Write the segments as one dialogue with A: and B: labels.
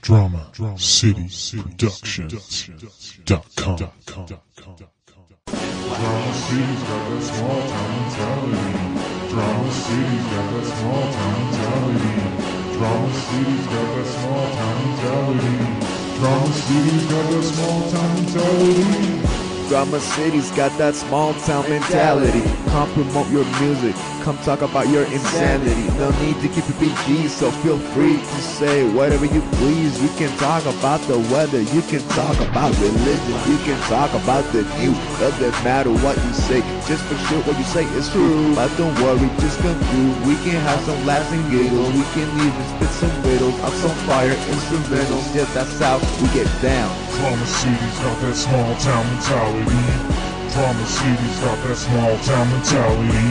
A: Drama, City, Productions dot com.
B: Drama City's got that small town mentality. Drama City's got that small town mentality. Drama City's got that small town mentality. Drama City's got that small town mentality.
C: Drama City's got that small town mentality. Come promote your music, come talk about your insanity. No need to keep it PG, so feel free to say whatever you please. You can talk about the weather, you can talk about religion, you can talk about the news. Doesn't matter what you say, just make sure what you say is true. But don't worry, just conclude. We can have some laughs and giggles, we can even spit some riddles. I'm some fire instrumentals, yeah, that's how we get down.
B: Drama City's got that small town mentality. Drama City's got that small town mentality.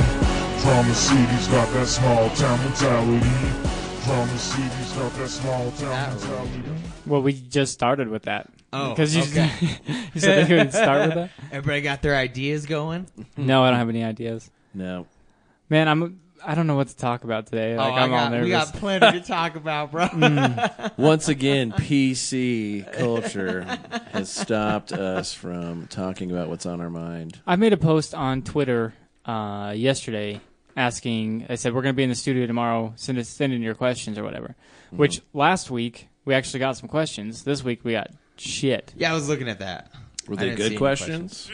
B: Drama City's got that small town mentality. Drama City's got that small town mentality.
D: Well, we just started with that.
E: Oh,
D: because you,
E: okay.
D: you said they couldn't start with that.
E: Everybody got their ideas going.
D: No, I don't have any ideas.
F: No.
D: Man, I'm I don't know what to talk about today. Like
E: oh,
D: I'm
E: I
D: all
E: got,
D: nervous.
E: we got plenty to talk about, bro.
F: Once again, PC culture has stopped us from talking about what's on our mind.
D: I made a post on Twitter uh, yesterday asking. I said we're going to be in the studio tomorrow. Send us, send in your questions or whatever.
E: Hmm.
D: Which last week we actually got some questions. This week we got shit.
E: yeah, I was looking at that.
F: Were
E: I
F: they
E: didn't see
F: good
E: any
F: questions?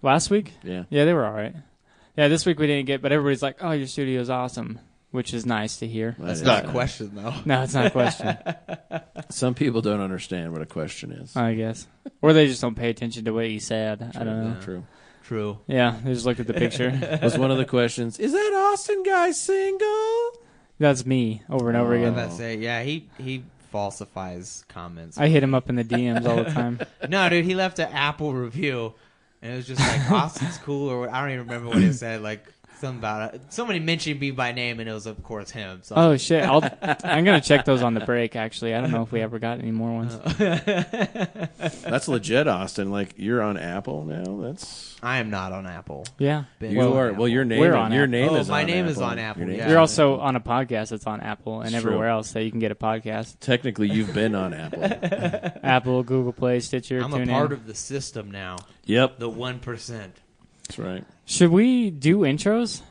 D: Last week,
F: yeah.
D: yeah, they were all right. Yeah, this week we didn't get, but everybody's like, "Oh, your studio's awesome," which is nice to hear.
E: That's
F: I-
E: not a question, though.
D: No, it's not a question.
F: Some people don't understand what a question is.
D: I guess. Or they just don't pay attention to what he said. I don't know.
F: True.
E: True.
D: Yeah, they just looked at the picture.
F: Was one of the questions, is that Austin guy single?
D: That's me over and over
E: I
F: Oh,
D: again.
E: was about to say, yeah, he he falsifies comments.
D: Oh. I hit him up in the DMs all the time.
E: no, dude, he left an Apple review, and it was just like Austin's cool, or what, I don't even remember what it said. Like something about it. somebody mentioned me by name, and it was of course him. So
D: Oh shit! I'll, I'm gonna check those on the break. Actually, I don't know if we ever got any more ones.
F: Uh, That's legit, Austin. Like you're on Apple now. That's
E: I am not on Apple.
D: Yeah,
E: Been
F: you
E: on
F: are.
E: Apple.
F: Well, your name.
D: We're on
F: your
D: Apple.
F: name
E: Oh,
F: is.
E: my
F: on
E: name
F: Apple.
E: is on Apple,
F: Your name
E: yeah.
F: is-
D: you're also on a podcast that's on Apple and
F: It's
D: everywhere
F: true.
D: else that you can get a podcast.
F: Technically, you've been on Apple.
D: Apple, Google Play, Stitcher.
E: I'm a
D: TuneIn.
E: part of the system now.
F: yep,
E: The one percent.
F: that's right.
D: Should we do intros?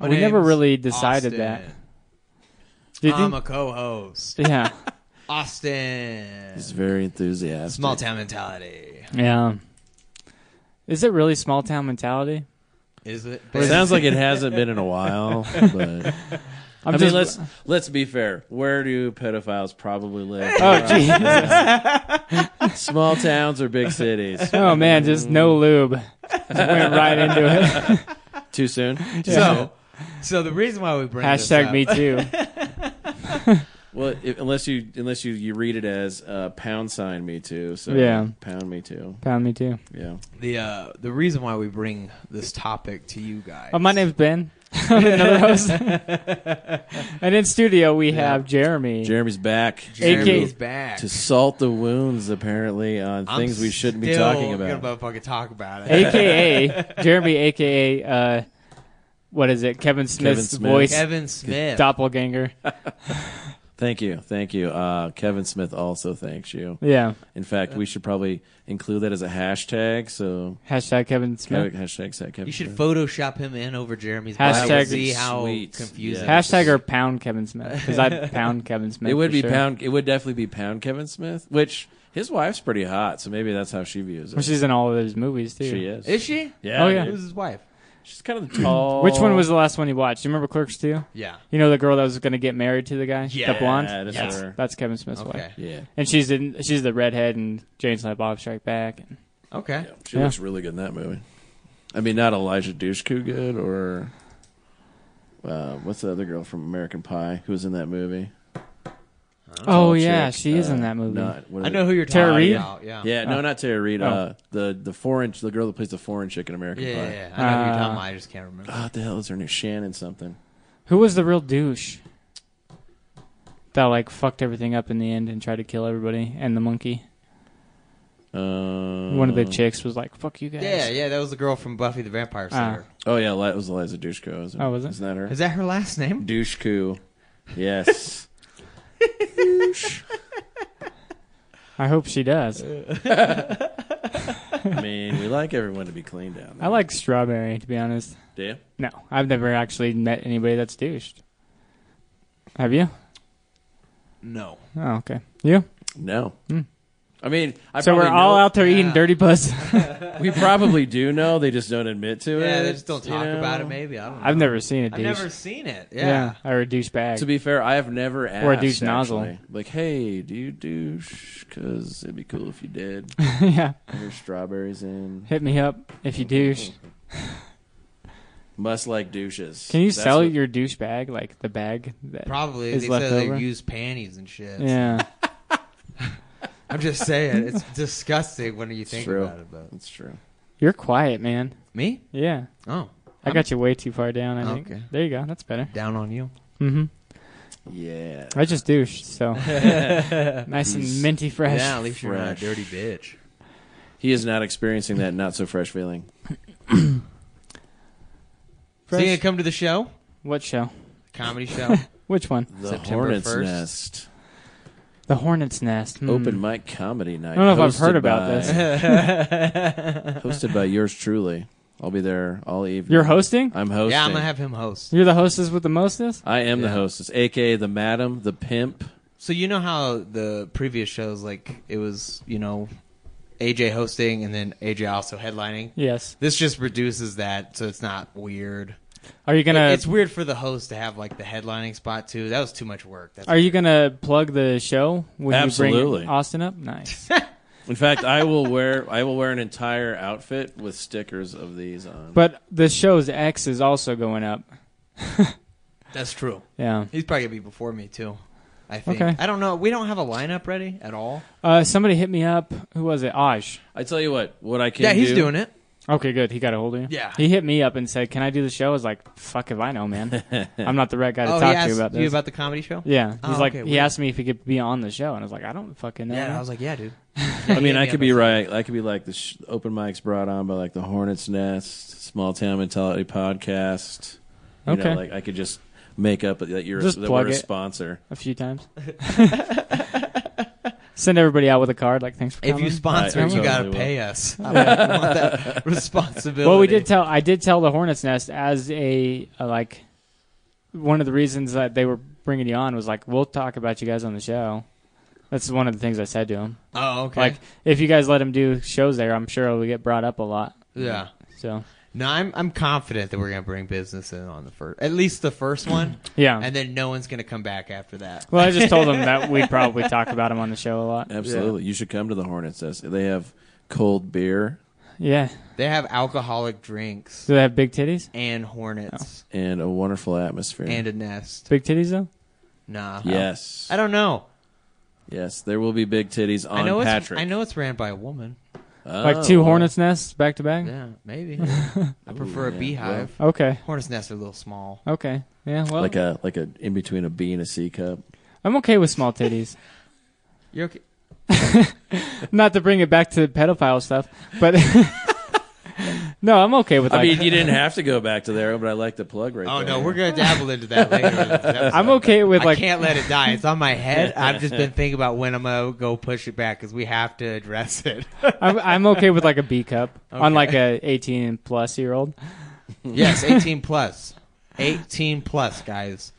D: we never really decided that. Do you
E: I'm
D: think-
E: a co-host.
D: yeah,
E: Austin.
F: He's very enthusiastic.
E: Small town mentality.
D: yeah. Is it really small town mentality?
E: Is it?
F: It sounds like it hasn't been in a while, but
D: I'm
F: I mean,
D: just-
F: let's let's be fair. Where do pedophiles probably live?
D: Oh Jesus!
F: Small towns or big cities?
D: Oh man, just no
F: Mm.
D: lube. Just went right into it.
F: Too soon. Too soon?
E: so. So the reason why we bring this
D: Hashtag
E: up-
D: me too.
F: Well, if, unless you unless you, you read it as uh, pound sign me too. So
D: Yeah.
F: pound me too.
D: Pound me too.
F: Yeah.
E: the uh, the reason why we bring this topic to you guys.
D: Oh, my name's Ben. I'm another host. and in studio we have Jeremy.
F: Jeremy's back.
E: Jeremy's
D: AK
E: back.
F: to salt the wounds apparently on
E: I'm
F: things we shouldn't be
E: still
F: talking about.
E: Gonna fucking talk about it.
D: AKA Jeremy AKA uh what is it? Kevin Smith's
F: Smith.
D: voice
E: Kevin Smith.
D: doppelganger.
F: Thank you, thank you. Uh, Kevin Smith also thanks you.
D: Yeah.
F: In fact, we should probably include that as a hashtag. So
D: Hashtag Kevin Smith.
F: hashtag hashtag Kevin.
E: You should
F: Smith.
E: Photoshop him in over Jeremy's
D: Hashtag-
E: body and see how
F: Sweet.
E: confusing.
F: Yeah.
D: Hashtag or pound Kevin Smith. Because I'd pound Kevin Smith.
F: It would
D: for
F: be
D: sure.
F: pound. It would definitely be pound Kevin Smith, which his wife's pretty hot, so maybe that's how she views it.
D: Which is in all of his movies too.
F: she is.
E: Is she?
F: Yeah.
D: Oh, yeah.
F: dude.
E: Who's his wife?
F: She's kind of tall.
D: Which one was the last one you watched? You remember Clerks 2?
E: Yeah.
D: You know the girl that was going to get married to the guy,
E: Yeah,
D: the blonde.
F: that's
D: Yes.
F: her.
D: that's Kevin Smith's
E: Okay.
D: wife,
F: Yeah.
D: and she's in. She's the redhead, and James and Bob Strike Back. And,
E: Okay.
F: Yeah, She
D: Yeah.
F: looks really good in that movie. I mean, not Elijah Dushku good or uh, what's the other girl from American Pie who was in that movie?
D: oh
F: Tall
D: yeah,
F: chick,
D: she is
F: uh,
D: in that movie.
F: not- what
E: I
F: are
E: know
F: they-
E: who you're
D: Tara
E: talking
D: Reid?
E: about. Yeah.
F: Yeah, no, not Tara Reid.
D: Oh.
F: Uh, the the foreign the girl that plays the foreign chick in American
E: Yeah, yeah,
F: Pie.
E: yeah. I know who you're
D: Uh,
E: talking about. I just can't remember.
F: Oh, what the hell is her name? Shannon something.
D: Who was the real douche that like fucked everything up in the end and tried to kill everybody and the monkey?
F: Uh,
D: One of the chicks was like, "Fuck you guys."
E: Yeah, yeah, that was the girl from Buffy the
D: Uh,
E: Vampire Slayer.
F: Oh yeah, that was Eliza Dushku. Isn't
D: Oh, was it?
F: Isn't that her?
E: Is that her last name?
F: Dushku. Yes. douche.
D: I hope she does.
F: I mean, we like everyone to be clean down
D: I
F: there.
D: like strawberry, to be honest.
F: Do you?
D: No, I've never actually met anybody that's douched. Have you?
E: No.
D: Oh, okay. You?
F: No.
D: Hmm.
F: I mean, I
D: so we're
F: probably
D: all
F: know-
D: out there eating
E: Yeah.
D: dirty puss.
F: We probably do know. They just don't admit to it.
E: Yeah, they just don't
F: you
E: talk
F: know?
E: about it. Maybe I don't. know.
D: I've never seen a
E: I've
D: douche.
E: never seen it. Yeah.
D: Or a douchebag.
F: To be fair, I have never asked.
D: Or a douche nozzle.
F: actually. Like, hey, do you douche? Because it'd be cool if you did.
D: yeah.
F: There's strawberries in.
D: Hit me up if you douche.
F: Must like douches.
D: Can you
F: That's
D: sell
F: what-
D: your douche bag, like the bag? That,
E: Probably
D: Is
E: they
D: left
E: said they
D: over?
E: use panties and shit.
D: Yeah.
E: I'm just saying, it's disgusting when you think
F: true.
E: about it. But
F: That's true.
D: You're quiet, man.
E: me?
D: Yeah.
E: Oh,
D: I got you way too far down, I think.
E: Okay.
D: There you go. That's better.
E: down on you.
D: Mm-hmm.
F: Yeah.
D: I just douche, so nice and minty fresh.
E: Yeah, at least you're not a
F: Fresh.
E: dirty bitch.
F: He is not experiencing that not so fresh feeling.
E: So
D: Fresh.
E: you gonna come to the show?
D: What show?
E: Comedy show.
D: Which one?
F: The
E: September
F: Hornet's
E: 1st.
F: Nest.
D: The Hornet's Nest. Hmm.
F: Open mic comedy night.
D: I don't know if I've
F: hosted
D: heard about
F: by-
D: this.
F: hosted by yours truly. I'll be there all evening.
D: You're hosting?
F: I'm hosting.
E: yeah, I'm gonna have him host.
D: You're the hostess with the mostest?
F: I am the
E: Yeah.
F: hostess, aka the madam, the pimp.
E: So you know how the previous shows, like it was, you know, AJ hosting and then AJ also headlining.
D: Yes.
E: This just reduces that, so it's not weird.
D: Are you gonna?
E: it's weird for the host to have like the headlining spot too. That was too much work. That's
D: are you gonna plug the show when you
F: Absolutely.
D: bring Austin up? Nice.
F: In fact, I will wear I will wear an entire outfit with stickers of these on.
D: but the show's X is also going up.
E: that's true.
D: Yeah.
E: He's probably gonna be before me too. I think.
D: Okay.
E: I don't know. We don't have a lineup ready at all.
D: Uh, somebody hit me up. Who was it? Aj.
F: I tell you what, what I can
E: yeah, he's
F: do-
E: doing it.
D: Okay, good. He got a hold of you.
E: Yeah.
D: He hit me up and said, "Can I do the show?" I was like, "Fuck if I know, man. I'm not the right guy to
E: oh, he
D: talk
E: asked
D: to about this."
E: you about the comedy show.
D: yeah. He's
E: Oh,
D: like,
E: okay,
D: he
E: weird.
D: asked me if he could be on the show, and I was like, "I don't fucking know."
E: Yeah,
D: man."
E: I was like, yeah, dude.
F: I mean,
E: Yeah,
F: I
E: yeah,
F: could be
E: that's-
F: right. I could be like the sh- open mics brought on by like the Hornets Nest, Small Town Mentality podcast. You
D: Okay.
F: know, like I could just make up that you're
D: Just
F: that
D: plug
F: we're a
D: it.
F: sponsor.
D: a few times. Send everybody out with a card, like thanks for
E: If
D: coming.
E: you sponsor,
F: I
E: you gotta
F: totally
E: pay us. I don't want that responsibility.
D: well, we did tell I did tell the Hornets Nest as a, a like one of the reasons that they were bringing you on was like we'll talk about you guys on the show. That's one of the things I said to him.
E: Oh, okay.
D: Like if you guys let him do shows there, I'm sure it'll get brought up a lot.
E: yeah.
D: So
E: No, I'm I'm confident that we're gonna bring business in on the first, at least the first one,
D: yeah.
E: and then no one's gonna come back after that.
D: well, I just told him that we'd probably talk about him on the show a lot.
F: Absolutely, you should come to the Hornets Nest. They have cold beer
D: Yeah.
E: They have alcoholic drinks
D: Do they have big titties?
E: and hornets
F: and a wonderful
D: Oh,
F: atmosphere.
E: and a nest.
D: Big titties though.
F: uh,
E: Nah.
F: yes,
E: I don't know.
F: yes, there will be big titties on
E: I know
F: Patrick.
E: it's I know it's ran by a woman.
F: Oh,
D: Like two
F: well,
D: hornets nests back to back.
E: Yeah, maybe. I prefer
F: yeah,
E: a beehive.
D: Okay.
E: Hornets nests are a little small.
D: Okay. Yeah. Well,
F: Like a like a in between a B and a C cup.
D: I'm okay with small titties.
E: You're okay.
D: Not to bring it back to pedophile stuff, but no, I'm okay with.
F: I
D: like-
F: mean, you didn't have to go back to there, but I like the plug right
E: Oh
F: there.
E: no, we're gonna dabble into that later. in this episode.
D: I'm okay with
E: I
D: like
E: can't let it die. It's on my head. I've just been thinking about when I'm gonna go push it back because we have to address it.
D: I'm, I'm okay with like a B cup on
E: Okay.
D: like a 18 plus year old.
E: yes, 18 plus, 18 plus, guys.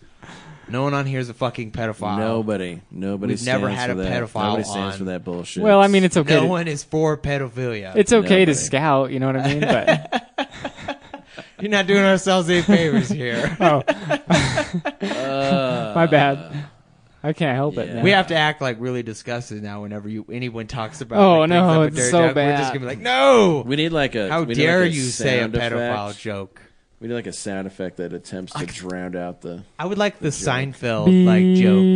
E: No one on here is a fucking pedophile.
F: Nobody, nobody.
E: We've never
F: stands
E: had
F: for
E: a
F: that.
E: pedophile
F: Nobody stands
E: on-
F: for that bullshit.
D: Well, I mean, it's okay.
E: no
D: to,
E: one is for pedophilia.
D: It's okay to
F: Nobody.
D: scout, you know what I mean? But
E: You're not doing ourselves any favors here.
D: oh,
F: Uh,
D: my bad. I can't help it.
F: yeah.
D: man.
E: We have to act like really disgusted now whenever you anyone talks about.
D: Oh,
E: like, brings
D: no,
E: up a
D: it's
E: dirty
D: so
E: joke. We're
D: bad.
E: just gonna be like, no.
F: We need like a.
E: How
F: we need
E: dare
F: like a
E: you say a
F: sound
E: pedophile
F: effect.
E: joke?
F: We need like a sound effect that attempts to drown out the.
E: I would like the
F: joke.
E: Seinfeld
D: Beep.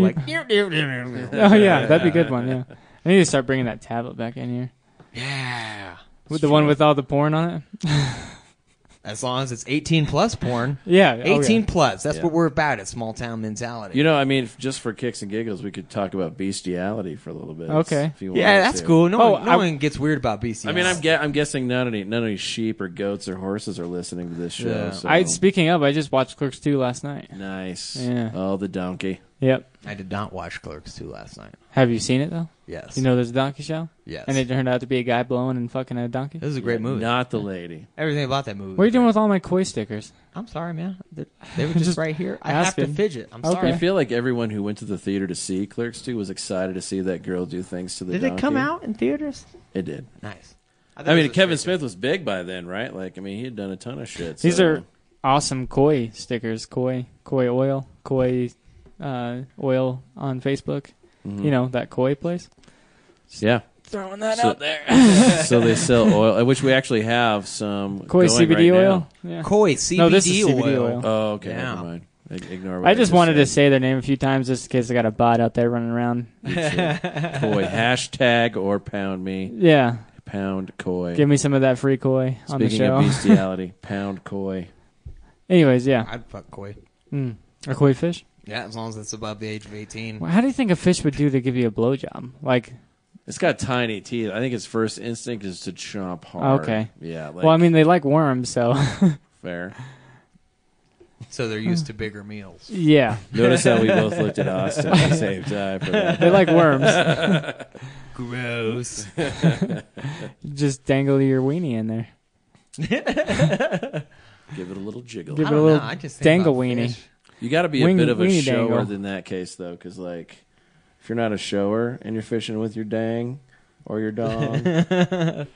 E: like joke, like
D: Oh yeah, that'd be a good one. Yeah, I need to start bringing that tablet back in here
E: yeah.
D: with the one with all the porn on it.
E: As long as it's 18 plus porn,
D: Yeah, oh, yeah.
E: 18 plus. That's
F: Yeah.
E: what we're about. It's small town mentality.
F: You know, I mean, just for kicks and giggles, we could talk about bestiality for a little bit.
D: Okay.
F: If you wanted
E: yeah, that's
F: to.
E: cool. No,
D: Oh,
E: one, no
D: I-
E: one gets weird about BC.
F: I mean, I'm, gue- I'm guessing none of any none of any sheep or goats or horses are listening to this show.
E: Yeah.
F: So.
D: I speaking of, I just watched Clerks two last night.
F: nice.
D: Yeah.
F: Oh, the donkey.
D: Yep.
E: I did not watch Clerks 2 last night.
D: Have you seen it though?
E: Yes.
D: You know there's a donkey show,
E: yes.
D: and it turned out to be a guy blowing and fucking a donkey.
E: this is a great movie.
F: Not the lady.
E: Everything about that movie.
D: What are you doing
E: was
D: with all my koi stickers?
E: great. I'm sorry, man. They they were just,
D: Just
E: right here. I have to
D: asking.
E: fidget. I'm
D: Okay.
E: sorry.
F: I feel like everyone who went to the theater to see Clerks 2 was excited to see that girl do things to the
E: Did
F: donkey.
E: it come out in theaters?
F: It did.
E: Nice.
F: I mean, Kevin Smith was big by then, right? Like, I mean, he had done a ton of shit.
D: These
F: so-
D: are awesome koi stickers. Koi, koi oil, koi uh, oil on Facebook.
F: Hmm.
D: You know that koi place.
F: Mm-hmm. yeah.
D: Throwing that
F: So-
D: out there.
F: so they sell oil, which we actually have some
D: Koi
F: going
D: CBD
F: right
D: oil.
F: now.
D: Yeah.
E: Coy CBD
D: No, this is CBD
E: oil.
D: oil.
F: Oh, okay,
E: Yeah.
F: never mind. Ig- Ignore. What
D: I just wanted to
F: said.
D: say their name a few times just in case I got a bot out there running around.
F: Koi hashtag or pound me
D: Yeah,
F: pound koi.
D: give me some of that free koi on the
F: Speaking
D: show.
F: of bestiality, pound koi.
D: Anyways, yeah,
E: I'd fuck Coy.
D: mm. a koi fish.
E: Yeah, as long as it's above the age of 18.
F: Mm.
D: Well, How do you think a fish would do to give you a blowjob? Like,
F: It's got tiny teeth. I think its first instinct is to chomp hard.
D: Okay.
F: Yeah. Like,
D: well, I mean, they like worms, so
F: fair.
E: So they're used to bigger meals.
D: yeah,
F: Notice how we both looked at Austin at the same time. For that.
D: they like worms.
E: Gross.
D: just dangle your weenie in there.
F: Give it a little jiggle.
D: Give
E: I
D: it a
E: don't
D: little
E: know. I just think
D: dangle
E: about
D: weenie.
E: fish.
F: You got to be
D: Wing-
F: a bit of a
D: weenie
F: shower
D: dangle.
F: in that case, though, because like if you're not a shower and you're fishing with your dang or your dong, then
E: can't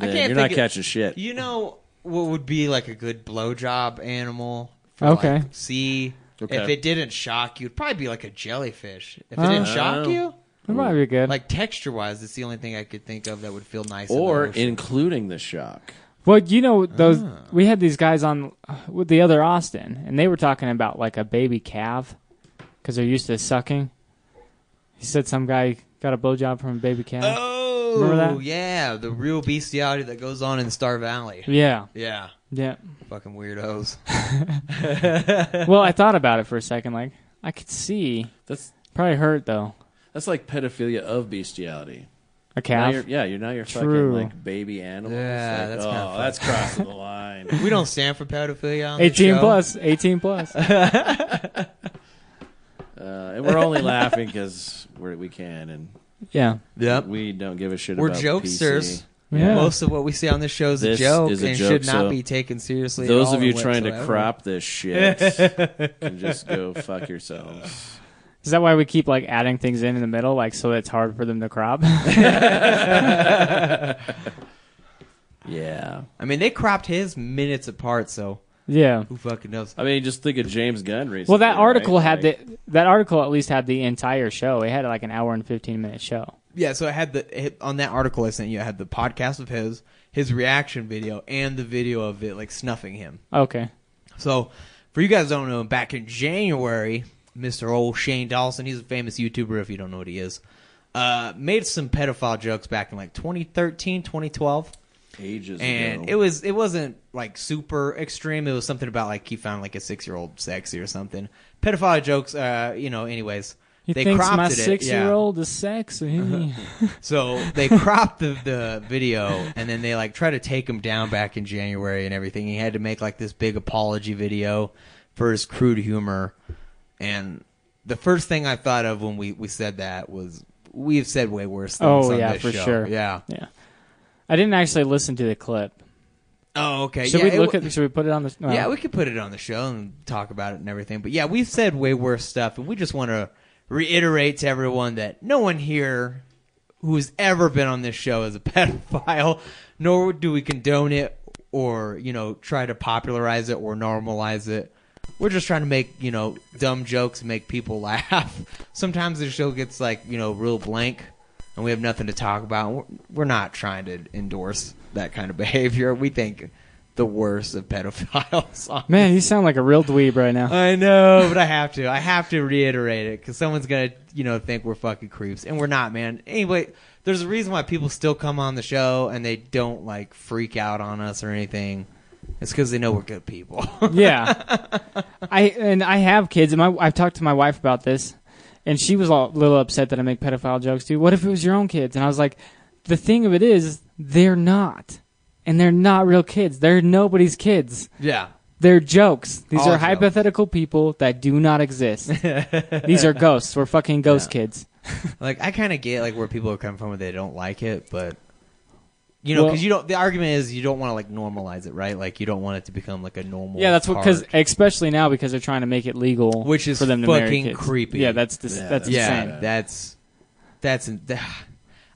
F: you're not
E: think of-
F: catching shit.
E: You know what would be like a good blowjob animal? For
D: Okay.
E: Like, see,
F: Okay.
E: if it didn't shock you, it'd probably be like a jellyfish. If it
D: Uh.
E: didn't shock
F: Oh.
E: you,
D: That might be good.
E: like texture wise, it's the only thing I could think of that would feel nice.
F: or
E: in the ocean.
F: including the shock.
D: Well, you know those
F: Ah.
D: we had these guys on uh, with the other Austin, and they were talking about like a baby calf because they're used to sucking. He said some guy got a blowjob from a baby calf.
E: oh,
D: Remember that?
E: yeah, the real bestiality that goes on in Star Valley.
D: Yeah,
E: Yeah,
D: yeah.
E: fucking weirdos.
D: Well, I thought about it for a second. Like I could see,
F: That's
D: probably hurt though.
F: that's like pedophilia of bestiality.
D: A
F: Now
D: calf.
F: you're, yeah, you're now you're
D: True.
F: fucking like baby animals.
E: Yeah,
F: Like,
E: that's
F: oh,
E: kinda fucked.
F: that's crossing the line.
E: we don't stand for pedophilia. On this
D: 18
E: show.
D: plus, 18 plus.
F: Uh, and we're only laughing because we can, and
D: Yeah.
E: Yep.
F: we don't give a shit.
E: We're
F: about
E: jokesters.
F: PC.
D: Yeah.
E: Most of what we say on this show is
F: This
E: a joke
F: is a
E: and
F: joke,
E: should not
F: so
E: be taken seriously. at
F: Those
E: all
F: of you
E: or
F: trying to
E: whatsoever.
F: crop this shit can just go fuck yourselves.
D: Is that why we keep like adding things in in the middle, like so it's hard for them to crop?
F: Yeah.
E: I mean, they cropped his minutes apart, so
D: yeah.
E: who fucking knows?
F: I mean, just think of James Gunn recently.
D: Well, that
F: right?
D: article had
F: Like,
D: the that article at least had the entire show. It had like an hour and fifteen minute show.
E: Yeah, so I had the it, on that article I sent you. I had the podcast of his, his reaction video, and the video of it like snuffing him.
D: Okay.
E: So, for you guys who don't know, back in January, Mr. Old Shane Dawson, he's a famous YouTuber if you don't know what he is, uh, made some pedophile jokes back in like 2013, 2012.
F: ages
E: and
F: ago.
E: it was it wasn't like super extreme. It was something about like he found like a six year old sexy or something. Pedophile jokes, uh, you know. Anyways,
D: He
E: they
D: thinks
E: cropped
D: my
E: it,
D: six
E: yeah. Uh-huh.
D: year old is sexy.
E: So they cropped the, the video, and then they like try to take him down back in January and everything. He had to make like this big apology video for his crude humor. And the first thing I thought of when we we said that was we've said way worse. Things
D: Oh,
E: on
D: yeah,
E: this
D: for
E: show.
D: sure.
E: Yeah.
D: yeah. I didn't actually listen to the clip.
E: Oh, okay.
D: Should
E: yeah,
D: we
E: it
D: look
E: w-
D: at? Should we put it on the? oh. well,
E: Yeah, we could put it on the show and talk about it and everything. But yeah, we've said way worse stuff, and we just want to reiterate to everyone that no one here who's ever been on this show is a pedophile, nor do we condone it or, you know, try to popularize it or normalize it. We're just trying to make, you know, dumb jokes and make people laugh. Sometimes the show gets like, you know, real blank and we have nothing to talk about. We're, we're not trying to endorse that kind of behavior. We think the worst of pedophiles. on
D: Man, you sound like a real dweeb right now.
E: I know, but I have to. I have to reiterate it because someone's gonna, you know, think we're fucking creeps, and we're not, man. Anyway, there's a reason why people still come on the show and they don't like freak out on us or anything. It's because they know we're good people.
D: yeah. I and I have kids, and my I've talked to my wife about this, and she was all, a little upset that I make pedophile jokes too. What if it was your own kids? And I was like, the thing of it is, they're not, and they're not real kids. They're nobody's kids.
E: yeah,
D: They're jokes. These
E: All
D: are
E: jokes.
D: hypothetical people that do not exist. These are ghosts. We're fucking ghost kids.
E: Like I kind of get like where people are coming from, where they don't like it, but you know,
D: Well-
E: because you don't. The argument is you don't want to like normalize it, right? Like you don't want it to become like a normal.
D: Yeah, that's what because
E: part.
D: especially now because they're trying to make it legal,
E: Which is
D: for them to marry
E: fucking
D: kids.
E: creepy.
D: Yeah, that's dis-
F: Yeah,
D: that's
F: that's
E: yeah,
D: insane.
E: that's that's.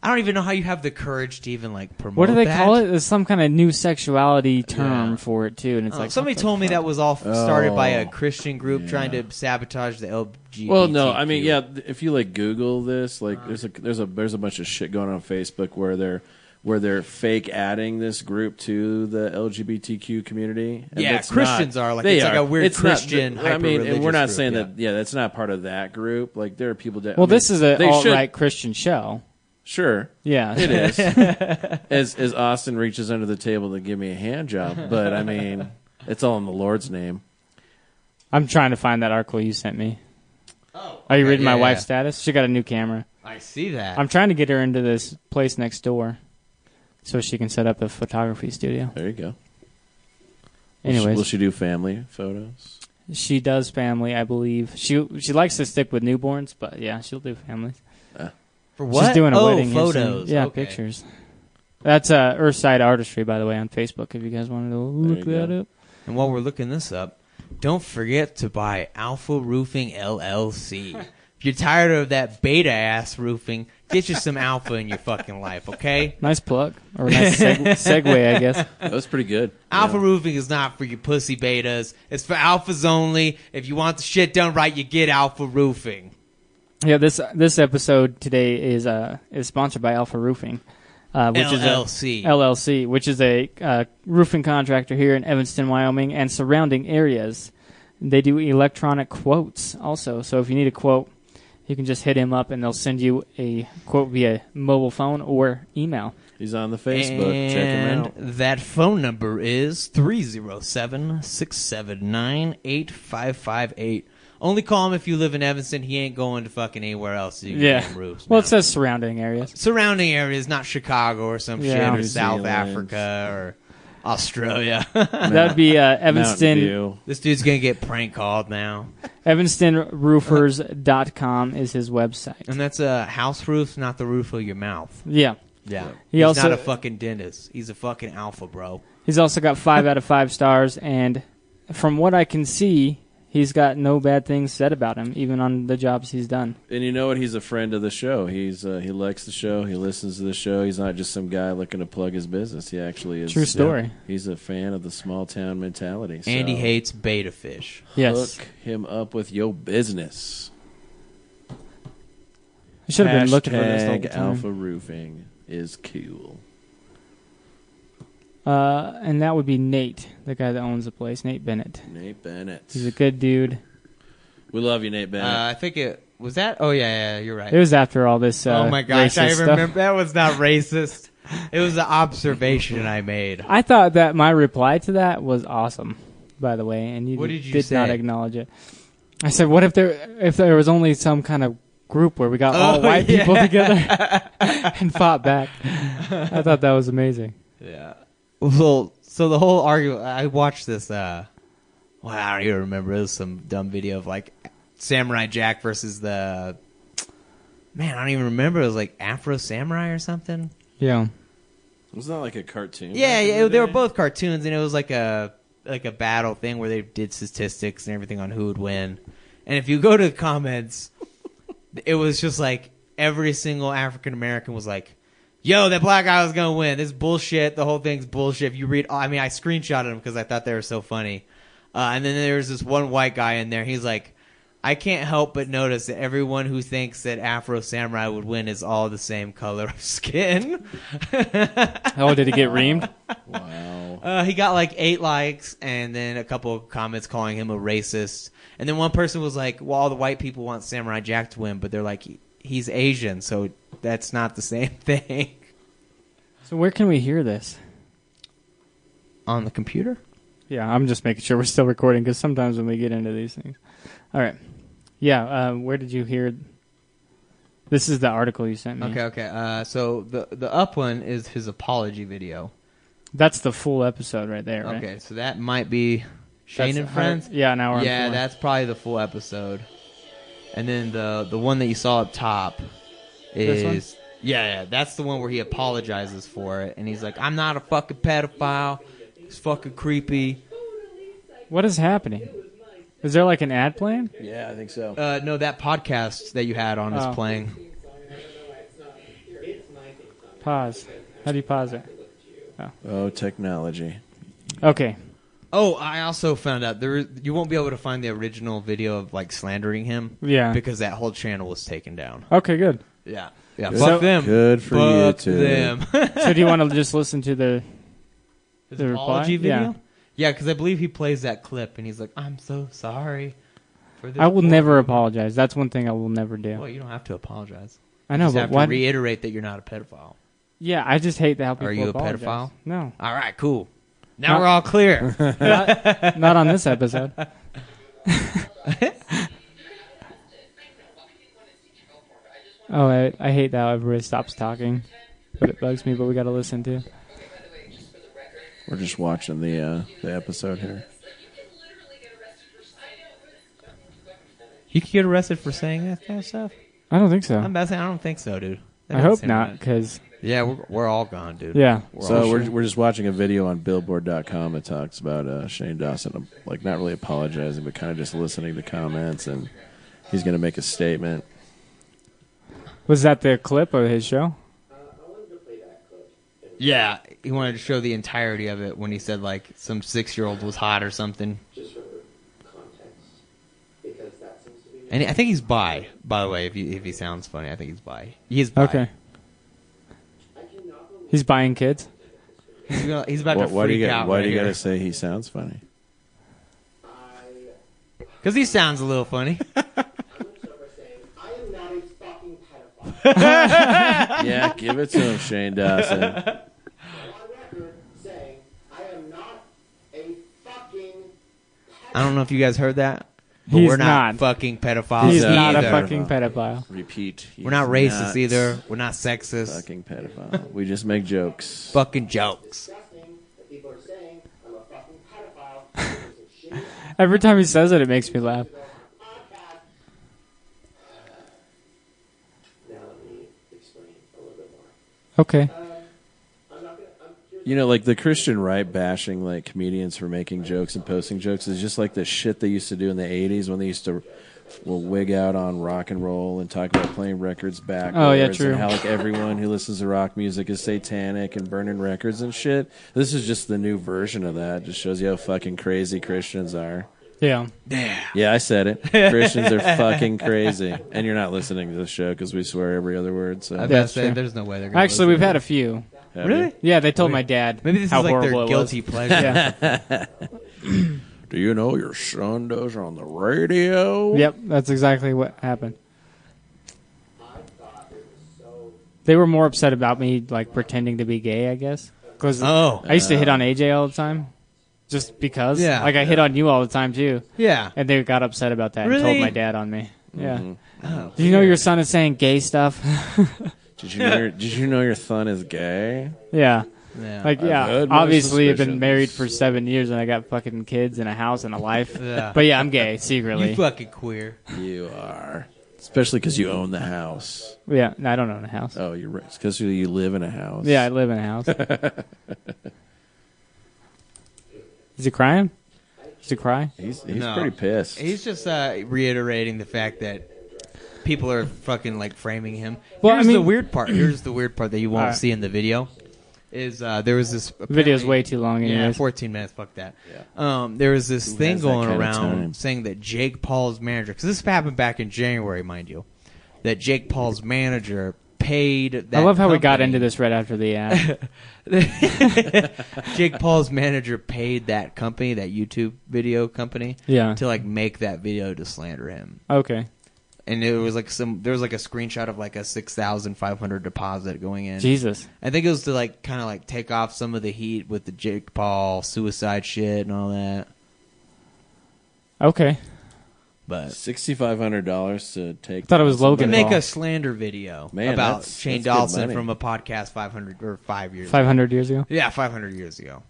E: I don't even know how you have the courage to even like promote.
D: What do they
E: that. Uh,
D: call it? There's some kind of new sexuality term
E: Yeah.
D: for it too, and it's
E: Oh,
D: like
E: somebody
D: what the
E: told me
D: fuck?
E: that was all f- started by a
F: Oh,
E: Christian group
F: yeah.
E: trying to sabotage the LGBT.
F: Well, no, I mean, yeah. th- If you like Google this, like, there's a there's a there's a bunch of shit going on, on Facebook where they're where they're fake adding this group to the LGBTQ community. And
E: Yeah,
F: it's
E: Christians
F: not-
E: are, like,
F: they
E: it's like a weird
F: not-
E: Christian
F: I mean, and
E: hyper-religious
F: we're not
E: group,
F: saying that. Yeah, that's not part of that group. Like, there are people that. I
D: Well,
F: mean,
D: this is an
F: they
D: all
F: should-
D: right Christian show.
F: Sure,
D: Yeah,
F: it is. as as Austin reaches under the table to give me a hand job, but I mean, it's all in the Lord's name.
D: I'm trying to find that article you sent me. Are you
E: Oh, okay,
D: reading
E: yeah,
D: my
E: yeah.
D: wife's status? She got a new camera.
E: I see that.
D: I'm trying to get her into this place next door, so she can set up a photography studio.
F: There you go.
D: Anyways,
F: will she do family photos?
D: She does family, I believe. She she likes to stick with newborns, but yeah, she'll do families.
E: For what?
D: She's doing a
E: oh,
D: wedding. here soon.
E: photos.
D: Yeah,
E: okay.
D: pictures. That's uh, Earthside Artistry, by the way, on Facebook. If you guys wanted to look
F: There you
D: that
F: go.
D: up,
E: And while we're looking this up, don't forget to buy Alpha Roofing LLC. if you're tired of that beta ass roofing, get you some alpha in your fucking life, okay?
D: nice plug or nice seg- segue, I guess.
F: That was pretty good.
E: Alpha
F: Yeah.
E: roofing is not for you pussy betas. It's for alphas only. If you want the shit done right, you get alpha roofing.
D: Yeah, this this episode today is uh is sponsored by Alpha Roofing, uh, which
E: LLC.
D: is a, LLC, which is a uh, roofing contractor here in Evanston, Wyoming, and surrounding areas. They do electronic quotes also, so if you need a quote, you can just hit him up, and they'll send you a quote via mobile phone or email.
F: He's on the Facebook. Check him
E: and
F: out.
E: that phone number is 307 679 8558. Only call him if you live in Evanston. He ain't going to fucking anywhere else. You can
D: Yeah.
E: get roofs,
D: Well,
E: man.
D: it says surrounding areas.
E: surrounding areas, not Chicago or some
D: Yeah.
E: shit, or
F: New
E: South
F: Zealand.
E: Africa or Australia.
D: That'd be uh,
F: Mountain
D: Evanston.
F: View.
E: this dude's gonna get prank called now.
D: EvanstonRoofers.com is his website.
E: And that's a house roof, not the roof of your mouth.
D: Yeah.
E: Yeah,
D: He
E: he's
D: also-
E: not a fucking dentist. He's a fucking alpha, bro.
D: He's also got five out of five stars, and from what I can see, he's got no bad things said about him, even on the jobs he's done.
F: And you know what? He's a friend of the show. He's uh, he likes the show. He listens to the show. He's not just some guy looking to plug his business. He actually is.
D: True story.
F: Yeah. he's a fan of the small town mentality. So
E: And he hates beta fish.
D: Yes,
F: Hook him up with your business.
D: I should have been looking for this the whole
F: Hashtag
D: time.
F: Alpha Roofing is cool.
D: Uh, and that would be Nate, the guy that owns the place, Nate Bennett.
F: Nate Bennett.
D: He's a good dude.
F: we love you, Nate
E: Uh,
F: Bennett.
E: I think it was that. Oh yeah, yeah, you're right.
D: It was after all this. Uh,
E: oh my gosh, I
D: racist stuff.
E: remember that was not racist. It was an observation I made.
D: I thought that my reply to that was awesome, by the way, and you
E: What did you
D: not
E: say?
D: acknowledge it. I said, "What if there if there was only some kind of group where we got all
E: Oh,
D: white
E: yeah.
D: people together and fought back?" I thought that was amazing.
E: Yeah. Well, so the whole argument. I watched this. uh Well, I don't even remember. It was some dumb video of like Samurai Jack versus the. Man, I don't even remember. It was like Afro Samurai or something.
D: Yeah,
F: was that like a cartoon?
E: Yeah,
F: back in
E: yeah.
F: the
E: They were
F: day?
E: both cartoons, and it was like a like a battle thing where they did statistics and everything on who would win. And if you go to the comments, it was just like every single African American was like, "Yo, that black guy was gonna win. This is bullshit. The whole thing's bullshit." If you read, I mean, I screenshotted them because I thought they were so funny. Uh, and then there's this one white guy in there. He's like, "I can't help but notice that everyone who thinks that Afro Samurai would win is all the same color of skin."
D: oh, did he get reamed?
F: Wow.
E: Uh, he got like eight likes and then a couple of comments calling him a racist. And then one person was like, well, all the white people want Samurai Jack to win, but they're like, "He- he's Asian, so that's not the same thing.
D: So where can we hear this?
E: On the computer?
D: Yeah, I'm just making sure we're still recording because sometimes when we get into these things. All right, yeah. Uh, where did you hear? This is the article you sent me.
E: Okay, okay. Uh, so the, the up one is his apology video.
D: that's the full episode right there. Right?
E: Okay, so that might be Shane
D: That's
E: and
D: a
E: Friends.
D: hundred- Yeah, an hour. and
E: yeah,
D: four.
E: that's probably the full episode. And then the the one that you saw up top
D: This one?
E: is yeah, yeah, that's the one where he apologizes for it and he's like, "I'm not a fucking pedophile. It's fucking creepy."
D: what is happening. Is there like an ad plan?
F: Yeah, I think so.
E: Uh, no, that podcast that you had on
D: Oh.
E: is playing.
D: Pause. How do you pause it?
F: Oh, technology.
D: Okay.
E: Oh, I also found out there you won't be able to find the original video of like slandering him.
D: Yeah.
E: because that whole channel was taken down.
D: Okay. Good.
E: Yeah, yeah.
F: Good.
E: Fuck
D: So-
E: them.
F: Good for
E: Fuck
F: you too.
E: them.
D: So do you want to just listen to the?
E: His
D: The reply?
E: apology
D: Yeah.
E: video? Yeah, because I believe he plays that clip and he's like, I'm so sorry for this.
D: I will
E: poor-"
D: never apologize. That's one thing I will never do.
E: Well, you don't have to apologize.
D: I
E: You
D: know,
E: just
D: but
E: have
D: why?
E: to reiterate that you're not a pedophile.
D: yeah, I just hate how people.
E: Are you a
D: apologize.
E: pedophile?
D: No,
E: All right, cool. Now
D: Not-
E: we're all clear.
D: not on this episode. oh, I, I hate that everybody stops talking, but it bugs me. But we got to listen to.
F: We're just watching the uh, the episode here.
E: you could get arrested for saying that kind of stuff.
D: I don't think so.
E: I'm about to say, I don't think so, dude. That
D: I
E: doesn't
D: hope
E: seem
D: not,
E: right.
D: because
E: Yeah, we're, we're all gone, dude.
D: yeah,
E: We're
F: So
E: all
F: we're, we're just watching a video on Billboard.com that talks about uh, Shane Dawson, um, like not really apologizing, but kind of just listening to comments, and he's going to make a statement.
D: was that the clip of his show?
E: Yeah, he wanted to show the entirety of it when he said like some six year old was hot or something. And I think he's bi, by the way. If he, if he sounds funny, I think he's bi. He is bi.
D: Okay. He's buying kids.
E: He's, gonna, he's about
F: Why-
E: to
F: why do
E: freak
F: you got-
E: out.
F: why do you got to say he sounds funny?
E: Because he sounds a little funny.
F: yeah, give it to him, Shane Dawson.
E: I don't know if you guys heard that, but
D: He's
E: we're not,
D: not.
E: fucking pedophiles.
D: He's
F: a-
D: not a
E: either.
D: fucking pedophile.
F: Repeat. he's
E: We're not racist
F: not
E: either. We're not sexist. Fucking,
F: Fucking pedophile. We just make jokes.
E: jokes.
D: Every time he says it, it makes me laugh. Okay.
F: You know, like the Christian right bashing like comedians for making jokes and posting jokes is just like the shit they used to do in the '80s when they used to will wig out on rock and roll and talk about playing records backwards.
D: Oh, yeah, true.
F: And how like everyone who listens to rock music is satanic and burning records and shit. This is just the new version of that. Just shows you how fucking crazy Christians are.
D: Yeah.
F: Yeah, I said it. Christians are fucking crazy, and you're not listening to the show because we swear every other word. So
E: I
D: Yeah,
E: bet
D: that's
E: say
D: true.
E: there's no way they're gonna
D: Actually,
E: listen
D: we've
E: to
D: had a few.
F: Have
E: it.
F: you?
E: really.
D: Yeah, they told my dad
E: Maybe this
D: how
E: is like
D: horrible
E: their
D: it
E: guilty
D: was.
E: pleasure.
D: Yeah.
F: Do you know your son does on the radio?
D: yep. That's exactly what happened. They were more upset about me like pretending to be gay, I guess, because
E: Oh.
D: I used to hit on AJ all the time, just because.
E: Yeah.
D: Like I hit on you all the time too.
E: Yeah.
D: And they got upset about that and told
E: Really?
D: my dad on me. Yeah.
E: Oh,
D: Did you know your son is saying gay stuff?
F: Did you know your, did you know your son is gay?
D: yeah.
E: yeah.
D: Like, yeah.
F: had my
D: Obviously, I've been married for
F: suspicions.
D: seven years and I got fucking kids and a house and a life.
E: Yeah.
D: But yeah, I'm gay,
E: you
D: secretly.
E: fucking queer.
F: You are, especially because you own the house.
D: yeah. No, I don't own a house.
F: Oh, you're right. Because you live in a house.
D: Yeah, I live in a house. is he crying? Is he cry?
F: he's he's
E: No.
F: pretty pissed.
E: He's just uh, reiterating the fact that people are fucking like framing him.
D: Well, I
E: here's the
D: mean-
E: weird part. Here's the weird part that you won't
D: Alright.
E: see in the video. Is uh, there was this
D: Video's
E: apparently-
D: way too long,
E: yeah
D: anyways.
E: 14 minutes fuck that um, there was this thing
F: has that
E: going
F: kind of time?
E: around saying that Jake Paul's manager because this happened back in January mind you that Jake Paul's manager paid that
D: I love how we got
E: company-
D: into this right after the ad.
E: Jake Paul's manager paid that company that YouTube video company
D: Yeah.
E: to like make that video to slander him
D: Okay.
E: and it was like some there was like a screenshot of like a 6500 deposit going in
D: Jesus.
E: i think it was to like kind of like take off some of the heat with the jake paul suicide shit and all that
D: Okay.
E: but
F: Sixty five hundred dollars to take.
D: Thought it was
E: to
D: Logan.
E: make
D: Paul.
E: a slander video
F: Man,
E: about
F: that's-
E: shane
F: that's good
E: dawson
F: money.
E: from a podcast 500 or 5 years
D: 500 years ago.
E: yeah 500 years ago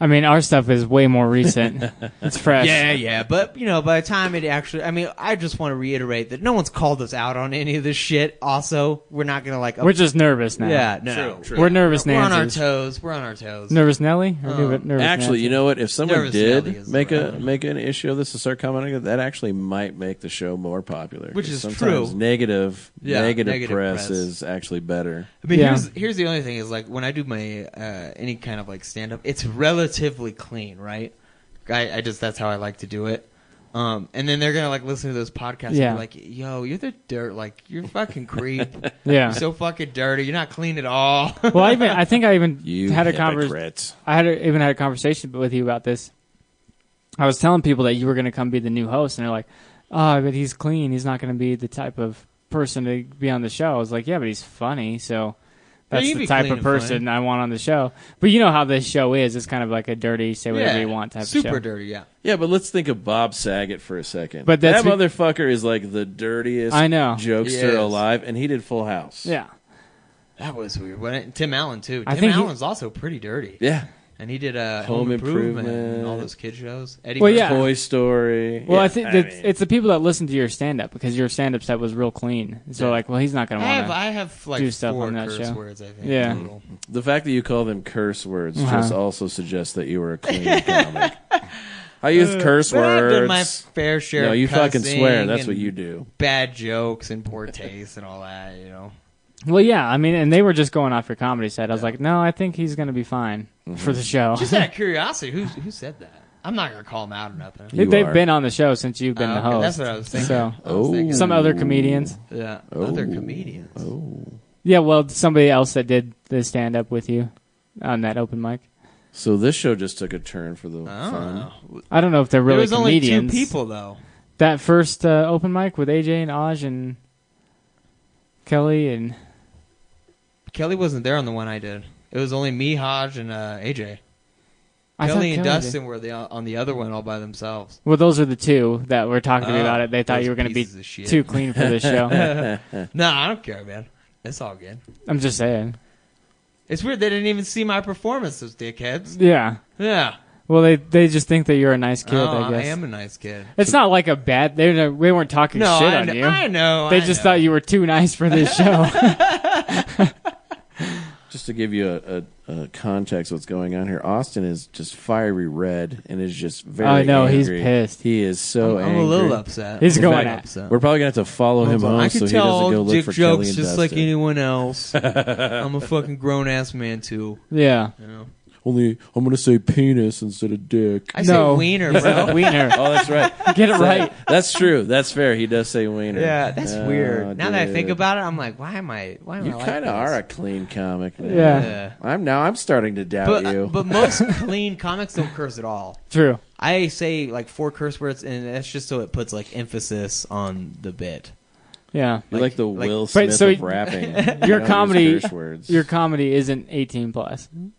D: I mean, our stuff is way more recent. it's fresh.
E: Yeah, yeah, but you know, by the time it actually, I mean, I just want to reiterate that no one's called us out on any of this shit. Also, we're not gonna like,
D: We're just nervous now.
E: yeah, no,
F: True, true.
D: We're nervous
E: We're on our
D: Nancy's.
E: toes. We're on our toes.
D: Nervous Nelly? Or do
E: Uh,
D: it- nervous
F: Actually,
D: Nancy?
F: you know what? If someone
E: Nervous Nelly
F: did
E: is
F: make
E: the
F: a make an issue of this and start commenting, on it, that actually might make the show more popular.
E: Which
F: 'Cause
E: is
F: sometimes
E: true.
F: Negative,
E: Yeah,
F: negative
E: negative
F: press,
E: press.
F: is actually better.
E: I mean,
D: Yeah.
E: here's here's the only thing is like when I do my uh, any kind of like stand up, it's relatively clean, right? I, I just that's how I like to do it. Um, and then they're gonna like listen to those podcasts
D: Yeah.
E: and be like, "Yo, you're the dirt, like you're fucking creep,
D: Yeah.
E: you're so fucking dirty, you're not clean at all."
D: well, I even I think I even
F: You
D: had a conversation.
F: hypocrite.
D: I had a, even had a conversation with you about this. I was telling people that you were going to come be the new host, and they're like, "Oh, but he's clean. He's not going to be the type of person to be on the show." I was like, "Yeah, but he's funny, so
E: Yeah,
D: that's
E: you'd
D: the
E: be
D: type
E: clean
D: of
E: and funny.
D: person I want on the show." But you know how this show is; it's kind of like a dirty, say whatever
E: Yeah.
D: you want type
E: super
D: of show.
E: dirty, yeah.
F: Yeah, but let's think of Bob Saget for a second.
D: But that's
F: that
D: who-
F: motherfucker is like the dirtiest
D: I know.
F: jokester
E: Yes.
F: alive, and he did Full House.
D: Oh, Yeah,
E: That was weird. wasn't it? Tim Allen too. Tim
D: I think he-
E: Allen's also pretty dirty,
F: yeah.
E: and he did uh,
F: Home
E: Home, improvement,
F: Improvement.
E: and all those kid shows. Eddie
D: Well,
E: Murphy.
D: yeah.
F: Toy Story.
D: Well,
F: Yeah,
D: I think it's,
F: mean-
D: it's the people that listen to your stand up because your stand up set was real clean. So like, well, he's not going
E: I
D: to want
E: have
D: to.
E: I have
D: do
E: like
D: stuff
E: four
D: on that
E: curse
D: show.
E: words. I think.
D: Yeah.
E: total.
F: The fact that you call them curse words
D: Uh-huh.
F: just also suggests that you were a clean comic. I use
D: Uh,
F: curse
E: But I've
F: words.
E: done my fair share.
F: no,
E: of
F: you fucking
E: cussing
F: swear. That's
E: and
F: what you do.
E: Bad jokes and poor taste and all that. You know.
D: Well, yeah, I mean, and they were just going off your comedy set. I was like, no, I think he's going to be fine
F: Mm-hmm.
D: for the show.
E: Just out of curiosity, who who said that? I'm not gonna call him out or nothing.
F: You
D: They've
F: are.
D: been on the show since you've been
E: Oh,
D: the
E: okay,
D: host.
E: that's what I was thinking.
D: So-
E: I was thinking.
F: Oh.
D: Some other comedians.
E: yeah, other comedians.
D: Yeah, well, somebody else that did the stand up with you on that open mic.
F: So this show just took a turn for
E: I
F: the
E: don't
F: fun.
E: know.
D: I don't know if they're really
E: Ah. there was only two
D: comedians.
E: people though.
D: That first uh, open mic with AJ and Aj and Kelly and
E: Kelly wasn't there on the one I did. It was only me, Hodge, and uh, AJ.
D: I thought
E: Kelly and
D: did.
E: Dustin were the, on the other one all by themselves.
D: Well, those are the two that were talking to me
E: Oh,
D: about it. They thought
E: those
D: you were going to be
E: pieces of shit.
D: too clean for this show.
E: No, I don't care, man. It's all good.
D: I'm just saying.
E: It's weird they didn't even see my performance, those dickheads.
D: Yeah.
E: Yeah.
D: Well, they they just think that you're a nice kid.
E: oh,
D: I guess
E: am a nice kid.
D: it's not like a bad. They they weren't talking
E: No,
D: shit
E: I,
D: on
E: kn-
D: you.
E: I know.
D: they
E: I
D: just
E: know.
D: thought you were too nice for this show.
F: Just to give you a, a, a context, what's going on here? Austin is just fiery red and is just very.
D: I know, he's
F: angry.
D: pissed.
F: He is so
E: I'm
F: angry.
E: a little upset.
D: He's
E: I'm
D: going
E: very
D: at-
E: upset.
F: We're probably gonna have to follow him home
E: I
F: so
E: can
F: he doesn't go
E: tell
F: look
E: dick
F: for Kelly
E: jokes
F: and
E: just like
F: Dustin.
E: anyone else. I'm a fucking grown ass man too.
D: yeah.
E: You know?
F: Only I'm gonna say penis instead of dick.
E: I
D: No.
E: say wiener, bro.
D: Wiener.
F: oh, that's right.
D: Get it
F: That-
D: right.
F: That's true. That's fair. He does say wiener.
E: yeah, that's
F: Oh,
E: weird. Now that I
F: dude.
E: think about it, I'm like, why am I? Why am I?
F: you
E: like
F: kind of
E: this?
F: are a clean comic. man.
D: Yeah.
E: Yeah.
F: I'm now. I'm starting to doubt
E: But uh,
F: you.
E: but most clean comics don't curse at all.
D: True.
E: I say like four curse words, and that's just so it puts like emphasis on the bit.
D: Yeah.
F: You're like, the
E: like-
F: Will
D: But
F: Smith
D: so
F: of
D: y-
F: rapping. You
D: Your
F: don't use
D: comedy-
F: curse words.
D: Your comedy isn't 18 plus.
E: No,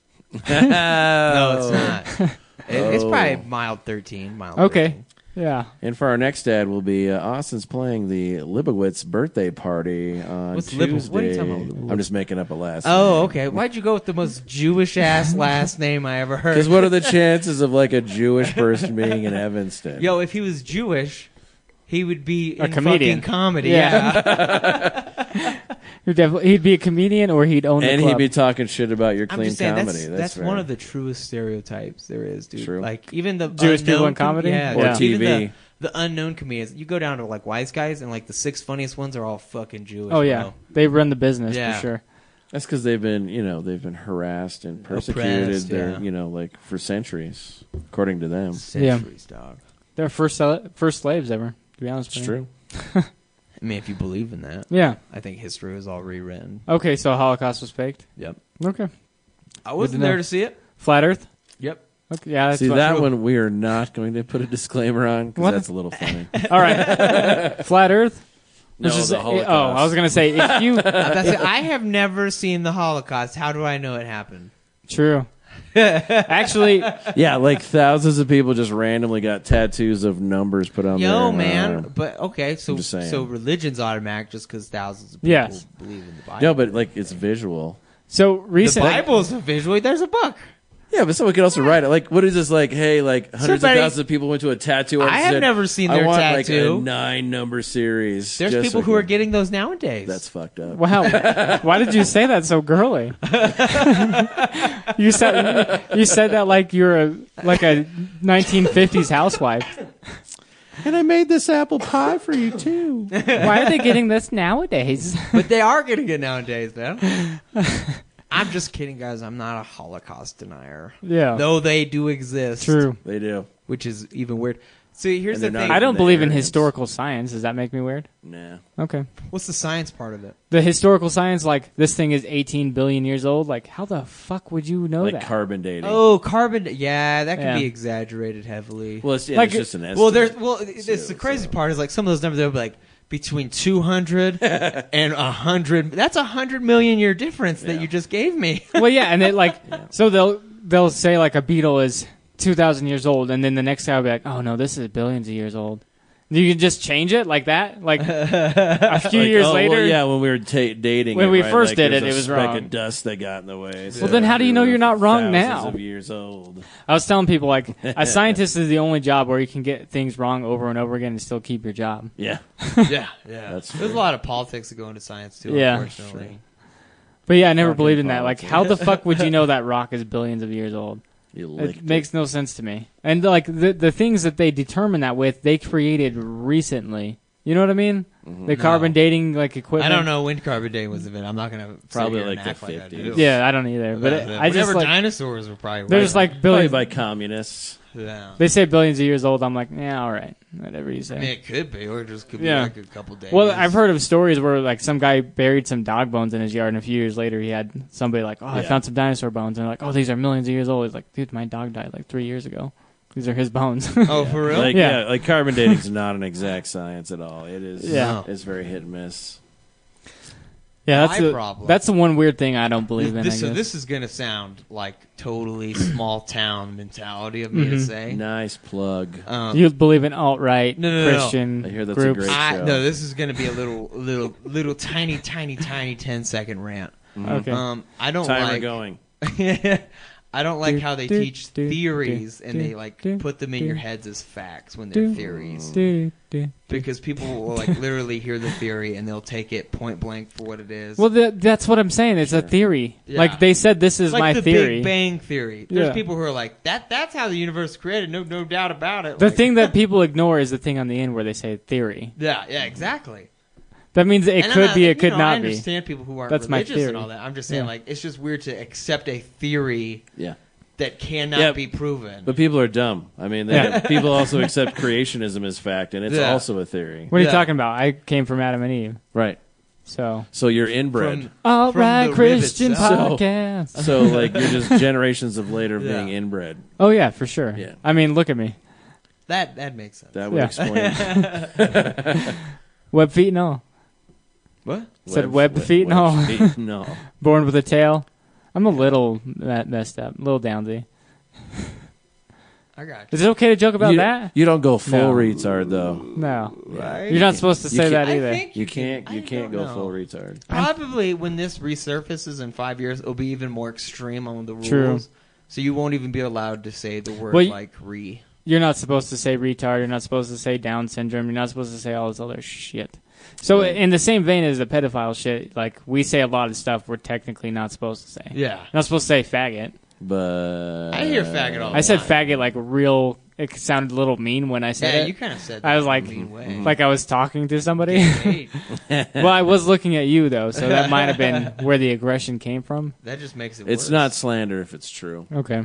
D: Oh.
E: it's not. It, It's probably mild thirteen. Mild.
D: Okay.
E: 13.
D: Yeah.
F: and for our next ad will be uh, Austin's playing the Libowitz birthday party on
E: What's
F: Tuesday.
E: Libowitz? What are you talking about?
F: I'm just making up a last.
E: Oh, okay. Why'd you go with the most Jewish ass last name I ever heard?
F: Because what are the chances of like a Jewish person being in Evanston?
E: Yo, if he was Jewish, he would be
D: A
E: in
D: comedian.
E: fucking comedy.
D: Yeah.
E: Yeah.
D: You're definitely, he'd be a comedian or he'd own
F: and
D: the
F: he'd
D: club.
F: be talking shit about your
E: I'm
F: clean
E: just saying
F: comedy.
E: that's,
F: that's
E: that's
F: fair.
E: one of the truest stereotypes there is, dude.
F: True.
E: Like even the
D: Jewish people
E: unknown
D: in comedy?
E: yeah,
D: Or
E: dude, even
F: TV.
E: The, the unknown comedians. You go down to like wise guys, and like the six funniest ones are all fucking Jewish.
D: oh yeah.
E: bro.
D: They run the business
E: Yeah.
D: for sure.
F: That's because they've been, you know, they've been harassed and persecuted.
E: Oppressed,
F: they're,
E: yeah.
F: you know, like for centuries, according to them.
E: centuries, dog.
D: They're first sel- first slaves ever. To be honest,
F: It's
D: with you.
F: true.
E: I mean, if you believe in that,
D: Yeah.
E: I think history was all rewritten.
D: Okay. So Holocaust was faked.
E: Yep.
D: Okay.
E: I
D: wasn't
E: wasn't
D: know. there
E: there
D: to
E: to see it.
D: Flat Earth.
E: Yep.
D: Okay. Yeah. That's
F: See
D: what-
F: that one, we are not going to put a disclaimer on
D: What?
F: because that's a little funny.
D: All right. Flat Earth.
F: No,
D: Which is-
F: the
D: Oh, I was
F: Holocaust.
D: gonna say if you.
E: I have never seen the Holocaust. How do I know it happened?
D: True. Actually,
F: yeah, like thousands of people just randomly got tattoos of numbers put on.
E: Yo,
F: their,
E: man.
F: uh,
E: But okay, so
F: I'm just saying.
E: so religion's automatic just because thousands of people
D: Yes.
E: believe in the Bible.
F: no, but like it's visual.
D: so
E: the
D: recently,
E: Bible's a visual. There's a book.
F: Yeah, but someone could also write it. Like, what is this? Like, hey, like hundreds
E: Somebody-
F: of thousands of people went to a tattoo.
E: I
F: artist and
E: have
F: said,
E: never seen their
F: I want,
E: tattoo."
F: Like, a nine number series.
E: There's
F: just
E: people
F: so
E: who
F: I
E: are
F: can-
E: getting those nowadays.
F: That's fucked up.
D: Wow, why did you say that so girly? you said you said that like you're a like a 1950s housewife.
F: And I made this apple pie for you too.
D: Why are they getting this nowadays?
E: but they are getting it nowadays, man. I'm just kidding, guys. I'm not a Holocaust denier,
D: Yeah,
E: though they do exist.
D: true.
F: they do.
E: which is even weird. So here's
F: And
E: the
F: they're
E: thing.
F: not-
D: I don't
F: They
D: believe in
F: are idiots.
D: historical science. Does that make me weird?
F: Nah.
D: Okay.
E: What's the science part of it?
D: The historical science, like this thing is 18 billion years old. Like, how the fuck would you know
F: Like
D: that?
F: carbon dating.
E: Oh, carbon. Yeah, that can
D: Yeah.
E: be exaggerated heavily.
F: Well, it's, yeah,
D: Like,
F: it's just an estimate.
E: Well, there's well, it's
F: So-
E: the crazy part is like some of those numbers they'll be like between 200 and 100. That's a 100 million year difference that
F: Yeah.
E: you just gave me.
D: well, yeah, and it like so they'll they'll say like a beetle is 2,000 years old, and then the next guy will be like, oh no, this is billions of years old. You can just change it like that, like a few
F: Like,
D: years
F: oh, well,
D: later.
F: yeah, when we were ta dating,
D: When
F: it,
D: we
F: right?
D: first
F: Like,
D: did
F: there's
D: it,
F: a
D: it was
F: speck
D: wrong.
F: of dust that got in the way. So
D: Well, then how do you know
F: we were
D: you're not wrong
F: thousands
D: now?
F: Of years old.
D: I was telling people like a scientist is the only job where you can get things wrong over and over again and still keep your job.
F: Yeah,
E: yeah, yeah.
F: That's
E: There's a
F: true.
E: lot of politics that go into science too.
D: Yeah.
E: unfortunately.
D: But yeah, I never
F: Fucking
D: believed in that. Like,
F: politics.
D: how the fuck would you know that rock is billions of years old?
F: you licked
D: It makes no sense to me. And like the the things that they determine that with, they created recently. You know what I mean? The carbon dating like equipment.
E: I don't know when carbon dating was invented. I'm not gonna sit
F: Probably
E: here and
F: like the
E: act like I do.
F: 50s.
D: Yeah, I don't either. But
E: Uh,
D: it- I just
E: whenever
D: like
E: dinosaurs were probably
D: they're
E: around.
D: just like
F: probably
D: billions.
F: by communists.
E: yeah.
D: they say billions of years old. I'm like, yeah, all right, whatever you say.
E: I mean, it could be, or it just could be
D: Yeah.
E: like a couple days.
D: Well, I've heard of stories where like some guy buried some dog bones in his yard, and a few years later he had somebody like, "Oh, I
F: Yeah.
D: found some dinosaur bones," and they're like, "Oh, these are millions of years old." He's like, "Dude, my dog died like three years ago. These are his bones."
E: Oh, for real?
F: Like,
D: Yeah.
F: yeah. like carbon dating is not an exact science at all. It is.
D: Yeah.
F: Yeah, it's very hit and miss.
D: yeah,
E: My
D: that's the,
E: problem.
D: that's the one weird thing I don't believe in.
E: this,
D: I
E: so
D: guess.
E: this is gonna sound like totally small town mentality of me
D: Mm-hmm.
E: to say.
F: Nice plug.
E: Um,
D: you believe in alt right
E: No, no, no, no.
D: Christian
F: I hear that's a
D: groups?
F: great-
E: I,
F: show.
E: no, this is gonna be a little, little, little tiny, tiny, tiny 10 second rant.
D: okay.
E: Um, I don't
F: Timer
E: like.
F: going.
E: I don't like
D: Do,
E: how they
D: do,
E: teach
D: do,
E: theories
D: do,
E: and they like
D: do,
E: put them in
D: do,
E: your heads as facts when
D: do,
E: they're theories.
D: Do, do.
E: Because people will like literally hear the theory and they'll take it point blank for what it is.
D: Well, th- that's what I'm saying. It's a theory.
E: Yeah.
D: Like they said, this is
E: It's like
D: my
E: the
D: theory.
E: Big Bang theory. There's
D: Yeah.
E: people who are like that. That's how the universe was created. No, no doubt about it.
D: the
E: Like,
D: thing that people ignore is the thing on the end where they say theory.
E: Yeah, yeah, exactly.
D: That means it
E: And I'm
D: could
E: not-
D: be, it
E: you
D: could
E: know, I
D: not be.
E: understand people who aren't
D: That's my
E: religious
D: theory.
E: and all that. I'm just saying,
D: Yeah.
E: like, it's just weird to accept a theory
F: Yeah,
E: that cannot
F: Yeah,
E: be proven.
F: but people are dumb. I mean, they,
D: Yeah.
F: people also accept creationism as fact, and it's
E: Yeah.
F: also a theory.
D: What are you
E: Yeah.
D: talking about? I came from Adam and Eve,
F: Right.
D: so.
F: So you're inbred.
E: From-
D: All right,
E: the
D: Christian
E: rivets
F: up.
D: podcast.
F: so like you're just generations of later of
E: Yeah.
F: being inbred.
D: Oh yeah, for sure.
F: Yeah.
D: I mean, look at me,
E: that that makes sense.
F: That would
D: Yeah.
F: explain
D: web feet and all,
E: what?
D: Said web feet? No.
F: feet. No.
D: born with a tail. I'm a little me- messed up, little downsy.
E: I got you.
D: Is it okay to joke about
F: you,
D: that?
F: you don't go full
D: No.
F: retard though.
D: No,
E: Right?
D: you're not supposed to
F: You
D: say
F: can't-
D: that
E: I
D: either.
E: think
F: You can't
E: I
F: you can't
E: don't
F: go
E: know.
F: full retard.
E: Probably when this resurfaces in five years, it'll be even more extreme on the rules.
D: True.
E: So you won't even be allowed to say the word
D: Well, y-
E: like re.
D: you're not supposed to say retard. You're not supposed to say Down syndrome. You're not supposed to say all this other shit. So in the same vein as the pedophile shit, like we say a lot of stuff we're technically not supposed to say.
E: Yeah.
D: Not supposed to say faggot.
F: But
E: I hear faggot all the
D: I said
E: time.
D: faggot like real. It sounded a little mean when I said
E: Yeah,
D: it.
E: you kind of said that.
D: I was
E: in a
D: like-
E: mean way.
D: like I was talking to somebody.
E: Hey,
D: well, I was looking at you though, so that might have been where the aggression came from.
E: that just makes it
F: It's
E: worse.
F: not slander if it's true.
D: Okay.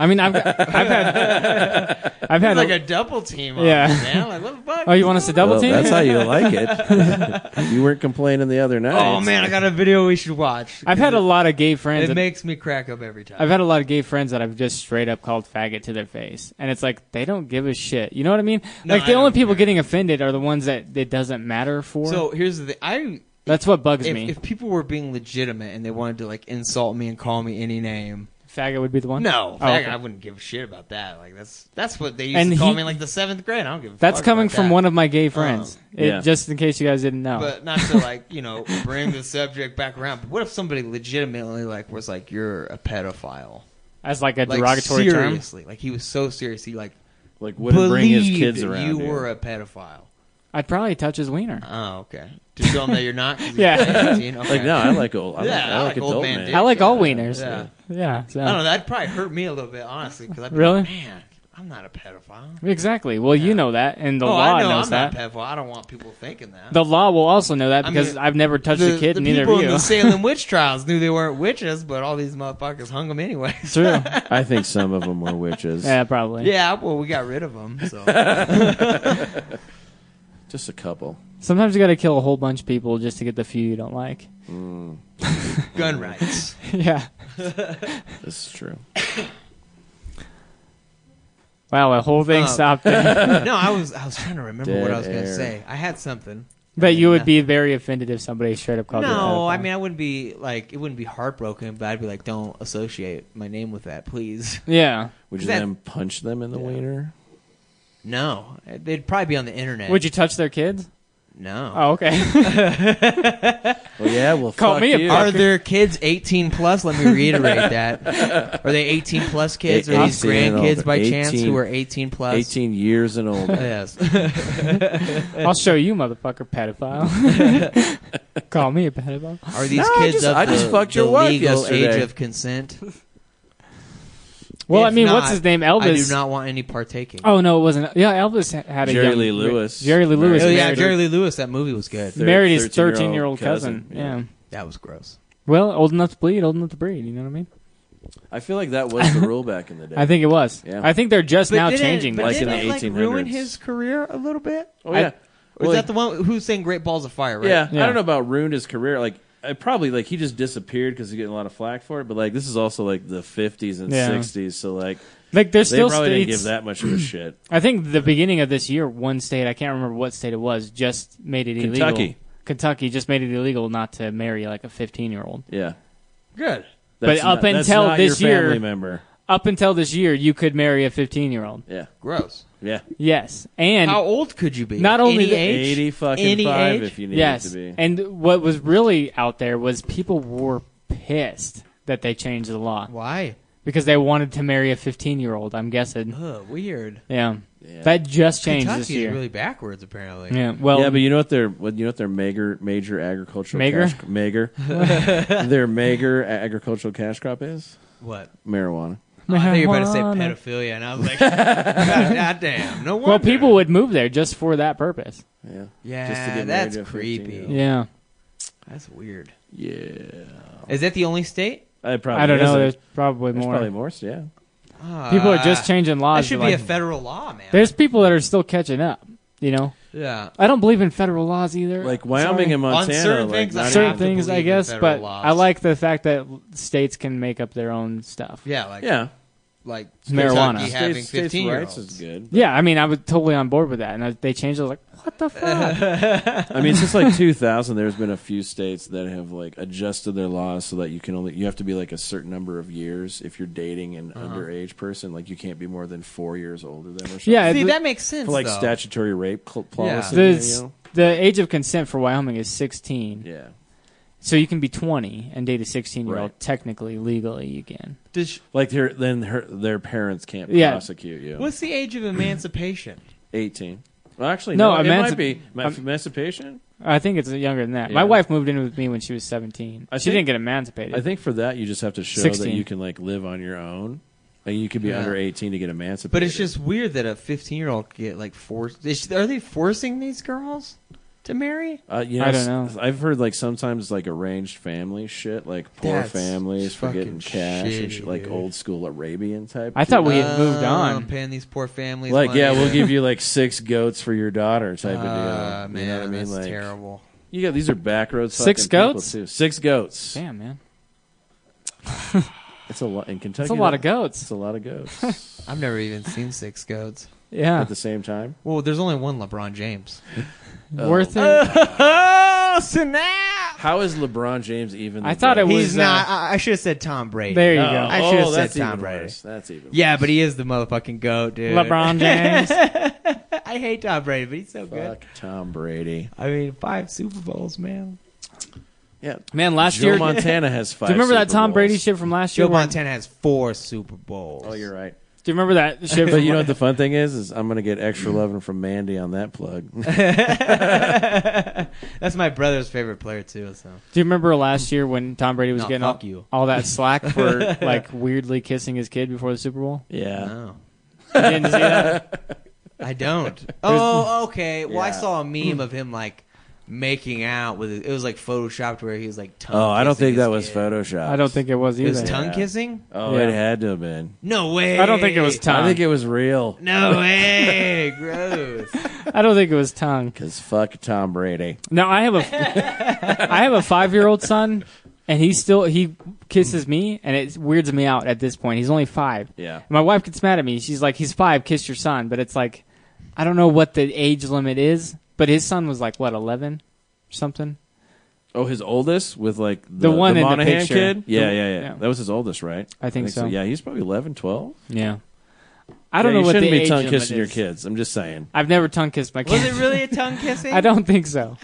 D: I mean, I've I've had I've had
E: It's like a double team. On
D: Yeah.
E: yeah. Man. Like, what the fuck?
D: oh, you want us to double
F: Well,
D: team?
F: that's how you like it. you weren't complaining the other night.
E: Oh, man, I got a video we should watch.
D: I've had a lot of gay friends.
E: It
D: that-
E: makes me crack up every time.
D: I've had a lot of gay friends that I've just straight up called faggot to their face, and it's like they don't give a shit. You know what I mean?
E: No,
D: like the
E: I
D: only
E: don't
D: people
E: care.
D: getting offended are the ones that it doesn't matter for.
E: so here's the thing. I
D: that's what bugs
E: if,
D: me.
E: if people were being legitimate and they wanted to like insult me and call me any name,
D: faggot would be the one?
E: No,
D: Oh,
E: fag-
D: okay.
E: I wouldn't give a shit about that. Like that's that's what they used
D: And
E: to call
D: he-
E: me in, like the seventh grade. I don't give. A
D: That's
E: fuck
D: coming
E: about
D: from
E: that. Um,
D: one of my gay friends. It-
F: Yeah.
D: Just in case you guys didn't know.
E: But not to like you know bring the subject back around. But what if somebody legitimately like was like you're a pedophile?
D: As like a
E: Like
D: derogatory term.
E: seriously, like he was so serious. He like
F: Like wouldn't bring his
E: believed
F: kids
E: that
F: around.
E: You
F: here.
E: were a pedophile.
D: I'd probably touch his wiener.
E: Oh, okay. To show him that you're not. 'cause he's
D: Yeah.
E: 18, Okay.
F: like no, I like old. I
E: Yeah,
F: like, I like adult
E: old man
F: men.
E: dick.
D: I like all
E: Yeah.
D: wieners.
E: Yeah.
D: Yeah, so.
E: I don't know. That probably hurt me a little bit, honestly. Because I
D: Really?
E: like, man, I'm not a pedophile.
D: Exactly. Well, you know that, and the
E: oh,
D: law
E: I know
D: knows
E: I'm
D: that.
E: not a pedophile. I don't want people thinking that.
D: The law will also know that
E: I
D: because
E: mean,
D: I've never touched a kid,
E: the
D: and neither
E: people
D: of you.
E: in the Salem witch trials knew they weren't witches, but all these motherfuckers hung them anyway.
D: True.
F: I think some of them were witches.
D: Yeah, probably.
E: yeah, well, we got rid of them. So
F: Just a couple.
D: Sometimes you got to kill a whole bunch of people just to get the few you don't like.
E: gun rights.
D: yeah.
F: This is true.
D: Wow, the whole
F: Oh.
D: thing
E: Um,
D: stopped. there.
E: No, I was I was trying to remember what
F: Dead
E: I was going
F: air.
E: to say. I had something.
D: but you would be very offended if somebody straight up called you. a
E: No,
D: pedophile.
E: I mean I wouldn't be like it wouldn't be heartbroken, but I'd be like, don't associate my name with that, please.
D: yeah.
F: Would you
E: That-
F: then punch them in the wiener?
E: No, they'd probably be on the internet.
D: Would you touch their kids?
E: No.
D: Oh, okay.
F: Well, yeah. Well,
D: Call
F: fuck
D: me a
F: you.
E: Are their kids 18 plus? Let me reiterate that. Are they 18 plus kids? Are these
F: 18 and
E: grandkids by
F: older.
E: chance
F: 18
E: who are 18 plus? Oh,
F: Eighteen years and older.
E: Yes.
D: I'll show you, motherfucker, pedophile. Call me a pedophile.
E: Are these
F: No, I
E: kids
F: just-
E: of
F: I
E: the,
F: just fucked
E: the
F: your wife
E: legal age
F: yesterday.
E: of consent?
D: Well, I
E: If
D: mean, what's
E: not,
D: his name?
E: I do
D: Elvis.
E: not want any partaking.
D: Oh no, it wasn't. Yeah, Elvis ha- had a
F: Jerry
D: young-
F: Lee Lewis.
D: Jerry Lee Lewis.
E: Oh, yeah,
D: married-
E: Jerry Lee Lewis. That movie was good.
F: Thir-
D: married his
F: 13-year-old
D: thirteen-year-old cousin.
F: cousin, yeah.
D: yeah.
E: That was gross.
D: Well, old enough to bleed, old enough to breed. You know what I mean?
F: I feel like that was the rule back in the day.
D: I think it was.
F: Yeah.
D: I think they're just now
E: didn't-
D: changing.
E: But
D: that.
F: like
E: didn't
F: in the
E: it, like, ruin
F: 1800s.
E: his career a little bit?
F: Oh yeah.
E: Or
F: Well,
E: is that
F: like-
E: the one who's saying "Great Balls of Fire"? Right?
F: Yeah,
D: Yeah.
F: I don't know about ruined his career. Like, I probably like he just disappeared because he's getting a lot of flack for it. But like, this is also like the '50s and
D: Yeah.
F: '60s, so like
D: like there's
F: they
D: still
F: probably
D: states.
F: didn't give that much of a shit.
D: I think the beginning of this year, one state I can't remember what state it was just made it illegal.
F: Kentucky.
D: Kentucky just made it illegal not to marry like a 15 year old.
F: Yeah,
E: Good.
D: But up
F: that's
D: until
F: not
D: this
F: your
D: year-
F: family member.
D: Up until this year, you could marry a 15 year old.
F: Yeah,
E: Gross.
F: yeah,
D: Yes, and
E: How old could you be?
D: Not only
E: Any
D: the-
E: age?
F: eighty fucking
E: Any
F: five
E: age?
F: if you need it
D: yes,
F: to be.
D: and what was really out there was people were pissed that they changed the law
E: Why?
D: because they wanted to marry a 15 year old. I'm guessing.
E: Ugh, weird.
D: Yeah.
F: Yeah.
D: that just changed this
E: Kentucky
D: year.
E: is really backwards, apparently.
D: yeah. Well,
F: yeah, but you know what their what you know what their major major agricultural
D: Mager?
F: cash, mager their major agricultural cash crop is
E: What?
F: marijuana.
E: Oh, I thought you were about to say
D: Marijuana.
E: pedophilia, and I was like, God damn, no wonder.
D: well, people would move there just for that purpose.
F: Yeah,
E: Yeah,
F: Just to get married
E: that's
F: to a
E: creepy.
F: 15-year-old.
D: Yeah.
E: That's weird.
F: Yeah,
E: Is that the only state?
F: I probably
D: I don't know.
F: isn't.
D: There's probably
F: There's
D: more.
F: probably more. Yeah,
D: people are
E: Ah,
D: just changing
E: That
D: laws.
E: should
D: to,
E: be a
D: like-
E: federal law, man.
D: there's people that are still catching up. You know,
E: yeah.
D: I don't believe in federal laws either.
F: like Wyoming and Montana.
E: certain
F: like,
E: things, I
F: not
D: certain
E: have to
D: things,
E: believe
D: I
E: in
D: guess.
E: federal
D: But
E: laws.
D: I like the fact that states can make up their own stuff.
E: Yeah, like
F: Yeah,
E: like
D: Marijuana.
E: Kentucky having
F: States- states'
E: fifteen year
F: rights is
E: olds.
F: good.
D: Yeah, I mean, I was totally on board with that, and I, they changed. it. I was like, "What the fuck?"
F: I mean, since like 2000, there's been a few states that have like adjusted their laws so that you can only you have to be like a certain number of years if you're dating an
E: Uh-huh.
F: underage person. Like you can't be more than four years older than. Or something.
D: Yeah,
E: See,
D: the-
E: that makes sense.
F: for like
E: though.
F: statutory rape cl-
E: Yeah.
F: policy.
D: the,
F: you know?
D: the age of consent for Wyoming is 16,
F: Yeah,
D: so you can be 20 and date a 16 year old.
F: Right.
D: Technically, legally, you can.
E: Does sh-
F: like their then her, their parents can't
D: Yeah.
F: prosecute you.
E: what's the age of emancipation?
F: 18? Well, actually,
D: No,
F: no, it
D: emanci-
F: might be ma-
D: um,
F: emancipation.
D: I think it's younger than that. My
F: Yeah.
D: wife moved in with me when she was 17.
F: I
D: she
F: think-
D: didn't get emancipated.
F: I think for that you just have to show that
D: 16.
F: you can like live on your own. Like you could be
E: Yeah.
F: under 18 to get emancipated.
E: But it's just weird that a fifteen year old get like forced. Is, are they forcing these girls to marry?
F: Uh, you know,
D: I don't know.
F: I've heard like sometimes like arranged family shit, like poor
E: That's
F: families for
E: fucking
F: getting cash and shit,
E: shitty,
F: like
E: dude.
F: old school Arabian type.
D: I thought we had moved
E: Oh,
D: on.
E: paying these poor families.
F: like
E: money
F: yeah, we'll
E: to-
F: give you like six goats for your daughter type
E: Ah,
F: of deal.
E: man,
F: you know what I mean?
E: that's
F: like
E: terrible.
F: you got these are back roads.
D: Six goats?
F: too. Six goats.
D: Damn, man,
F: It's a lot in Kentucky.
D: that's a lot of
F: though,
D: goats.
F: It's a lot of goats
E: I've never even seen six goats.
D: Yeah,
F: at the same time. Oh.
E: Well, there's only one LeBron James.
D: worth it.
E: Oh snap!
F: How is LeBron James even?
D: I thought it
F: LeBron?
D: was-
E: He's not. I, I should have said Tom Brady.
D: There you
F: No.
D: go.
E: I should've
F: oh,
E: said
F: that's
E: Tom
F: even
E: Brady.
F: worse. That's even.
E: Yeah, but he is the motherfucking goat, dude.
D: LeBron James.
E: I hate Tom Brady, but he's so
F: worse.
E: good.
F: Fuck Tom Brady.
E: I mean, five Super Bowls, man.
F: Yeah.
D: Man, last
F: Joe
D: year. do
F: Montana has five.
D: you remember that
F: Super
D: Tom
F: Bowls.
D: Brady shit from last year?
E: Joe
D: where-
E: Montana has four Super Bowls.
F: Oh, you're right.
D: Do you remember that shit?
F: But
D: from-
F: you know what the fun thing is? Is I'm gonna get extra loving from Mandy on that plug.
E: That's my brother's favorite player too. So
D: do you remember last year when Tom Brady was
E: No,
D: getting
E: fuck
D: all,
E: you.
D: all that slack for like weirdly kissing his kid before the Super Bowl?
F: yeah.
E: no,
D: You didn't see that?
E: I don't. oh, okay. Well, I
F: Yeah.
E: saw a meme of him like making out with it was like photoshopped where he was like tongue.
F: Oh, I don't
E: kissing
F: think
E: his
F: that was
E: kid.
F: Photoshop.
D: I don't think it was
E: It
D: either.
E: was tongue
F: Yeah.
E: kissing.
F: Oh,
D: Yeah.
F: it had to have been.
E: No way.
D: I don't think it was tongue.
F: I think it was real.
E: No way. Gross.
D: I don't think it was tongue.
F: Cause fuck Tom Brady.
D: Now I have a I have a five year old son, and he still he kisses me, and it weirds me out at this point. He's only five.
F: Yeah.
D: And my wife gets mad at me. She's like, "He's five, kiss your son." But it's like, I don't know what the age limit is. But his son was like what eleven, something.
F: Oh, his oldest with like
D: The one in the
F: Monahan
D: picture.
F: kid.
D: The
F: Yeah,
D: one-
F: yeah, yeah,
D: yeah.
F: That was his oldest, right?
D: I think so.
F: Yeah, he's probably 11, 12.
D: Yeah. I don't know
F: Yeah, you
D: what
F: shouldn't
D: the
F: be
D: age
F: tongue
D: limit
F: kissing your
D: is.
F: kids. I'm just saying,
D: I've never tongue kissed my
E: Was
D: kids.
E: it really a tongue kissing?
D: I don't think so.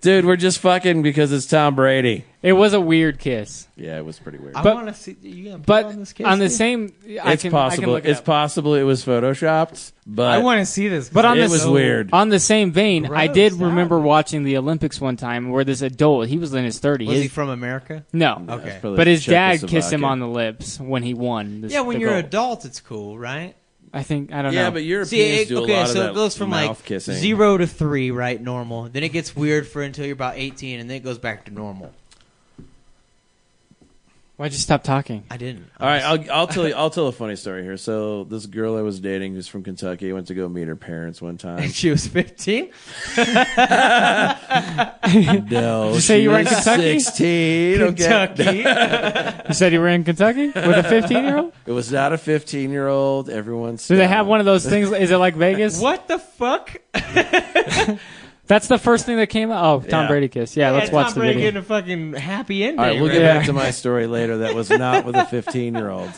F: dude. We're just fucking because it's Tom Brady.
D: It was a weird kiss,
F: Yeah, it was pretty weird.
E: I
D: But-
E: want to see. You gonna
D: but
E: pull on this kiss?
D: on the
E: dude?
D: same, I
F: it's
D: can, I can
F: possible.
D: look it
F: it's
D: up.
F: possible it was photoshopped, but
E: I want to see this.
D: But on
F: it
D: this-
F: was weird.
D: On the same vein, I
E: Gross,
D: did
E: stop.
D: remember watching the Olympics one time where this adult, he was in his 30s.
E: Was he from America?
D: no.
F: Yeah, it's
E: Okay.
F: probably
D: But his dad kissed
F: Czechoslovakia.
D: him on the lips when he won. This,
E: Yeah, when
D: the
E: you're
D: gold.
E: adult, it's cool, right?
D: I think, I don't
F: Yeah,
D: know.
F: but Europeans
E: See, it,
F: do a
E: okay,
F: lot
E: so
F: of that
E: it goes from
F: mouth
E: like
F: kissing.
E: zero to three, right? Normal. Then it gets weird for until you're about 18, and then it goes back to normal.
D: Why'd you stop talking?
E: I didn't.
F: All right, I'll, I'll tell you. I'll tell a funny story here. So this girl I was dating, who's from Kentucky, I went to go meet her parents one time.
E: she was 15.
F: no,
D: you say
F: she
D: you were in
F: was
D: Kentucky?
F: Sixteen. Okay,
E: Kentucky.
D: You said you were in Kentucky with a 15 year old?
F: it was not a fifteen-year-old. Everyone's.
D: Do they have one of those things? Is it like Vegas?
E: what the fuck?
D: That's the first thing that came out. Oh, Tom
F: Yeah.
D: Brady kiss. Yeah, let's
E: That's
D: watch
E: not
D: the
E: very
D: video.
E: getting a fucking happy ending.
F: All right, we'll
E: right?
F: get
D: Yeah.
F: back to my story later. That was not with a 15 year old.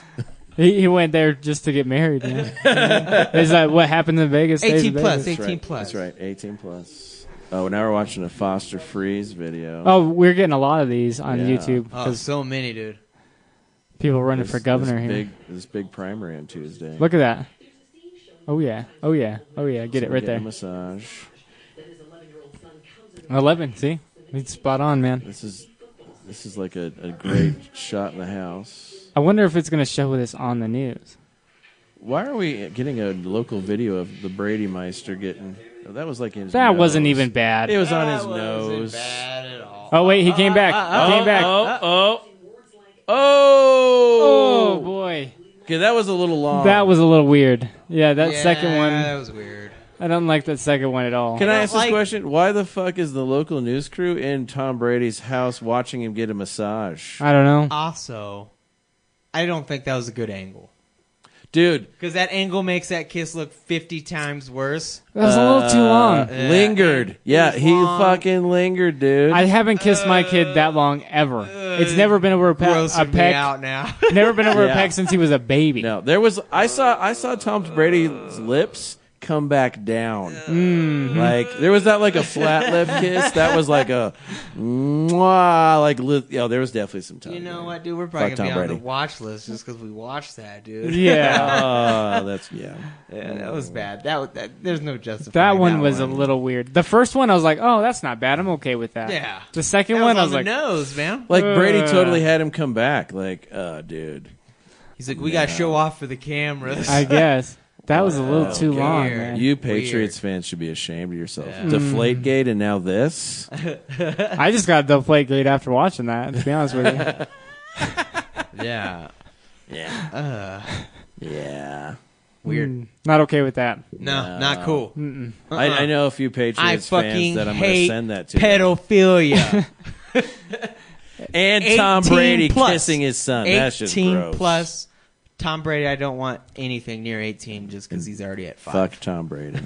D: He, he went there just to get married. Yeah. Is that what happened in Vegas? stays in
E: 18 plus.
D: Vegas?
E: 18 plus.
F: That's right, 18 plus. Oh, now we're watching a Foster Freeze video.
D: Oh, we're getting a lot of these on
F: Yeah.
D: YouTube
E: Oh,
D: because
E: so many, dude.
D: people running
F: This-
D: for governor
F: this
D: here.
F: Big, this big primary on Tuesday.
D: Look at that. Oh yeah. Oh yeah. Oh yeah. Get it right
F: Getting
D: there.
F: A massage.
D: Eleven. See, it's spot on, man.
F: This is this is like a, a great shot in the house.
D: I wonder if it's gonna show this on the news.
F: Why are we getting a local video of the Brady Meister getting? oh, that was like in his
D: That
F: nose.
D: wasn't even
F: It
D: bad.
F: was on his nose.
D: Oh wait, he came back. He came back.
F: Oh, oh, oh,
D: Oh boy,
F: Okay, that was a little long.
D: that was a little weird. Yeah, that
E: Yeah,
D: second
E: That
D: one.
E: was weird.
D: I don't like that second one at all.
F: Can I
E: don't
F: ask
E: like-
F: this question? Why the fuck is the local news crew in Tom Brady's house watching him get a massage?
D: I don't know.
E: Also, I don't think that was a good angle.
F: Dude,
E: Because that angle makes that kiss look 50 times worse.
D: That was a little too
F: uh,
D: long.
F: Lingered. Yeah,
E: It was
F: he
E: long.
F: fucking lingered, dude.
D: I haven't kissed my kid that long ever. It's never been over a, pe-
E: uh, Grossing
D: a
E: me
D: uh, peck.
E: out now.
D: Never been over a
F: Yeah.
D: peck since he was a baby.
F: no, there was I saw I saw Tom Brady's lips come back down. Like there was not like a flat lip kiss. That was like a mwah, like li- yeah, there was definitely some time.
E: You know
F: there.
E: what, dude? We're probably
F: Fuck
E: gonna be
F: Tom
E: on the
F: Brady.
E: watch list just because we watched that, dude.
D: Yeah.
F: Oh, that's yeah.
E: Yeah, that was bad. That, was- that there's no justifying.
D: That one was a little weird. The first one, I was like, "Oh, that's not bad. I'm okay with that."
E: Yeah.
D: The
E: That
D: second
E: was
D: one,
E: on
D: I was
E: the
D: like,
E: nose, man.
F: Like Brady
D: Uh.
F: totally had him come back. Like, uh, dude.
E: He's like, we gotta show off for the cameras.
D: "I guess that was a little
F: Wow.
D: too long,
E: Weird.
D: man."
F: You
E: Weird.
F: Patriots fans should be ashamed of yourself.
E: Yeah. Mm.
F: Deflate Gate and now this.
D: I just got the plate gate after watching that. To be honest with you,
E: yeah.
F: Yeah.
E: Uh,
F: Yeah.
E: weird.
D: Mm, not okay with that.
E: No, not cool.
F: I, I know a few Patriots
E: Uh-uh. I fucking
F: fans that I'm going to
E: hate
F: send that to.
E: Pedophilia.
F: and Tom
E: 18
F: Brady
E: plus.
F: kissing his son. That's just
E: 18
F: gross.
E: plus. Tom Brady, I don't want anything near 18 just because he's already at five.
F: Fuck Tom Brady.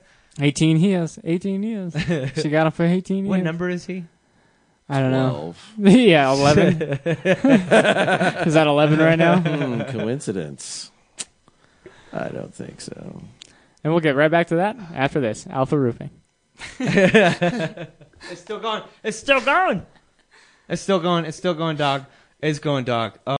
D: 18 years. 18 years. she got him for 18 years.
E: What number is he?
D: I don't know.
F: 12.
D: yeah, eleven. Is that eleven right now?
F: Hmm, coincidence. I don't think so.
D: And we'll get right back to that after this. Alpha Roofing.
E: It's still going. It's still going. It's still going. It's still going, dog. It's going, dog. Uh,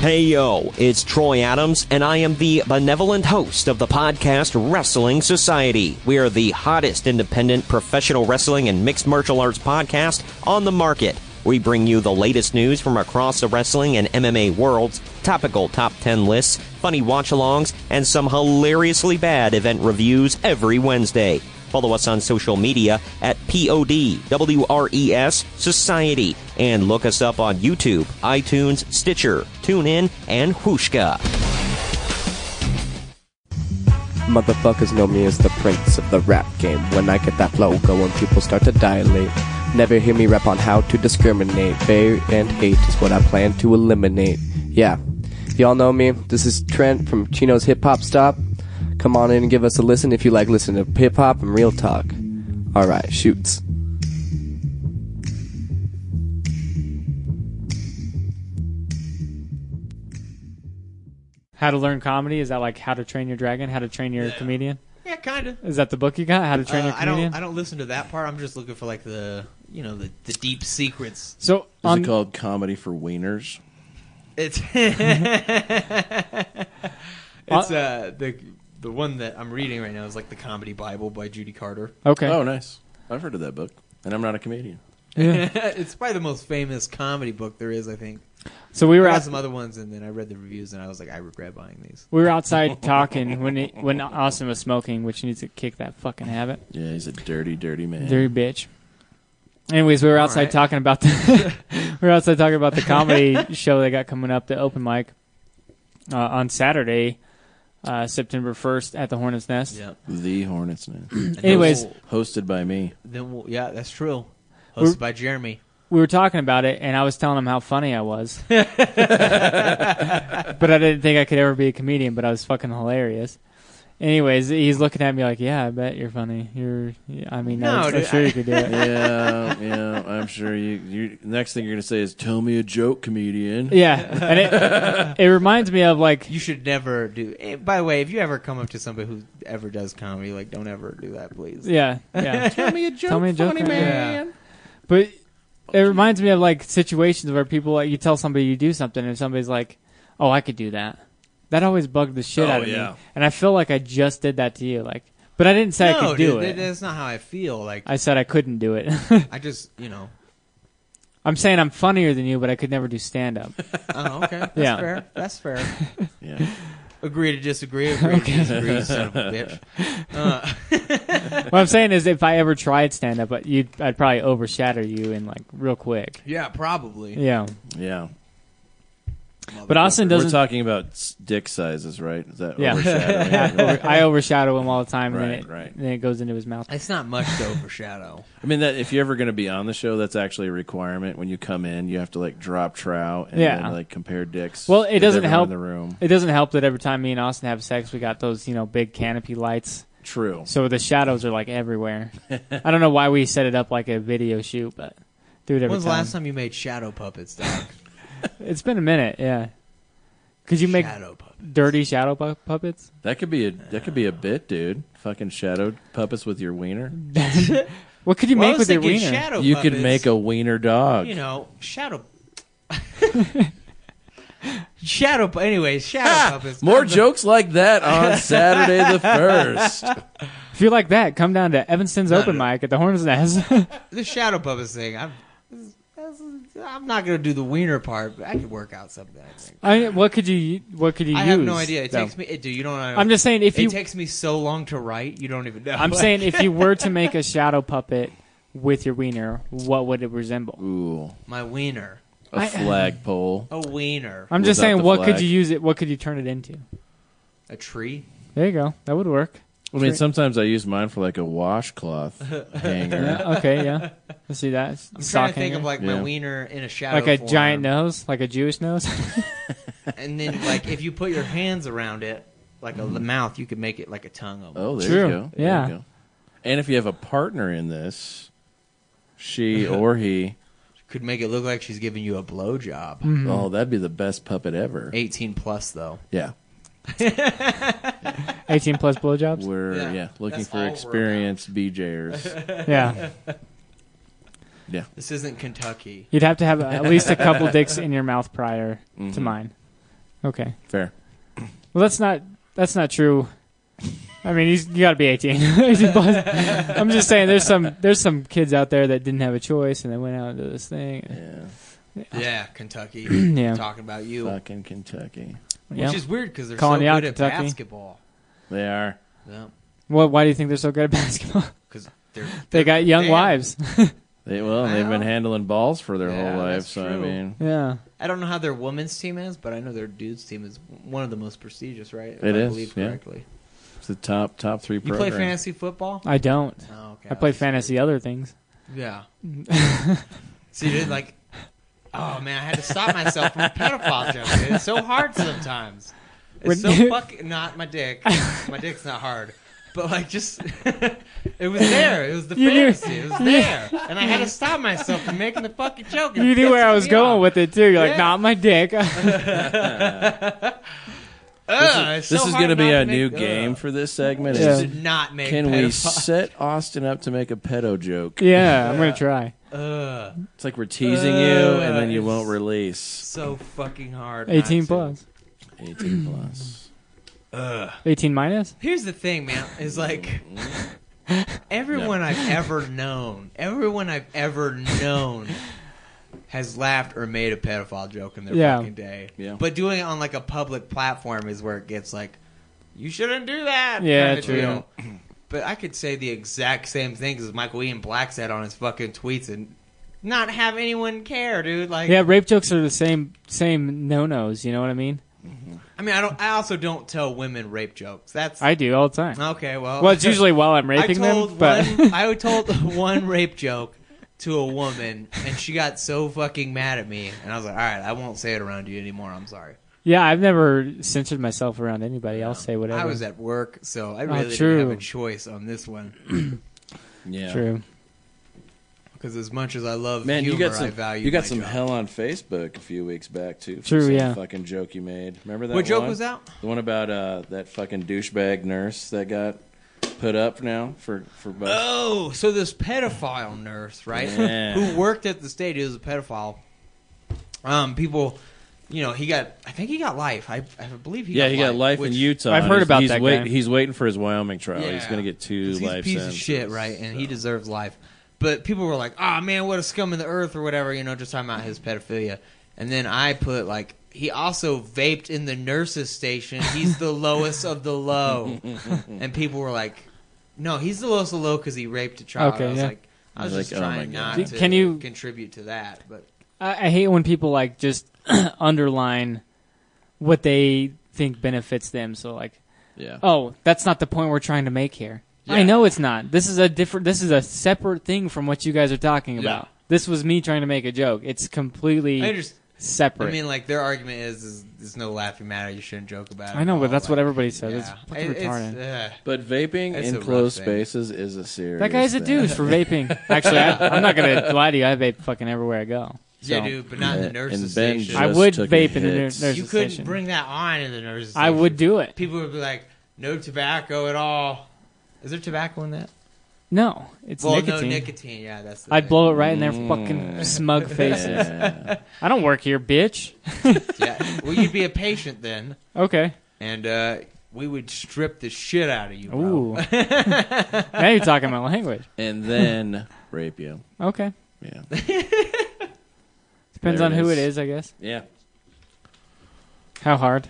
G: Hey yo, it's Troy Adams, and I am the benevolent host of the podcast Wrestling Society. We are the hottest independent professional wrestling and mixed martial arts podcast on the market. We bring you the latest news from across the wrestling and MMA worlds, topical top 10 lists, funny watch alongs, and some hilariously bad event reviews every Wednesday. Follow us on social media at PODWRES E Society and look us up on YouTube, iTunes, Stitcher, TuneIn, and Whooshka.
H: Motherfuckers know me as the prince of the rap game. When I get that flow going, people start to dilate. Never hear me rap on how to discriminate. Fear and hate is what I plan to eliminate. Yeah. Y'all know me. This is Trent from Chino's Hip Hop Stop. Come on in and give us a listen if you like listening to hip hop and real talk. Alright, shoots.
D: How to learn comedy? Is that like How to Train Your Dragon? How to Train Your Comedian?
E: yeah, kind of.
D: Is that the book you got? How to Train Your
E: Uh, I
D: Comedian?
E: don't. I don't listen to that part. I'm just looking for like the you know the, the deep secrets.
D: so
F: Is
D: on
F: it called comedy for wieners?
E: It's
D: Mm-hmm.
E: it's uh the the one that I'm reading right now is like the comedy Bible by Judy Carter.
D: okay,
F: Oh, nice. I've heard of that book, and I'm not a comedian.
E: it's probably the most famous comedy book there is. I think.
D: so we
E: I
D: were
E: read
D: out,
E: some other ones, and then I read the reviews, and I was like, I regret buying these.
D: we were outside talking when it, when Austin was smoking, which he needs to kick that fucking habit,
F: Yeah, he's a dirty, dirty man.
D: dirty bitch. Anyways, we were outside
E: right.
D: talking about the we were outside talking about the comedy show they got coming up, the open mic uh, on Saturday, uh, September first at the Hornet's Nest.
E: Yeah.
F: The Hornets Nest,
D: Anyways,
F: hosted by me.
E: Then we'll, yeah, that's true. Hosted
D: We're-
E: by Jeremy.
D: we were talking about it, and I was telling him how funny I was. but I didn't think I could ever be a comedian, but I was fucking hilarious. Anyways, he's looking at me like, "Yeah, I bet you're funny. You're, I mean,
E: No,
D: I'm, I'm
E: dude,
D: sure
E: I-
D: you could do it."
F: Yeah, yeah. I'm sure you. You next thing you're gonna say is, "Tell me a joke, comedian."
D: yeah, and it it reminds me of like,
E: You should never do. eh, By the way, if you ever come up to somebody who ever does comedy, like don't ever do that, please.
D: yeah, yeah. Tell me a joke, Tell me a joke funny
E: man.
D: But it reminds me of like situations where people like you tell somebody you do something, and somebody's like, "Oh, I could do that." That always bugged the shit
F: Oh,
D: out of
F: yeah.
D: me, and I feel like I just did that to you, like. But I didn't say I
E: no,
D: could do
E: dude,
D: it.
E: that- that's not how I feel. Like I,
D: I said I couldn't do it.
E: just, you know.
D: I'm saying I'm funnier than you, but I could never do stand up.
E: Oh, okay. That's
D: Yeah.
E: fair. That's fair.
F: Yeah.
E: Agree to disagree. Agree to disagree, son of a bitch. Uh,
D: what I'm saying is, if I ever tried stand up, you'd I'd probably overshadow you in like real quick.
E: yeah, probably.
D: Yeah,
F: yeah.
D: but Austin
F: We're
D: doesn't.
F: talking about s- dick sizes, right? Is that
D: Yeah.
F: overshadowing?
D: Over- I overshadow him all the time, and
F: Right,
D: then it,
F: right.
D: then it goes into his mouth.
E: It's not much to overshadow.
F: I mean, that if you're ever going to be on the show, that's actually a requirement. When you come in, you have to like drop trout and
D: Yeah.
F: then like compare dicks.
D: Well, it
F: with
D: doesn't
F: everyone
D: help.
F: in the room.
D: It doesn't help that every time me and Austin have sex, we got those you know big canopy lights,
F: True.
D: so the shadows are like everywhere. I don't know why we set it up like a video shoot, but do it every
E: When's the
D: time.
E: last time you made shadow puppets, dog?
D: It's been a minute, yeah. Could you make
E: shadow puppets.
D: dirty shadow pu- puppets?
F: That could be a that could be a bit, dude. Fucking shadow puppets with your wiener.
D: What could you
E: Well, I
D: make
E: was
D: with your
E: thinking
D: wiener?
E: shadow
F: You could
E: puppets,
F: make a wiener dog.
E: you know, shadow. shadow. pu- Anyways, shadow puppets.
F: More
E: Come to-
F: jokes like that on Saturday the first.
D: if you like that, come down to Evanston's open mic at the Hornets Nest.
E: the shadow puppets thing. I'm, I'm not gonna do the wiener part, but I could work out something. I, think.
D: I, what could you? What could you?
E: I have
D: use,
E: no idea. It
D: though?
E: takes me. It, dude, you don't. Know.
D: I'm just saying if
E: It
D: you.
E: takes me so long to write. You don't even know.
D: I'm saying if you were to make a shadow puppet with your wiener, what would it resemble?
F: Ooh,
E: my wiener,
F: a flagpole.
E: a wiener,
D: I'm just
F: Without
D: saying,
F: the
D: what could
F: flag.
D: you use it? What could you turn it into?
E: a tree.
D: There you go. That would work.
F: I mean, sometimes I use mine for like a washcloth hanger.
D: Yeah, okay. Yeah. Let's see that.
E: I'm
D: Sock
E: trying to think
D: hanger.
E: of like
F: Yeah.
E: my wiener in a shadow,
D: Like a
E: form.
D: giant uh, nose, like a Jewish nose.
E: and then like if you put your hands around it, like a the mouth, you could make it like a tongue. Almost.
F: Oh, there
D: True.
F: you go. There
D: Yeah.
F: You go. And if you have a partner in this, she or he.
E: Could make it look like she's giving you a blowjob.
D: Mm-hmm.
F: Oh, that'd be the best puppet ever.
E: 18 plus, though.
F: Yeah,
D: 18 plus blowjobs.
F: we're yeah,
E: Yeah,
F: looking
E: that's
F: for
E: all we're
F: experienced BJers.
D: Yeah,
F: yeah,
E: This isn't Kentucky.
D: you'd have to have at least a couple dicks in your mouth prior
F: Mm-hmm.
D: to mine. Okay.
F: fair.
D: Well, that's not that's not true. I mean, he's, you got to be 18. I'm just saying, there's some there's some kids out there that didn't have a choice and they went out and did this thing.
F: Yeah,
E: Yeah, Kentucky.
D: Yeah.
E: Talking about you.
F: fucking Kentucky.
D: Yeah.
E: Which is weird because they're
D: Calling
E: so
D: you out,
E: good at
D: Kentucky.
E: basketball.
F: They are.
E: Yeah.
D: Well, why do you think they're so good at basketball?
E: Because they're,
D: They got young
E: Damn.
D: wives.
F: They well, they've been
E: Well.
F: handling balls for their
E: Yeah,
F: whole life.
E: that's
F: So I
E: true.
F: mean,
D: yeah.
E: I don't know how their women's team is, but I know their dudes team is one of the most prestigious, right? If
F: It
E: I
F: is,
E: believe
F: yeah.
E: correctly.
F: it's the top top three.
E: You play
F: program.
E: fantasy football?
D: I don't.
E: Oh, okay.
D: I play fantasy other things.
E: Yeah. so you did like, oh man, I had to stop myself from pedophile jokes. dude. It's so hard sometimes. It's so
D: When-
E: fuck not my dick. My dick's not hard. But like just, it was there. It was the
D: You knew-
E: fantasy. It was there, and I had to stop myself from making the fucking joke.
D: You knew where I was going with it too. You're like,
E: Yeah.
D: not my dick.
E: This
F: This is going to be a new game for this segment.
D: Yeah.
F: is
E: Did not make.
F: Can we
E: pedophile-
F: set Austin up to make a pedo joke?
D: yeah, I'm gonna try.
E: Ugh,
F: It's like we're teasing you, and
E: Uh,
F: then you won't release.
E: so fucking hard. not
D: 18
E: to.
D: plus.
F: 18 plus.
D: 18 minus.
E: Here's the thing, man. Is like everyone I've ever known, everyone I've ever known has laughed or made a pedophile joke in their
D: Yeah.
E: fucking day.
F: Yeah.
E: But doing it on like a public platform is where it gets like, you shouldn't do that.
D: Yeah,
E: kinda
D: true.
E: deal. But I could say the exact same things as Michael Ian Black said on his fucking tweets and not have anyone care, dude. Like,
D: Yeah, rape jokes are the same same no nos. You know what I mean?
E: I mean, I don't. I also don't tell women rape jokes. That's
D: I do all the time.
E: okay. Well,
D: Well, it's usually while I'm raping
E: I told
D: them, but
E: one, I told one rape joke to a woman, and she got so fucking mad at me, and I was like, "All right, I won't say it around you anymore. I'm sorry."
D: yeah, I've never censored myself around anybody. I'll say whatever. Oh,
E: I was at work, so I really
D: true.
E: didn't have a choice on this one.
F: Yeah.
D: True.
E: Because as much as I love
F: Man,
E: humor,
F: you got
E: I
F: some.
E: value.
F: You got
E: my
F: some
E: job.
F: hell on Facebook a few weeks back too. For
D: True,
F: some
D: yeah.
F: Fucking joke you made. Remember that?
E: What joke
F: one?
E: was that?
F: The one about uh, that fucking douchebag nurse that got put up now for for. both-
E: Oh, so this pedophile nurse, right?
F: Yeah.
E: Who worked at the state, he was a pedophile. Um, people, you know, he got. I think he got life. I, I believe he.
F: yeah,
E: got
F: he got life in
E: which-
F: Utah.
D: I've
F: and
D: heard
F: he's-
D: about
F: he's
D: that
F: wait-
D: guy.
F: He's waiting for his Wyoming trial. He's
E: Yeah.
F: going to get two
E: 'Cause he's
F: life
E: a piece of
F: sentences.
E: shit, right? And he deserves life. But people were like, "Oh man, what a scum of the earth" or whatever, you know, just talking about his pedophilia. And then I put like, he also vaped in the nurses' station. He's the lowest of the low. And people were like, "No, he's the lowest of the low because he raped a child."
D: Okay,
E: I was
D: yeah.
E: like, I was
F: Like,
E: just
F: oh, my
E: trying
F: God.
E: not to
D: Can you-
E: contribute to that, but
D: I, I hate when people like just underline what they think benefits them. So like,
F: Yeah.
D: oh, that's not the point we're trying to make here. I know it's not. This is a different. This is a separate thing from what you guys are talking about. This was me trying to make a joke. It's completely
E: I just, I
D: separate. I,
E: mean, like their argument is, is, there's no laughing matter. You shouldn't joke about it.
D: know,
E: and
D: but
E: all,
D: that's
E: like,
D: what everybody says.
E: yeah.
D: It's fucking
E: It- it's, uh,
D: retarded.
E: ugh.
F: But vaping
E: It's a
F: in
E: rough
F: closed
E: thing.
F: spaces is a serious.
D: that guy's a
E: uh,
F: thing.
D: douche for vaping. Actually, I, I'm not gonna lie to you. I vape fucking everywhere I go.
E: Yeah,
D: So-
E: dude, but not in the
F: And
E: nurses'
F: Ben
E: station.
F: just
D: I would
F: took
D: vape
F: a
D: in the
F: hit.
D: nur- nurses'
E: you couldn't
D: station.
E: bring that on in the nurses'
D: I
E: station.
D: would do it.
E: People would be like, no tobacco at all. Is there tobacco in that?
D: No, it's
E: well,
D: nicotine.
E: no nicotine. Mm. Yeah, that's. The
D: I'd
E: thing.
D: blow it right in their fucking smug faces.
F: Yeah.
D: I don't work here, bitch.
E: Yeah. Well, you'd be a patient then,
D: Okay.
E: and uh, we would strip the shit out of you. Bro.
D: Ooh. now you're talking my language.
F: and then rape you.
D: Okay.
F: Yeah.
D: Depends
F: There
D: on who
F: is.
D: it is, I guess.
F: Yeah.
D: How hard?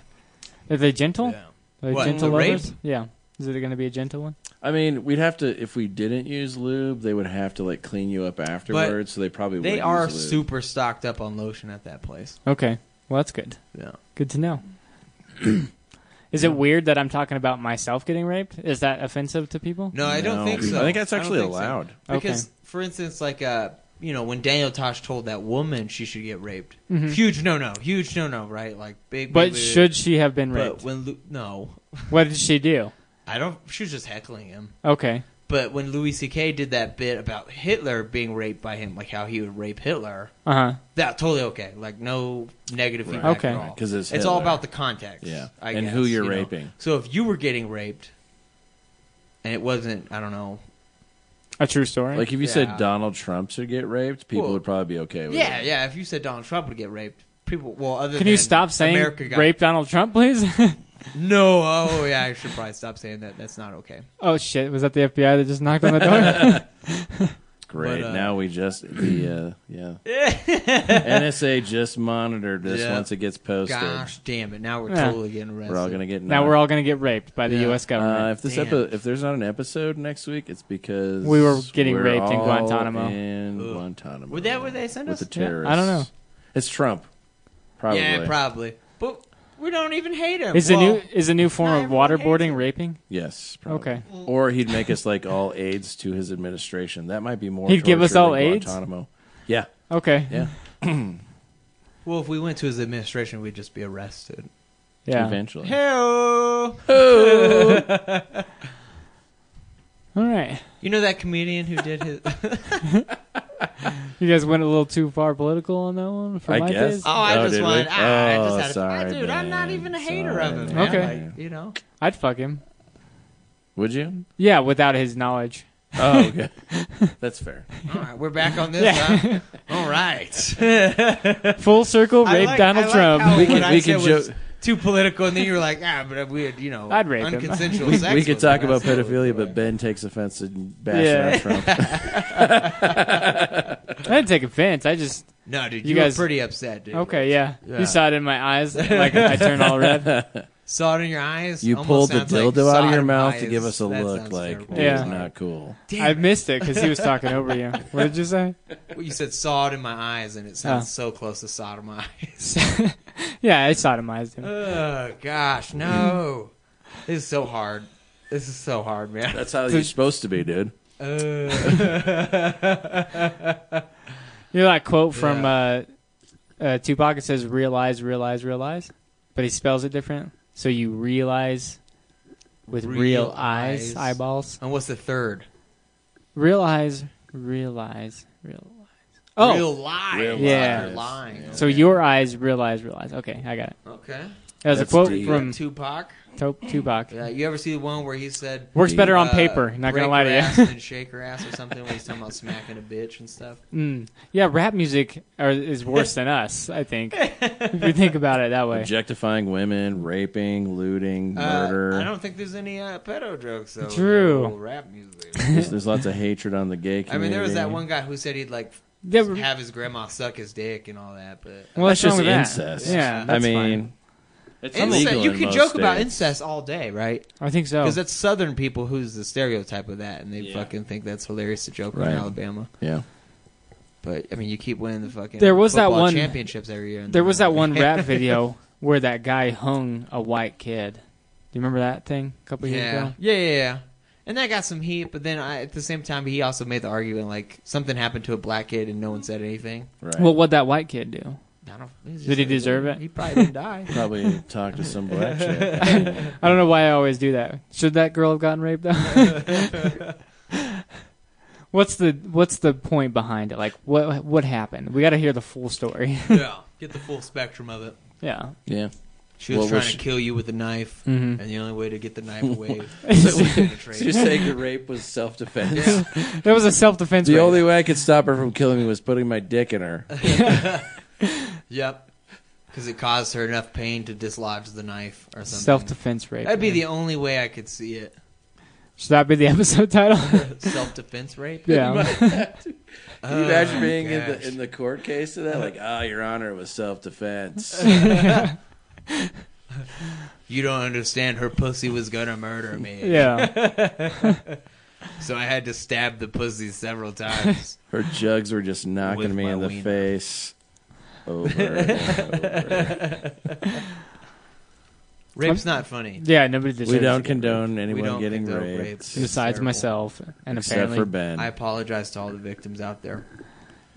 D: Are they gentle?
E: Yeah.
D: Are they
E: What,
D: gentle
E: the rape?
D: lovers? Yeah. Is it going to be a gentle one?
F: I mean, we'd have to if we didn't use lube, they would have to like clean you up afterwards. so they probably
E: They
F: would
E: are
F: use lube.
E: super stocked up on lotion at that place.
D: Okay. Well, that's good.
E: Yeah.
D: Good to know. is it weird that I'm talking about myself getting raped? Is that offensive to people?
E: No, I don't
F: No.
E: think so.
F: I think that's
E: don't
F: actually
E: think so.
F: allowed.
E: Because,
D: Okay.
E: for instance, like uh, you know, when Daniel Tosh told that woman she should get raped, huge no no, huge no no, right? Like big.
D: Mm-hmm. But
E: big, big-
D: should she have been
E: But
D: raped?
E: when Lu- no,
D: What did she do?
E: I don't. She was just heckling him.
D: Okay.
E: But when Louis C.K. did that bit about Hitler being raped by him, like how he would rape Hitler,
D: Uh huh.
E: that totally okay. Like no negative feedback
D: Okay.
E: at all.
F: 'Cause it's
E: all
F: Hitler.
E: about the context.
F: Yeah.
E: I
F: And
E: guess,
F: who you're
E: you know.
F: raping.
E: So if you were getting raped, and it wasn't, I don't know.
D: A true story.
F: Like if you
E: Yeah.
F: said Donald Trump should get raped, people
E: Well,
F: would probably be okay with
E: Yeah,
F: it.
E: yeah. If you said Donald Trump would get raped, people. Well, other
D: Can you
E: than
D: stop saying
E: America got-
D: rape Donald Trump, please?
E: No. Oh, yeah. I should probably stop saying that. That's not okay.
D: oh shit! Was that the FBI that just knocked on the door?
F: Great.
E: But, uh,
F: now we just the uh, yeah. NSA just monitored this
E: Yeah.
F: once it gets posted.
E: Gosh, damn it! Now we're
D: Yeah.
E: totally getting arrested.
F: We're all gonna get
D: now we're all gonna get raped by the
E: Yeah.
D: U.S. government.
F: Uh, if this
E: Damn.
F: epi- if there's not an episode next week, it's because
D: We were getting
F: we're
D: raped in
F: all
D: Guantanamo.
F: In
E: Ugh.
F: Guantanamo.
E: Were that where they sent
F: with
E: us?
F: the terrorists?
D: I don't know.
F: It's Trump. Probably.
E: Yeah, probably. But we don't even hate him.
D: is
E: well,
D: the new is a new form
E: not
D: of
E: everyone hates
D: waterboarding
E: it.
D: raping?
F: Yes. Probably.
D: Okay.
F: Or he'd make us like all aides to his administration. That might be more.
D: He'd give us
F: torture
D: all
F: than
D: aides?
F: Guantanamo. Yeah.
D: Okay.
F: Yeah.
E: Well, if we went to his administration, we'd just be arrested.
D: Yeah.
F: Eventually.
E: Hey.
D: All right.
E: You know that comedian who did his? oh,
D: You guys went a little too far political on that one. For
F: I
D: my
F: guess.
D: taste.
E: I
F: Oh,
E: just
F: did
E: wanted.
F: we?
E: ah, I just
F: Oh,
E: had to,
F: sorry,
E: dude, I'm not
F: man.
E: even a hater of
F: Sorry,
E: him.
F: man.
E: Man.
D: Okay.
E: Like, you know.
D: I'd fuck him.
F: Would you?
D: Yeah, without his knowledge.
F: Oh, okay. That's fair.
E: All right, we're back on this. Huh? All right.
D: Full circle,
E: I
D: rape
E: like-
D: Donald
E: I like
D: Trump.
E: How
F: We
E: we
F: could-
E: could,
F: we
E: I said
F: could
E: was
F: joke-
E: too political, and then you were like, ah, but we had, you know,
D: I'd rape him.
E: unconsensual
F: We,
E: sex.
F: we could
E: was
F: talk
E: what I
F: about
E: said was
F: pedophilia,
E: the
F: but
E: way.
F: Ben takes offense and bashing
D: Yeah.
F: on Trump.
D: I didn't take offense. I just
E: no, dude,
D: you
E: you, guys,
D: guys-
E: were pretty upset, dude.
D: okay. Yeah.
E: Yeah.
D: you saw it in my eyes. Like I turned all red.
E: saw it in your eyes.
F: You
E: Almost
F: pulled the
E: sounds like
F: dildo out of your
E: sodomized.
F: mouth to give us a
E: That
F: look
E: sounds
F: like,
E: terrible.
F: dude,
D: Yeah.
F: it's not cool.
E: Damn
D: I
E: it.
D: missed it because he was talking over you. What did you say?
E: Well, you said saw it in my eyes, and it sounds so close to sodomized.
D: yeah, I sodomized him.
E: oh gosh, no! this is so hard. This is so hard, man.
F: That's how you're supposed to be, dude.
E: Uh,
D: You know that quote from uh, uh, Tupac? It says, "Realize, realize, realize," but he spells it different. So you realize with real,
E: Real
D: eyes,
E: eyes.
D: eyeballs.
E: and what's the third?
D: Realize, realize, realize. Oh,
E: Real lies.
F: Real
D: Yeah.
E: You're lying.
D: so your eyes realize, realize. Okay, I got it.
E: Okay.
D: That was
F: That's
D: a quote
F: deep.
D: from
E: Tupac.
D: to- Tupac.
E: Yeah, you ever see the one where he said
D: Works better on
E: uh,
D: paper. Not
E: break
D: gonna lie
E: her
D: to
E: ass
D: you.
E: and shake her ass or something when he's talking about smacking a bitch and stuff.
D: Mm. Yeah, rap music are, is worse than us. I think if you think about it that way.
F: Objectifying women, raping, looting,
E: Uh,
F: murder.
E: I don't think there's any uh, pedo jokes though. in
D: True.
E: the whole Rap music.
F: there's, there's lots of hatred on the gay community.
E: I mean, there was that one guy who said he'd like
D: Yeah, but-
E: have his grandma suck his dick and all that, but
D: well,
F: That's
D: what's wrong
F: just
D: with that?
F: incest.
D: Yeah, that's
F: I mean,
D: fine.
F: it's
E: incest,
F: illegal
E: you
F: in
E: could
F: most
E: joke about
F: states.
E: incest all day, right?
D: I think so.
E: Because that's Southern people who's the stereotype of that, and they
F: Yeah.
E: fucking think that's hilarious to joke
F: Right.
E: in Alabama.
F: Yeah.
E: But I mean, you keep winning the fucking
D: There was that
E: football
D: one-
E: championships every year. in the
D: There was that
E: North.
D: one rap video where that guy hung a white kid. Do you remember that thing a couple years
E: Yeah.
D: ago?
E: yeah, yeah, yeah. And that got some heat, but then I, at the same time, he also made the argument like something happened to a black kid and no one said anything.
F: Right.
D: Well, what'd that white kid do?
E: I don't, it was just
D: Did he
E: like,
D: deserve it?
E: He probably didn't die.
F: Probably talk to some black chick.
D: I don't know why I always do that. Should that girl have gotten raped though? what's the what's the point behind it? Like what what happened? We got to hear the full story.
E: yeah, get the full spectrum of it.
D: yeah.
F: Yeah.
E: She was
F: What
E: trying
F: was
E: to
F: she-
E: kill you with a knife,
D: Mhm.
E: and the only way to get the knife away
F: So-
E: was to penetrate.
F: Just saying the rape was self defense.
E: Yeah.
D: That was a self-defense.
F: The
D: rape.
F: only way I could stop her from killing me was putting my dick in her.
E: Yep, because it caused her enough pain to dislodge the knife or something.
D: self-defense rape.
E: That'd be the only way I could see it.
D: Should that be the episode title?
E: Self defense rape.
D: yeah.
F: Can you imagine
E: Oh,
F: being in
E: gosh.
F: the in the court case of that? Like, ah, Your Honor, it was self defense.
E: You don't understand. Her pussy was gonna murder me.
D: Yeah.
E: So I had to stab the pussy several times.
F: Her jugs were just knocking
E: With
F: me
E: my
F: in the
E: wiener.
F: face. Over and over.
E: Rape's not funny.
D: Yeah, nobody deserves
F: we don't
D: to get raped.
F: condone anyone
E: don't
F: getting
E: condone
F: raped,
E: rape.
D: besides
E: Terrible.
D: myself and
F: except
D: apparently
F: for Ben.
E: I apologize to all the victims out there.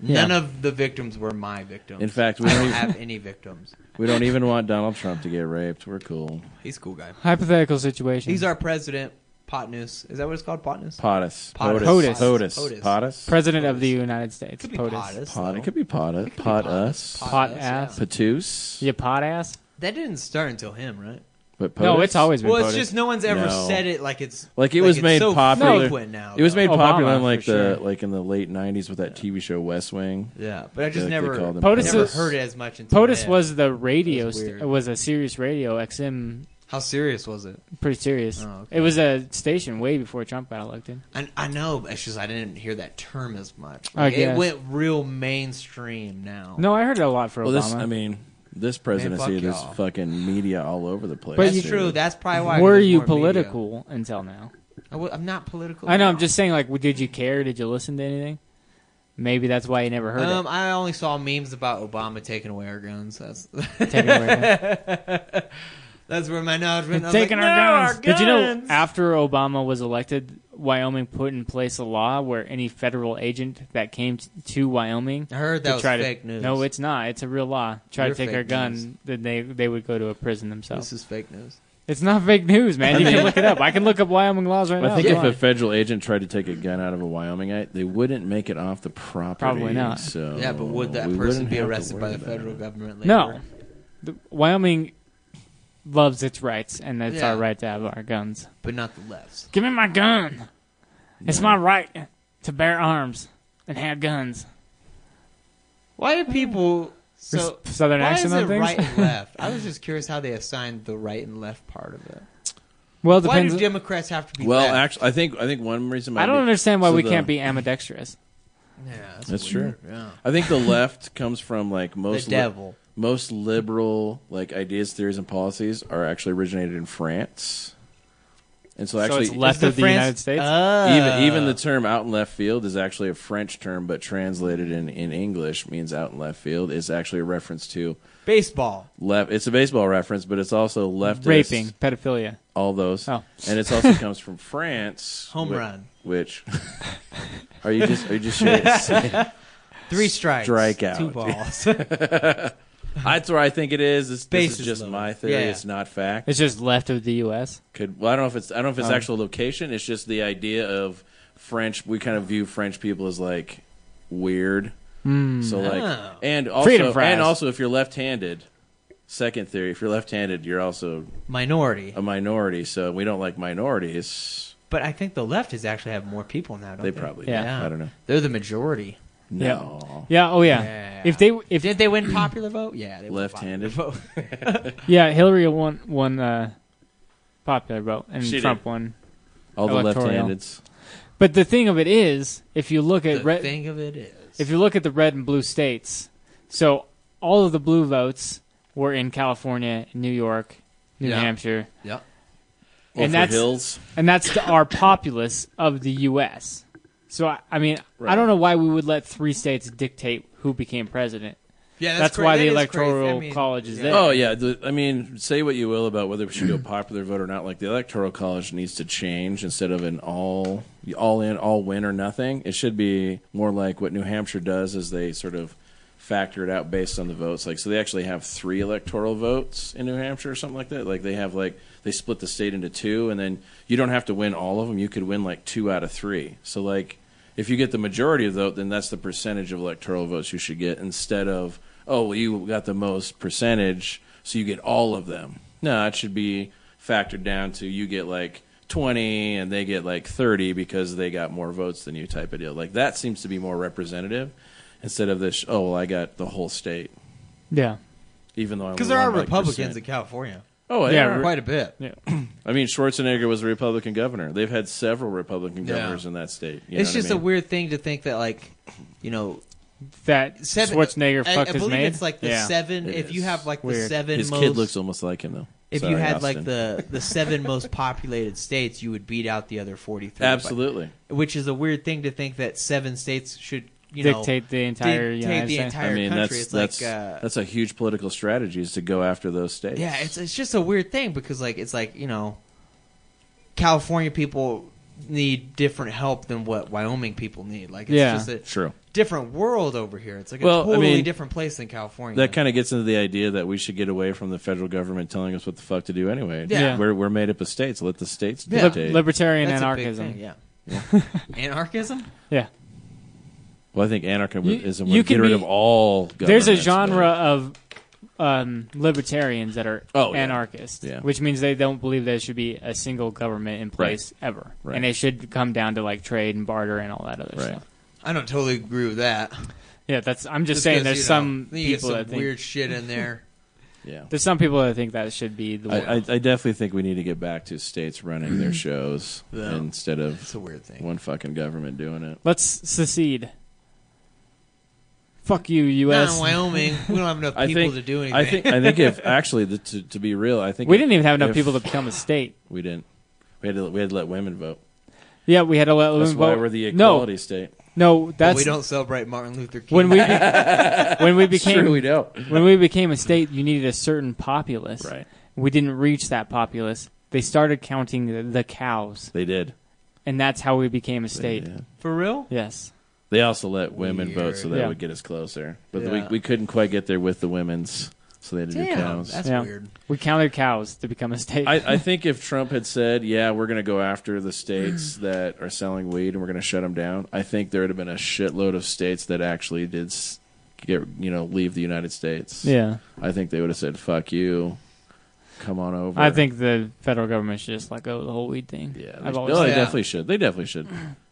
D: Yeah.
E: None of the victims were my victims.
F: In fact, we
E: I
F: don't,
E: don't
F: even,
E: have any victims.
F: we don't even want Donald Trump to get raped. We're cool.
E: He's a cool guy.
D: hypothetical situation.
E: He's our president. Pot News. Is that what it's called? Pot News?
F: POTUS.
E: POTUS.
F: POTUS.
E: POTUS.
F: POTUS.
E: POTUS.
F: POTUS.
D: President of the United States.
E: Could be
D: POTUS.
E: POTUS,
F: Pot.
E: though.
F: It could be POTUS. POTUS.
D: Pot
E: POTUS,
D: ass.
E: yeah.
F: POTUS.
D: You pot ass?
E: That didn't start until him, right?
F: But POTUS.
D: No, it's always been
E: Well,
D: POTUS.
E: it's just no one's ever
F: No.
E: said it like it's
F: Like it was
E: it's
F: made
E: so
F: popular.
E: frequent now.
F: It was
E: though.
F: made
D: Obama,
F: popular in
D: for
F: like the
D: sure.
F: like in the late '90s with that TV show West Wing.
E: Yeah, but I just
F: Like they
E: never
F: called them
D: POTUS
E: never
D: is-
E: heard it as much. Until
D: POTUS
E: then.
D: was the radio.
E: That's
D: St-
E: weird.
D: was a serious radio XM.
E: how serious was it?
D: Pretty serious.
E: Oh, okay.
D: It was a station way before Trump got elected.
E: I, I know, but it's just I didn't hear that term as much.
D: I guess.
E: It went real mainstream now.
D: No, I heard it a lot for
F: Well,
D: Obama.
F: this I mean, this presidency,
E: fuck
F: there's
E: y'all.
F: fucking media all over the place.
E: that's
F: dude.
E: true. That's probably why. I
D: Were
E: did
D: you
E: more media.
D: political until now?
E: I w- I'm not political.
D: I know.
E: now.
D: I'm just saying. Like, w- did you care? Did you listen to anything? Maybe that's why you never heard
E: Um,
D: it.
E: I only saw memes about Obama taking away our guns. That's
D: Taking away-
E: that's where my knowledge went. I was
D: taking
E: like,
D: our,
E: "No,
D: guns. Did you know
E: guns!"
D: after Obama was elected, Wyoming put in place a law where any federal agent that came t- to Wyoming
E: I heard that
D: to
E: was
D: try
E: fake
D: to
E: news.
D: no, it's not. It's a real law. Try
E: You're
D: to take our
E: fake
D: gun,
E: news.
D: then they they would go to a prison themselves.
E: this is fake news.
D: It's not fake news, man. You can look it up. I can look up Wyoming laws right now.
F: I think
D: if you
F: if a
D: want.
F: federal agent tried to take a gun out of a Wyomingite, they wouldn't make it off the property.
D: Probably not.
F: So
E: Yeah, but would that
F: we
E: person
F: wouldn't
E: be
F: have to
E: arrested by
F: worry
E: the
F: about
E: federal
F: it.
E: government later?
D: no, the, Wyoming loves its rights, and it's
E: Yeah.
D: our right to have our guns.
E: but not the left.
D: Give me my gun. It's my right to bear arms and have guns.
E: Why do people so
D: Res- Southern
E: why
D: accent
E: is
D: on
E: it
D: things?
E: right and left? I was just curious how they assigned the right and left part of it.
D: Well, it
E: Why
D: depends.
E: do Democrats have to be
F: Well,
E: left?
F: actually, I think I think one reason might
D: I don't
F: be-
D: understand why
F: so
D: we
F: the-
D: can't be ambidextrous.
E: yeah, that's,
F: That's
E: weird. Yeah.
F: I think the left comes from like most
E: The
F: li-
E: devil.
F: most liberal like ideas, theories, and policies are actually originated in France. And so actually,
D: so it's left
E: Is the
D: of the
E: France-
D: United States.
E: Ah.
F: even even the term out in left field is actually a French term, but translated in, in English means out in left field. It's actually a reference to
E: baseball.
F: left. It's a baseball reference, but it's also leftist.
D: Raping, pedophilia.
F: all those,
D: Oh.
F: and it's also comes from France.
E: Home
F: whi-
E: run.
F: Which are you just are you just trying to say-
E: Three strikes.
F: Strikeout.
E: Two balls.
F: That's where I think it is. This, this
E: Base
F: is
E: is
F: just
E: low.
F: my theory.
E: Yeah.
F: It's not fact.
D: It's just left of the U.S.
F: could well, I don't know if it's I don't know if it's
D: Um,
F: actual location. It's just the idea of French. We kind of view French people as like weird. so like,
E: Oh.
F: and also,
D: Hmm. Freedom fries.
F: and also, if you're left-handed, second theory, if you're left-handed, you're also
E: Minority.
F: a minority. So we don't like minorities.
E: But I think the left is actually have more people now, don't
F: They
E: they?
F: probably,
D: Yeah.
F: do. I don't know.
E: They're the majority.
F: No,
D: Yeah. Oh yeah.
E: Yeah.
D: If they if
E: Didn't they win popular vote? Yeah, they won popular
F: Left-handed.
E: vote.
D: yeah Hillary won won uh, popular vote and
F: She
D: Trump
F: did.
D: won.
F: all the
D: Electoral.
F: left-handeds.
D: But the thing of it is, if you look
E: the
D: at red,
E: thing of it is,
D: if you look at the red and blue states, so all of the blue votes were in California, New York, New
E: Yeah.
D: Hampshire,
E: yeah,
F: Well,
D: And
F: for
D: that's-
F: hills.
D: and that's the, our populace of the U.S. So I, I mean, I
F: Right.
D: don't know why we would let three states dictate who became president.
E: yeah,
D: That's
E: cra-
D: why
E: that
D: the
E: is
D: Electoral
E: crazy. I mean,
D: College is
E: yeah.
D: there.
F: Oh yeah, the, I mean, say what you will about whether we should go popular vote or not. Like the electoral college needs to change instead of an all all in all win or nothing. It should be more like what New Hampshire does, is they sort of factor it out based on the votes. Like so, they actually have three electoral votes in New Hampshire or something like that. Like they have like they split the state into two, and then you don't have to win all of them. You could win like two out of three. So like. If you get the majority of the vote, then that's the percentage of electoral votes you should get instead of, oh, well, you got the most percentage, so you get all of them. No, it should be factored down to you get like 20 and they get like 30 because they got more votes than you type of deal. Like that seems to be more representative instead of this, oh, well, I got the whole state,
D: Yeah.
F: even though I
E: Because there
F: won,
E: are
F: like,
E: Republicans in
F: percent.
E: California,
F: Oh,
D: Yeah,
F: yeah.
E: quite a bit.
D: Yeah.
F: I mean, Schwarzenegger was a Republican governor. They've had several Republican
E: Yeah.
F: governors in that state. You know
E: it's
F: what I
E: just a
F: mean?
E: weird thing to think that, like, you know,
D: That
E: seven,
D: Schwarzenegger
E: I,
D: fucked
E: I
D: his
E: believe
D: maid.
E: it's like the
D: yeah.
E: seven.
F: It
E: if you
F: is.
E: have like the
D: Weird.
E: seven,
F: His
E: most,
F: kid looks almost like him, though.
E: If
F: Sorry,
E: you had
F: Austin.
E: like the the seven most populated states, you would beat out the other forty three.
F: Absolutely.
E: which is a weird thing to think that seven states should you know,
D: dictate the entire
E: dictate
D: United
E: the
D: States.
E: entire
F: I mean,
E: country.
F: that's
E: it's
F: that's
E: like uh,
F: that's a huge political strategy is to go after those states.
E: yeah, it's it's just a weird thing because like it's like you know, California people need different help than what Wyoming people need. Like it's
D: Yeah.
E: just a,
F: true.
E: different world over here. It's like a
F: Well, I
E: totally
F: mean,
E: different place than California.
F: That kind of gets into the idea that we should get away from the federal government telling us what the fuck to do anyway.
E: Yeah.
F: We're, we're made up of states. Let the states
E: Yeah.
F: dictate.
D: Libertarian
E: That's a big
D: anarchism.
E: thing, yeah. anarchism?
D: yeah.
F: well, I think anarchism
D: You-
F: would
D: you
F: get
D: can
F: rid
D: be-
F: of all
D: There's a
F: governments,
D: genre of um, libertarians that are
F: Oh, yeah.
D: anarchists,
F: Yeah.
D: which means they don't believe there should be a single government in place ever,
F: Right.
D: and it should come down to like trade and barter and all that other
F: Right.
D: stuff.
E: I don't totally agree with that.
D: Yeah, that's. I'm just,
E: Just
D: saying.
E: 'cause,
D: There's
E: you know,
D: some
E: then you get
D: people
E: some
D: that think
E: weird shit in there.
F: but- Yeah.
D: there's some people that think that should be the
F: I,
D: way.
F: I, I definitely think we need to get back to states running their shows
E: Yeah.
F: instead
E: It's
F: of
E: a weird thing.
F: one fucking government doing it.
D: Let's secede. Fuck you,
E: Not
D: U.S.
E: in Wyoming. We don't have enough
F: I
E: people
F: think,
E: to do anything.
F: I think I think if actually the, to to be real, I think
D: we
F: if-
D: didn't even have enough
F: if-
D: people to become a state.
F: We didn't. We had to we had to let women vote.
D: Yeah, we had to let women
F: That's why
D: vote.
F: we're the equality
D: no,
F: state.
D: no,
E: But
D: that's
E: we don't celebrate Martin Luther King.
D: when we be- when we
F: It's
D: became
F: true, we don't.
D: when we became a state, you needed a certain populace.
F: Right.
D: We didn't reach that populace. They started counting the, the cows,
F: They did.
D: and that's how we became a state.
F: Yeah.
E: For real?
D: Yes.
F: They also let women vote, so that
D: Yeah.
F: would get us closer. But
E: Yeah.
F: we we couldn't quite get there with the women's, so they had to do
E: Damn,
F: cows.
E: that's
D: Yeah.
E: weird.
D: We counted cows to become a state.
F: I, I think if Trump had said, "Yeah, we're going to go after the states that are selling weed and we're going to shut them down," I think there would have been a shitload of states that actually did s- get you know leave the United States.
D: yeah.
F: I think they would have said, "Fuck you, come on over."
D: I think the federal government should just let go of the whole weed thing.
F: Yeah, they,
D: I've
F: no,
D: always.
F: they
E: Yeah.
F: definitely should. They definitely should.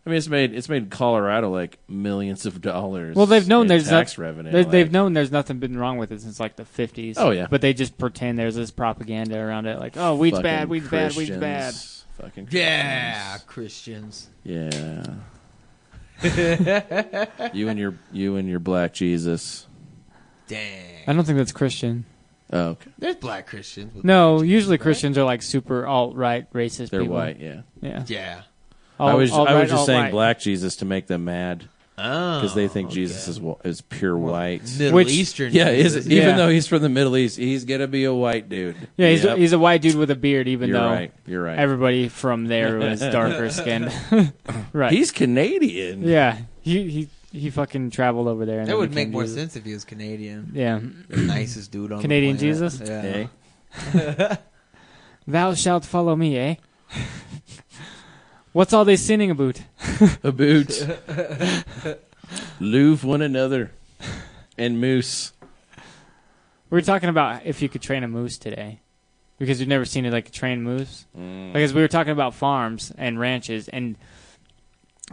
F: I mean, it's made it's made Colorado like millions of dollars.
D: Well, they've known
F: in
D: there's
F: tax
D: not,
F: revenue.
D: they- They've
F: like-
D: known there's nothing been wrong with it since like the 50s.
F: Oh, yeah.
D: But they just pretend there's this propaganda around it, like, oh, weed's
F: fucking
D: bad, weed's bad, weed's
F: Christians,
D: bad.
F: Fucking
E: Yeah, Christians.
F: Yeah. you and your you and your black Jesus.
E: Dang.
D: I don't think that's Christian.
F: Oh, okay.
E: There's black Christians. with
D: No,
E: black
D: usually
E: right?
D: Christians are like super alt right racist.
F: They're
D: people.
F: white, yeah.
D: Yeah.
E: Yeah.
F: I was I
D: alt-right,
F: was just saying
D: alt-right.
F: black Jesus to make them mad
E: Oh.
F: because they think Jesus is wa- is pure white.
E: Middle
D: Which-
E: Eastern.
F: Yeah, is
E: Jesus.
D: Yeah.
F: even though he's from the Middle East, he's gonna be a white dude.
D: Yeah, he's,
F: Yep.
D: he's a white dude with a beard, even
F: You're
D: though
F: right. You're right.
D: everybody from there was darker skinned. right.
F: he's Canadian.
D: yeah. He he he fucking traveled over there. And
E: That
D: then
E: would make
D: became
E: more
D: Jesus.
E: sense if he was Canadian.
D: Yeah.
E: The
F: Mm.
E: nicest dude on the
D: Canadian
E: planet.
D: Jesus?
E: Yeah.
F: Eh?
D: Thou shalt follow me, eh? What's all they sinning about?
F: a boot, Louvre one another, and moose.
D: We were talking about if you could train a moose today, because you've never seen it like a trained moose.
E: Mm.
D: Because we were talking about farms and ranches, and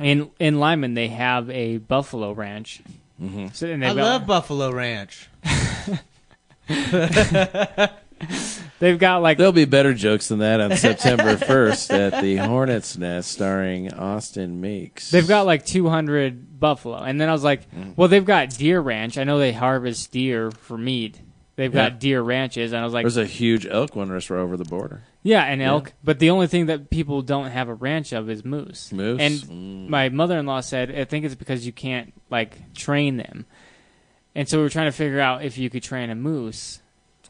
D: in in Lyman they have a buffalo ranch. Mm-hmm. So, and
E: I
D: they've got,
E: love Buffalo Ranch.
D: they've got like
F: There'll be better jokes than that on September 1st at the Hornet's Nest, starring Austin Meeks.
D: They've got like 200 buffalo. And then I was like, well, they've got deer ranch. I know they harvest deer for meat. They've
F: Yeah.
D: got deer ranches. And I was like,
F: There's a huge elk one rest over the border.
D: yeah, an elk. But the only thing that people don't have a ranch of is moose.
F: Moose? Mm.
D: And my mother in law said, I think it's because you can't like train them. And so we were trying to figure out if you could train a moose.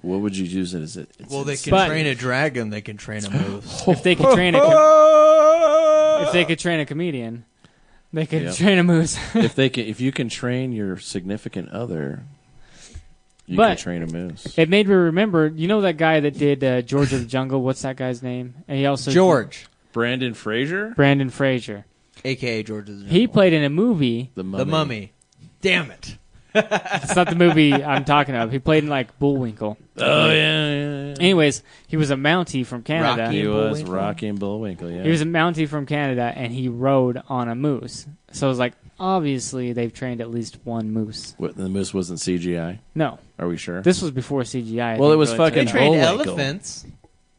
F: What would you use it as? It, it's
E: Well, they
F: it's-
E: can
D: But-
E: train a dragon. They can train a moose.
D: If they could train a com- if they could train a comedian, they could
F: Yeah.
D: train a moose.
F: if they can, if you can train your significant other, you can
D: But-
F: train a moose.
D: It made me remember, you know that guy that did uh, George of the Jungle. What's that guy's name? And he also
E: George,
F: Brandon Fraser,
D: Brandon Fraser.
E: aka George is
D: He played in a movie.
F: the mummy.
E: the mummy. Damn it!
D: It's not the movie I'm talking of. He played in like Bullwinkle.
F: Oh yeah, yeah, yeah.
D: Anyways, he was a Mountie from Canada.
E: Rocky.
F: he was
E: Bullwinkle.
F: Rocky and Bullwinkle. Yeah,
D: He was a Mountie from Canada, and he rode on a moose. So I was like, obviously they've trained at least one moose.
F: What, the moose wasn't CGI.
D: No,
F: Are we sure?
D: this was before CGI. I
F: Well,
D: think,
F: it was
D: really took
F: fucking
E: They trained
F: Bullwinkle.
E: elephants.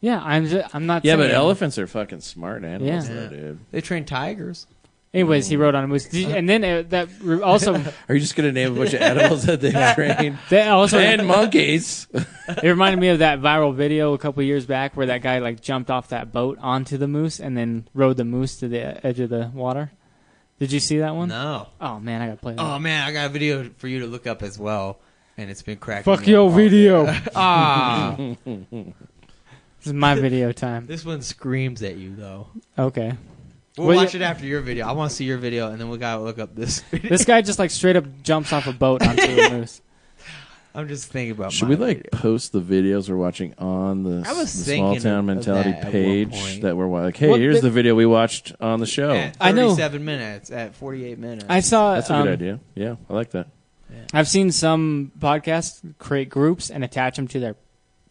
D: Yeah, I'm. Just, I'm not.
F: Yeah, but
D: saying-
F: elephants are fucking smart animals,
D: Yeah.
F: though,
E: Yeah.
F: dude.
E: They trained tigers.
D: Anyways, he rode on a moose, Did you- and then uh, that re- also
F: Are you just gonna name a bunch of animals that they've trained?
D: that also
F: And monkeys.
D: It reminded me of that viral video a couple years back where that guy like jumped off that boat onto the moose and then rode the moose to the edge of the water. Did you see that one?
E: No.
D: Oh man, I gotta play that.
E: Oh man, I got a video for you to look up as well, and it's been cracking.
D: Fuck
E: me up
D: your
E: all
D: video.
E: day.
D: this
E: ah,
D: is my video time.
E: this one screams at you though.
D: Okay.
E: We'll
D: Well,
E: watch
D: you-
E: it after your video. I want to see your video, and then we gotta look up this. video.
D: This guy just like straight up jumps off a boat onto a moose.
E: I'm just thinking about.
F: Should
E: my
F: we like
E: video.
F: post the videos we're watching on the,
E: I was
F: the
E: thinking
F: small town
E: of
F: mentality
E: that at one
F: page
E: point.
F: that we're wa- like, hey,
D: Well,
F: here's
D: the-
F: the video we watched on the show.
E: At
D: I know.
E: 37 minutes at 48 minutes.
D: I saw.
F: That's a
D: um,
F: good idea. Yeah, I like that.
D: I've seen some podcasts create groups and attach them to their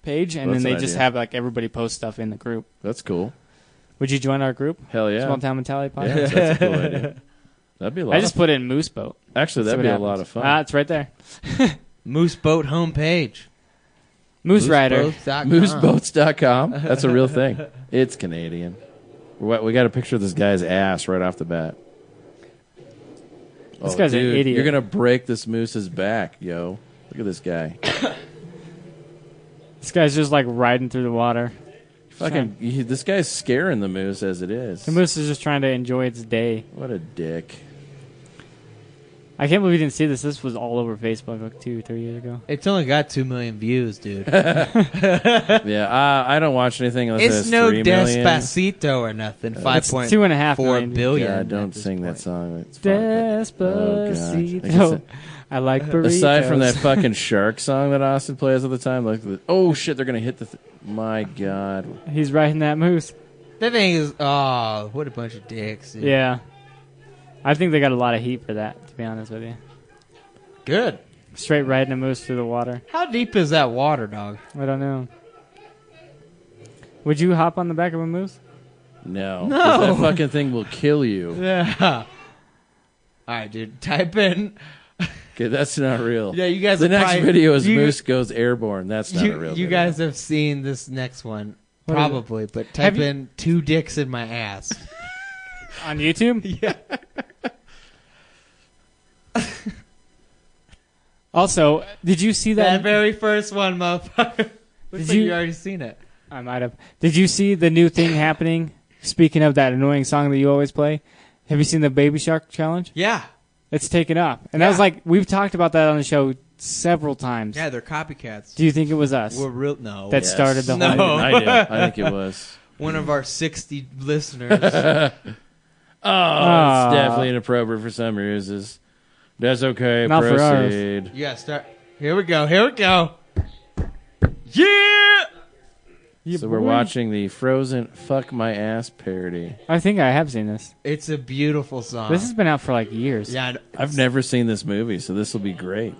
D: page, and
F: That's
D: then they
F: an
D: just
F: idea.
D: have like everybody post stuff in the group.
F: That's cool.
D: Would you join our group?
F: Hell yeah.
D: Small Town Mentality
F: Yeah,
D: Podcast.
F: that's a cool idea. That'd be a lot.
D: I just
F: of,
D: put in moose boat.
F: actually,
D: See
F: that'd
D: what
F: be a
D: happens.
F: lot of fun.
D: Ah, it's right there.
E: Moose Boat homepage.
D: Moose, Rider.
E: Mooseboat.com.
F: Mooseboats.com. That's a real thing. It's Canadian. We we got a picture of this guy's ass right off the bat. Oh,
D: This guy's an idiot.
F: You're gonna break this moose's back, yo. Look at this guy.
D: This guy's just like riding through the water.
F: Fucking, he- this guy's scaring the moose as it is.
D: The moose is just trying to enjoy its day.
F: What a dick.
D: I can't believe you didn't see this. This was all over Facebook like two, three years ago.
E: It's only got 2 million views, dude.
F: Yeah, uh, I don't watch anything unless
E: it's
F: it's
E: no
F: three million.
E: Despacito or nothing. Five point
D: two and a half
E: four
D: million.
E: billion
F: God,
E: at
F: don't
E: this
F: sing that
E: point.
F: song. It's fun.
D: Despacito.
F: Oh, God.
D: I like burritos.
F: Aside from that fucking shark song that Austin plays all the time, like, the, oh shit, they're gonna hit the. Th- My God,
D: he's riding that moose.
E: That thing is, oh, what a bunch of dicks. Dude.
D: Yeah. I think they got a lot of heat for that, to be honest with you.
E: Good.
D: Straight riding a moose through the water.
E: How deep is that water, dog?
D: I don't know. Would you hop on the back of a moose?
F: no,
E: No.
F: 'Cause that fucking thing will kill you.
E: Yeah. All right, dude. Type in.
F: Okay, that's not real.
E: Yeah, you guys.
F: the
E: have
F: next
E: probably-
F: video is
E: you-
F: Moose goes airborne. That's not
E: You,
F: a real.
E: you
F: video.
E: guys have seen this next one,
D: What is it?
E: probably. But type
D: Have you-
E: in two dicks in my ass.
D: On YouTube?
E: yeah.
D: Also, did you see
E: That
D: that?
E: very first one, motherfucker. Looks
D: Did
E: like you,
D: you-
E: already seen it.
D: I might have. Did you see the new thing happening? Speaking of that annoying song that you always play, have you seen the Baby Shark challenge?
E: Yeah.
D: It's taken up, and I was
E: Yeah.
D: like, we've talked about that on the show several times.
E: Yeah, they're copycats.
D: Do you think it was us
E: We're real. No.
D: that started the
E: No.
D: whole?
E: Oh.
F: I do. I think it was.
E: one of our 60 listeners.
F: Oh,
D: Ah.
F: it's definitely inappropriate for some uses. That's okay.
D: Not for ours.
F: proceed.
E: you gotta start. Here we go. Here we go. Yeah.
D: Yeah,
F: So we're
D: boy.
F: watching the Frozen "Fuck My Ass" parody.
D: I think I have seen this.
E: It's a beautiful song.
D: This has been out for like years.
E: yeah. and-
F: I've never seen this movie, so this will be great.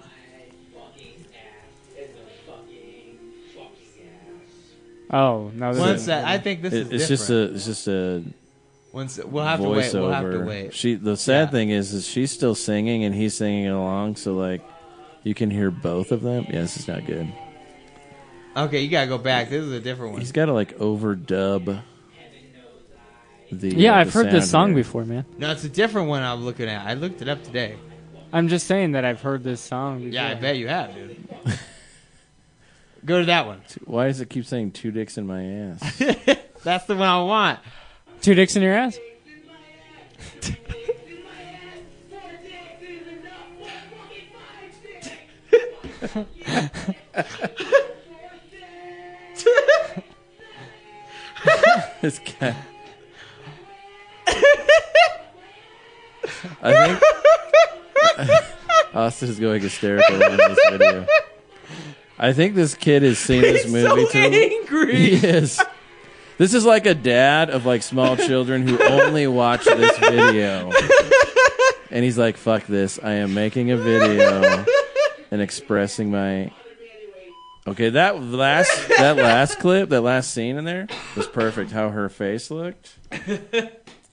D: Oh no, this
E: One
D: is-
E: sec. I think this
F: It,
E: is
F: it's just
E: different.
F: a, it's just a
E: One sec. We'll have to
F: voiceover.
E: wait. We'll have to wait.
F: She, the sad
E: Yeah.
F: thing is, is she's still singing and he's singing along, so like, you can hear both of them. Yeah, this is not good.
E: Okay, you gotta go back. This is a different one.
F: He's got to like overdub. The
D: yeah,
F: uh,
D: I've
F: the
D: heard this song
F: sound here.
D: before, man.
E: No, it's a different one I'm looking at. I looked it up today.
D: I'm just saying that I've heard this song. Before.
E: Yeah, I bet you have, dude. go to that one.
F: Why does it keep saying two dicks in my ass?
E: That's the one I want.
D: Two dicks in your ass.
F: this guy. I think Austin is going hysterical in this video. I think this kid has seen this movie
E: so
F: too.
E: angry.
F: He is. This is like a dad of like small children who only watch this video. And he's like, fuck this. I am making a video and expressing my Okay, that last that last clip, that last scene in there was perfect how her face looked.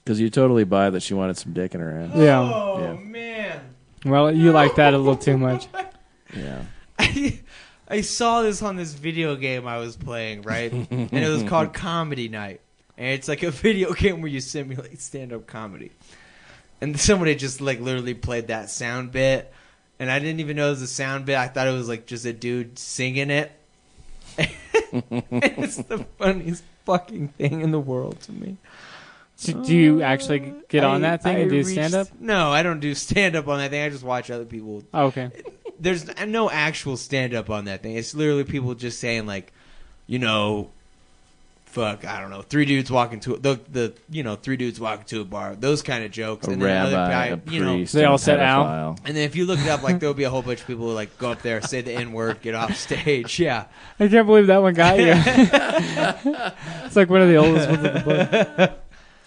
F: Cuz you totally buy that she wanted some dick in her ass.
D: Yeah.
E: Oh
F: Yeah.
E: man.
D: Well, you like that a little too much.
F: Yeah.
E: I, I saw this on this video game I was playing, right? and it was called Comedy Night. And it's like a video game where you simulate stand up comedy. And somebody just like literally played that sound bit. And I didn't even know it was a sound bit. I thought it was like just a dude singing it. it's the funniest fucking thing in the world to me.
D: Do, do you actually get on
E: I-
D: that thing
E: I
D: and do
E: reached-
D: stand up?
E: No, I don't do stand up on that thing. I just watch other people
D: Oh, okay.
E: there's no actual stand up on that thing. It's literally people just saying like, you know, fuck, I don't know, three dudes walking to the the you know three dudes walking to a bar, those kind of jokes,
F: A
E: and then
F: rabbi,
E: another guy,
F: a
E: you know,
F: priest.
D: They
F: and
D: all
F: a
D: said, "Ow."
F: pedophile.
E: and then if you look it up, like there'll be a whole bunch of people who like go up there, say the n word, get off stage, yeah.
D: I can't believe that one got you. it's like one of the oldest ones in the book.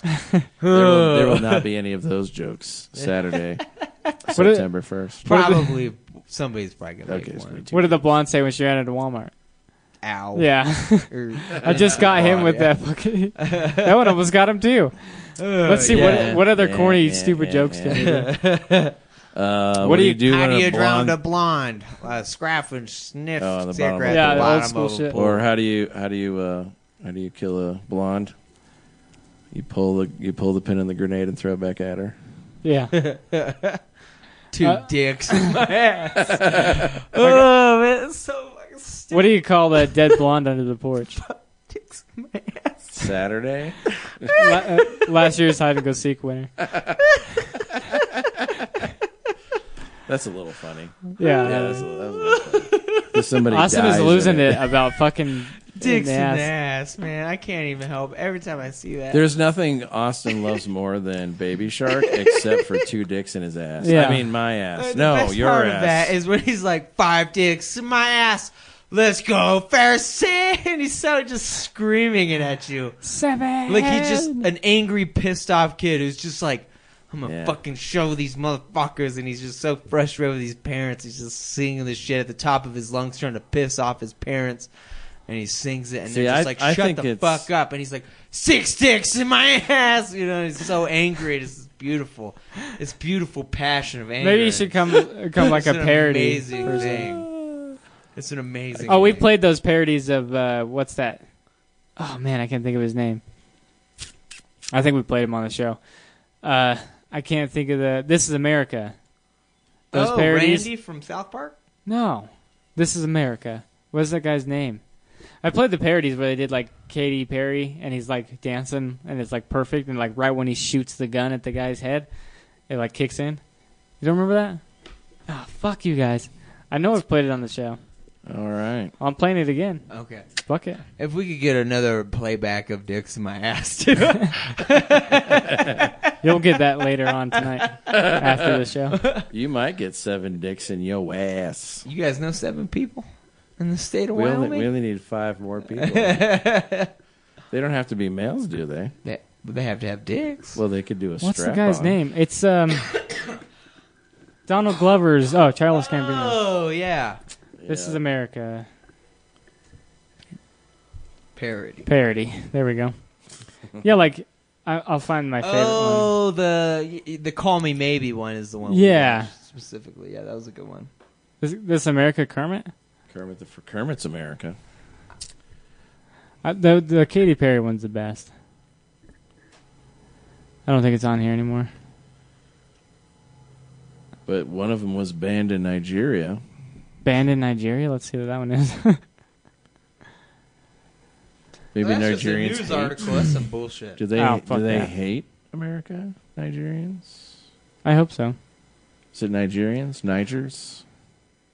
F: There will, there will not be any of those jokes Saturday,
D: it-
F: September 1st.
E: Probably somebody's probably gonna
F: Okay,
E: make
F: it's me
E: one.
F: too.
D: What did the blonde say when she ran into Walmart?
E: Ow.
D: Yeah,
E: Or-
D: I just got him with
E: Yeah.
D: that fucking. That one almost got him too. Let's see
F: yeah,
D: what what other
F: yeah,
D: corny,
F: yeah,
D: stupid
F: yeah,
D: jokes
F: yeah.
D: can you do.
F: Uh,
D: What
F: what,
D: do
F: do
D: you-
F: you do
E: how
F: when
E: do you
F: a blonde
E: drown a blonde? Uh, scraff and sniff
F: Oh, the bottom
E: cigarette
F: of
D: Yeah,
E: at the
D: the old
E: bottom
D: school
E: of a
D: shit.
E: pool.
F: or how do you how do you uh, how do you kill a blonde? You pull the you pull the pin on the grenade and throw it back at her.
D: Yeah.
E: two
D: Uh,
E: dicks in my ass. oh man, it's so fucking stupid.
D: What do you call that dead blonde under the porch?
E: Dicks in my ass.
F: Saturday.
D: La- uh, last year's hide and go seek winner.
F: That's a little funny.
D: Yeah.
F: Yeah, that's a, that was a little funny. If somebody
D: Austin is
F: dies
D: losing
F: in
D: it about fucking in
E: Dicks
D: the
E: in
D: ass.
E: the ass, man. I can't even help. Every time I see that,
F: There's nothing Austin loves more than Baby Shark, except for two dicks in his ass.
D: Yeah.
F: I mean, my ass.
E: Uh, the
F: no,
E: best
F: your
E: part
F: ass.
E: of that is when he's like five dicks in my ass. Let's go, Ferguson! And he's so just screaming it at you.
D: Seven.
E: Like he's just an angry, pissed off kid who's just like, I'm gonna
F: Yeah.
E: fucking show these motherfuckers, and he's just so frustrated with these parents. He's just singing this shit at the top of his lungs, trying to piss off his parents. And he sings it, and
F: See,
E: they're
F: I-
E: just like,
F: I
E: "Shut
F: think
E: the
F: it's-
E: fuck up!" And he's like, six dicks in my ass," you know. He's so angry. It's beautiful. It's beautiful passion of anger.
D: Maybe you should come uh, come like a
E: It's an
D: parody.
E: Amazing
D: person.
E: thing. It's an amazing.
D: Oh, we
E: thing.
D: played those parodies of uh, what's that? Oh man, I can't think of his name. I think we played him on the show. Uh, I can't think of the. This is America. Those
E: oh,
D: parodies.
E: Randy from South Park.
D: No, this is America. What's that guy's name? I played the parodies where they did like Katy Perry and he's like dancing and it's like perfect and like right when he shoots the gun at the guy's head, it like kicks in. You don't remember that? Ah, fuck you guys. I know I've played it on the show.
F: All right.
D: I'm playing it again.
E: Okay.
D: Fuck it.
E: If we could get another playback of Dicks in My Ass, too.
D: You'll get that later on tonight after the show.
F: You might get seven dicks in your ass.
E: you guys know seven people in the state of
F: We only,
E: Wyoming?
F: we only need five more people. they don't have to be males, do they?
E: They, they have to have dicks.
F: Well, they could do a strap.
D: What's the guy's name? It's um Donald Glover's. Oh, Charles Gambino.
E: oh, yeah.
D: This is America
E: Parody.
D: parody. There we go. Yeah, like I, I'll find my favorite one.
E: Oh, the y- the Call Me Maybe one is the one. we
D: Yeah.
E: watched Specifically. Yeah, that was a good one.
D: This, this America Kermit.
F: Kermit the for Kermit's America.
D: I, Uh, the the Katy Perry one's the best. I don't think it's on here anymore.
F: But one of them was banned in Nigeria.
D: Banned in Nigeria. Let's see what that one is.
F: Maybe
E: That's just a
F: Nigerians.
E: news
F: hate-
E: article. That's some bullshit.
F: Do they
D: Oh, fuck
F: do they
D: that.
F: hate America? Nigerians?
D: I hope so.
F: Is it Nigerians? Nigers?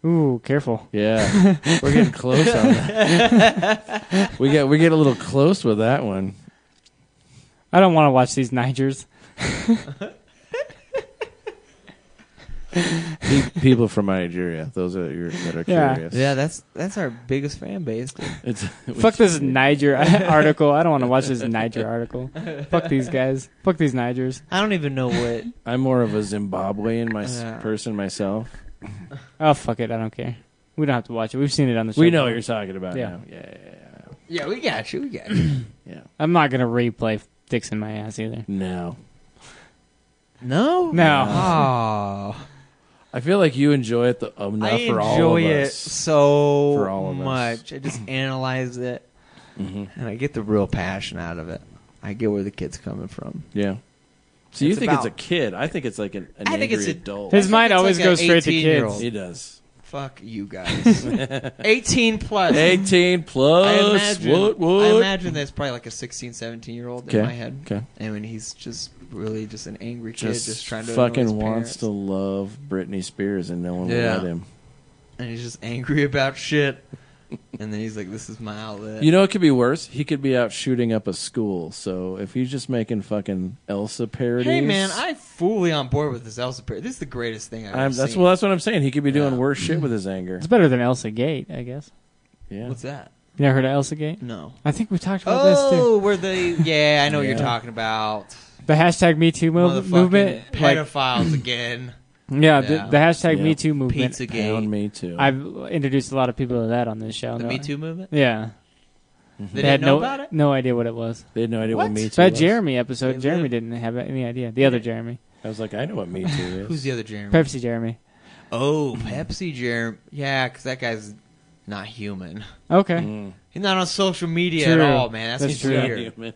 D: Ooh, careful.
F: Yeah, we're getting close on that. we get we get a little close with that one.
D: I don't want to watch these Nigers.
F: Pe- People from Nigeria, those are your, that are
D: Yeah.
F: curious.
E: Yeah, that's that's our biggest fan base.
F: It's,
D: Fuck this Niger article. I don't want to watch this Niger article. Fuck these guys. Fuck these Nigers.
E: I don't even know what.
F: I'm more of a Zimbabwean my
E: Yeah.
F: person myself.
D: Oh fuck it. I don't care. We don't have to watch it. We've seen it on the show.
F: We know what
D: before.
F: you're talking about
D: Yeah.
F: now. Yeah, yeah, yeah,
E: yeah, we got you. We got you.
F: yeah.
D: I'm not gonna replay dicks in my ass either.
F: No,
E: No?
D: No.
E: Oh.
F: I feel like you enjoy it the, enough
E: I
F: for all
E: enjoy
F: of
E: it
F: us.
E: so
F: For all of us.
E: much. I just analyze it,
F: Mhm.
E: and I get the real passion out of it. I get where the kid's coming from.
F: Yeah. So you
E: It's
F: think
E: about-
F: it's a kid? I think it's like an, an
E: I think
F: angry
E: it's a-
F: adult.
D: His
E: think
D: mind
E: it's
D: always
E: like
D: goes
E: an
D: straight to
E: 18-year-old.
D: kids.
F: he does.
E: Fuck you guys. Eighteen plus.
F: 18
E: I
F: plus.
E: imagine.
F: what? What?
E: I imagine there's probably like a 16, 17 year old in
F: Okay,
E: my head.
F: okay.
E: And when he's just really just an angry kid,
F: just,
E: just, trying to annoy his
F: fucking wants
E: parents.
F: to love Britney Spears and no one
E: Yeah.
F: will let him.
E: and he's just angry about shit. and then he's like, "This is my outlet."
F: You know, it could be worse. He could be out shooting up a school. So if he's just making fucking Elsa parodies,
E: hey man, I'm fully on board with this Elsa pair. This is the greatest thing I've ever
F: I'm, that's
E: seen.
F: well, that's what I'm saying. He could be doing
E: Yeah.
F: worse shit with his anger.
D: It's better than Elsa Gate, I guess.
F: Yeah,
E: What's that?
D: You never heard of Elsa Gate?
E: No.
D: I think we talked about this too.
E: Oh, where they? Yeah, I know what
F: Yeah.
E: you're talking about.
D: The hashtag Me Too mov-
E: Motherfucking
D: movement. Like,
E: pedophiles again.
D: yeah, the,
E: Yeah.
D: the hashtag
F: Yeah.
D: Me Too movement.
E: Pizza
F: Pound
E: game.
F: me too.
D: I've introduced a lot of people to that on this show.
E: The
D: no-
E: Me Too movement.
D: Yeah.
E: They, didn't
D: had
E: know
D: no,
E: about it.
D: no idea what it was.
F: they had no idea what,
E: What?
F: me too.
D: That
F: was.
D: Jeremy
E: They
D: episode, Jeremy didn't have any idea. The other Jeremy.
F: I was like, I know what me too
E: Who's
F: is.
E: the other Jeremy?
D: Pepsi Jeremy.
E: Oh, Pepsi Jeremy. Yeah, because that guy's not human.
D: Okay.
F: Mm.
E: He's not on social media
D: True.
E: at all, man. That's,
D: That's
E: just
D: true.
E: weird.
F: Human.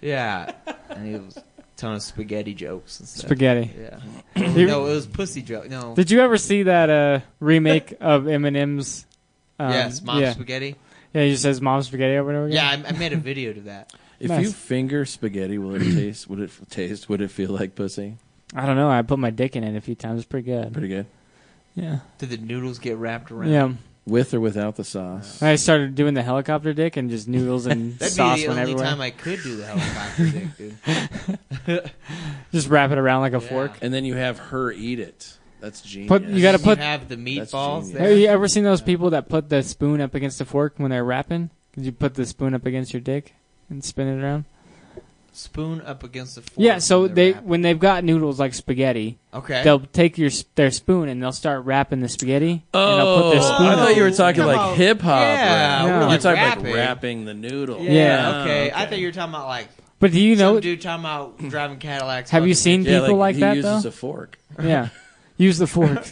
E: Yeah. and he was telling us spaghetti jokes and stuff.
D: Spaghetti.
E: Yeah.
D: You-
E: no, it was pussy joke. No.
D: Did you ever see that uh, remake of Eminem's? Um,
E: yes, mom
D: yeah.
E: spaghetti.
D: yeah, he just says "Mom Spaghetti" over and over again.
E: Yeah, I, I made a video to that.
F: If
D: Nice.
F: you finger spaghetti, will it taste? Would it f- taste? Would it feel like pussy?
D: I don't know. I put my dick in it a few times. It's pretty good.
F: Pretty good.
D: Yeah.
E: Did the noodles get wrapped around?
D: Yeah.
F: With or without the sauce?
D: I started doing the helicopter dick and just noodles and
E: That'd
D: sauce
E: be the
D: went
E: only
D: everywhere.
E: time I could do the helicopter dick, dude.
D: Just wrap it around like a
E: Yeah.
D: fork.
F: And then you have her eat it. That's genius.
D: Put- you gotta- put-
E: have the meatballs
F: genius.
E: there.
D: Have you ever seen those people that put the spoon up against the fork when they're wrapping? Did you put the spoon up against your dick and spin it around?
E: Spoon up against the fork.
D: yeah, so
E: when
D: they
E: they're wrapped.
D: when they've got noodles like spaghetti,
E: Okay.
D: they'll take your s- their spoon and they'll start wrapping the spaghetti. and they'll
F: Oh,
D: put their spoon
F: I
D: up.
F: thought you were talking
E: Come
F: like
E: on.
F: hip hop.
E: Yeah,
D: we're
F: you're
D: like
F: talking
E: rapping.
F: like wrapping the noodle.
E: yeah,
D: Yeah.
E: okay. I thought you were talking about like
D: But do you know?
E: some dude talking about driving Cadillacs.
D: Have you
E: fucking
D: seen
F: Yeah,
D: people like,
F: he
D: that
F: uses
D: though?
F: a fork.
D: yeah, use the fork.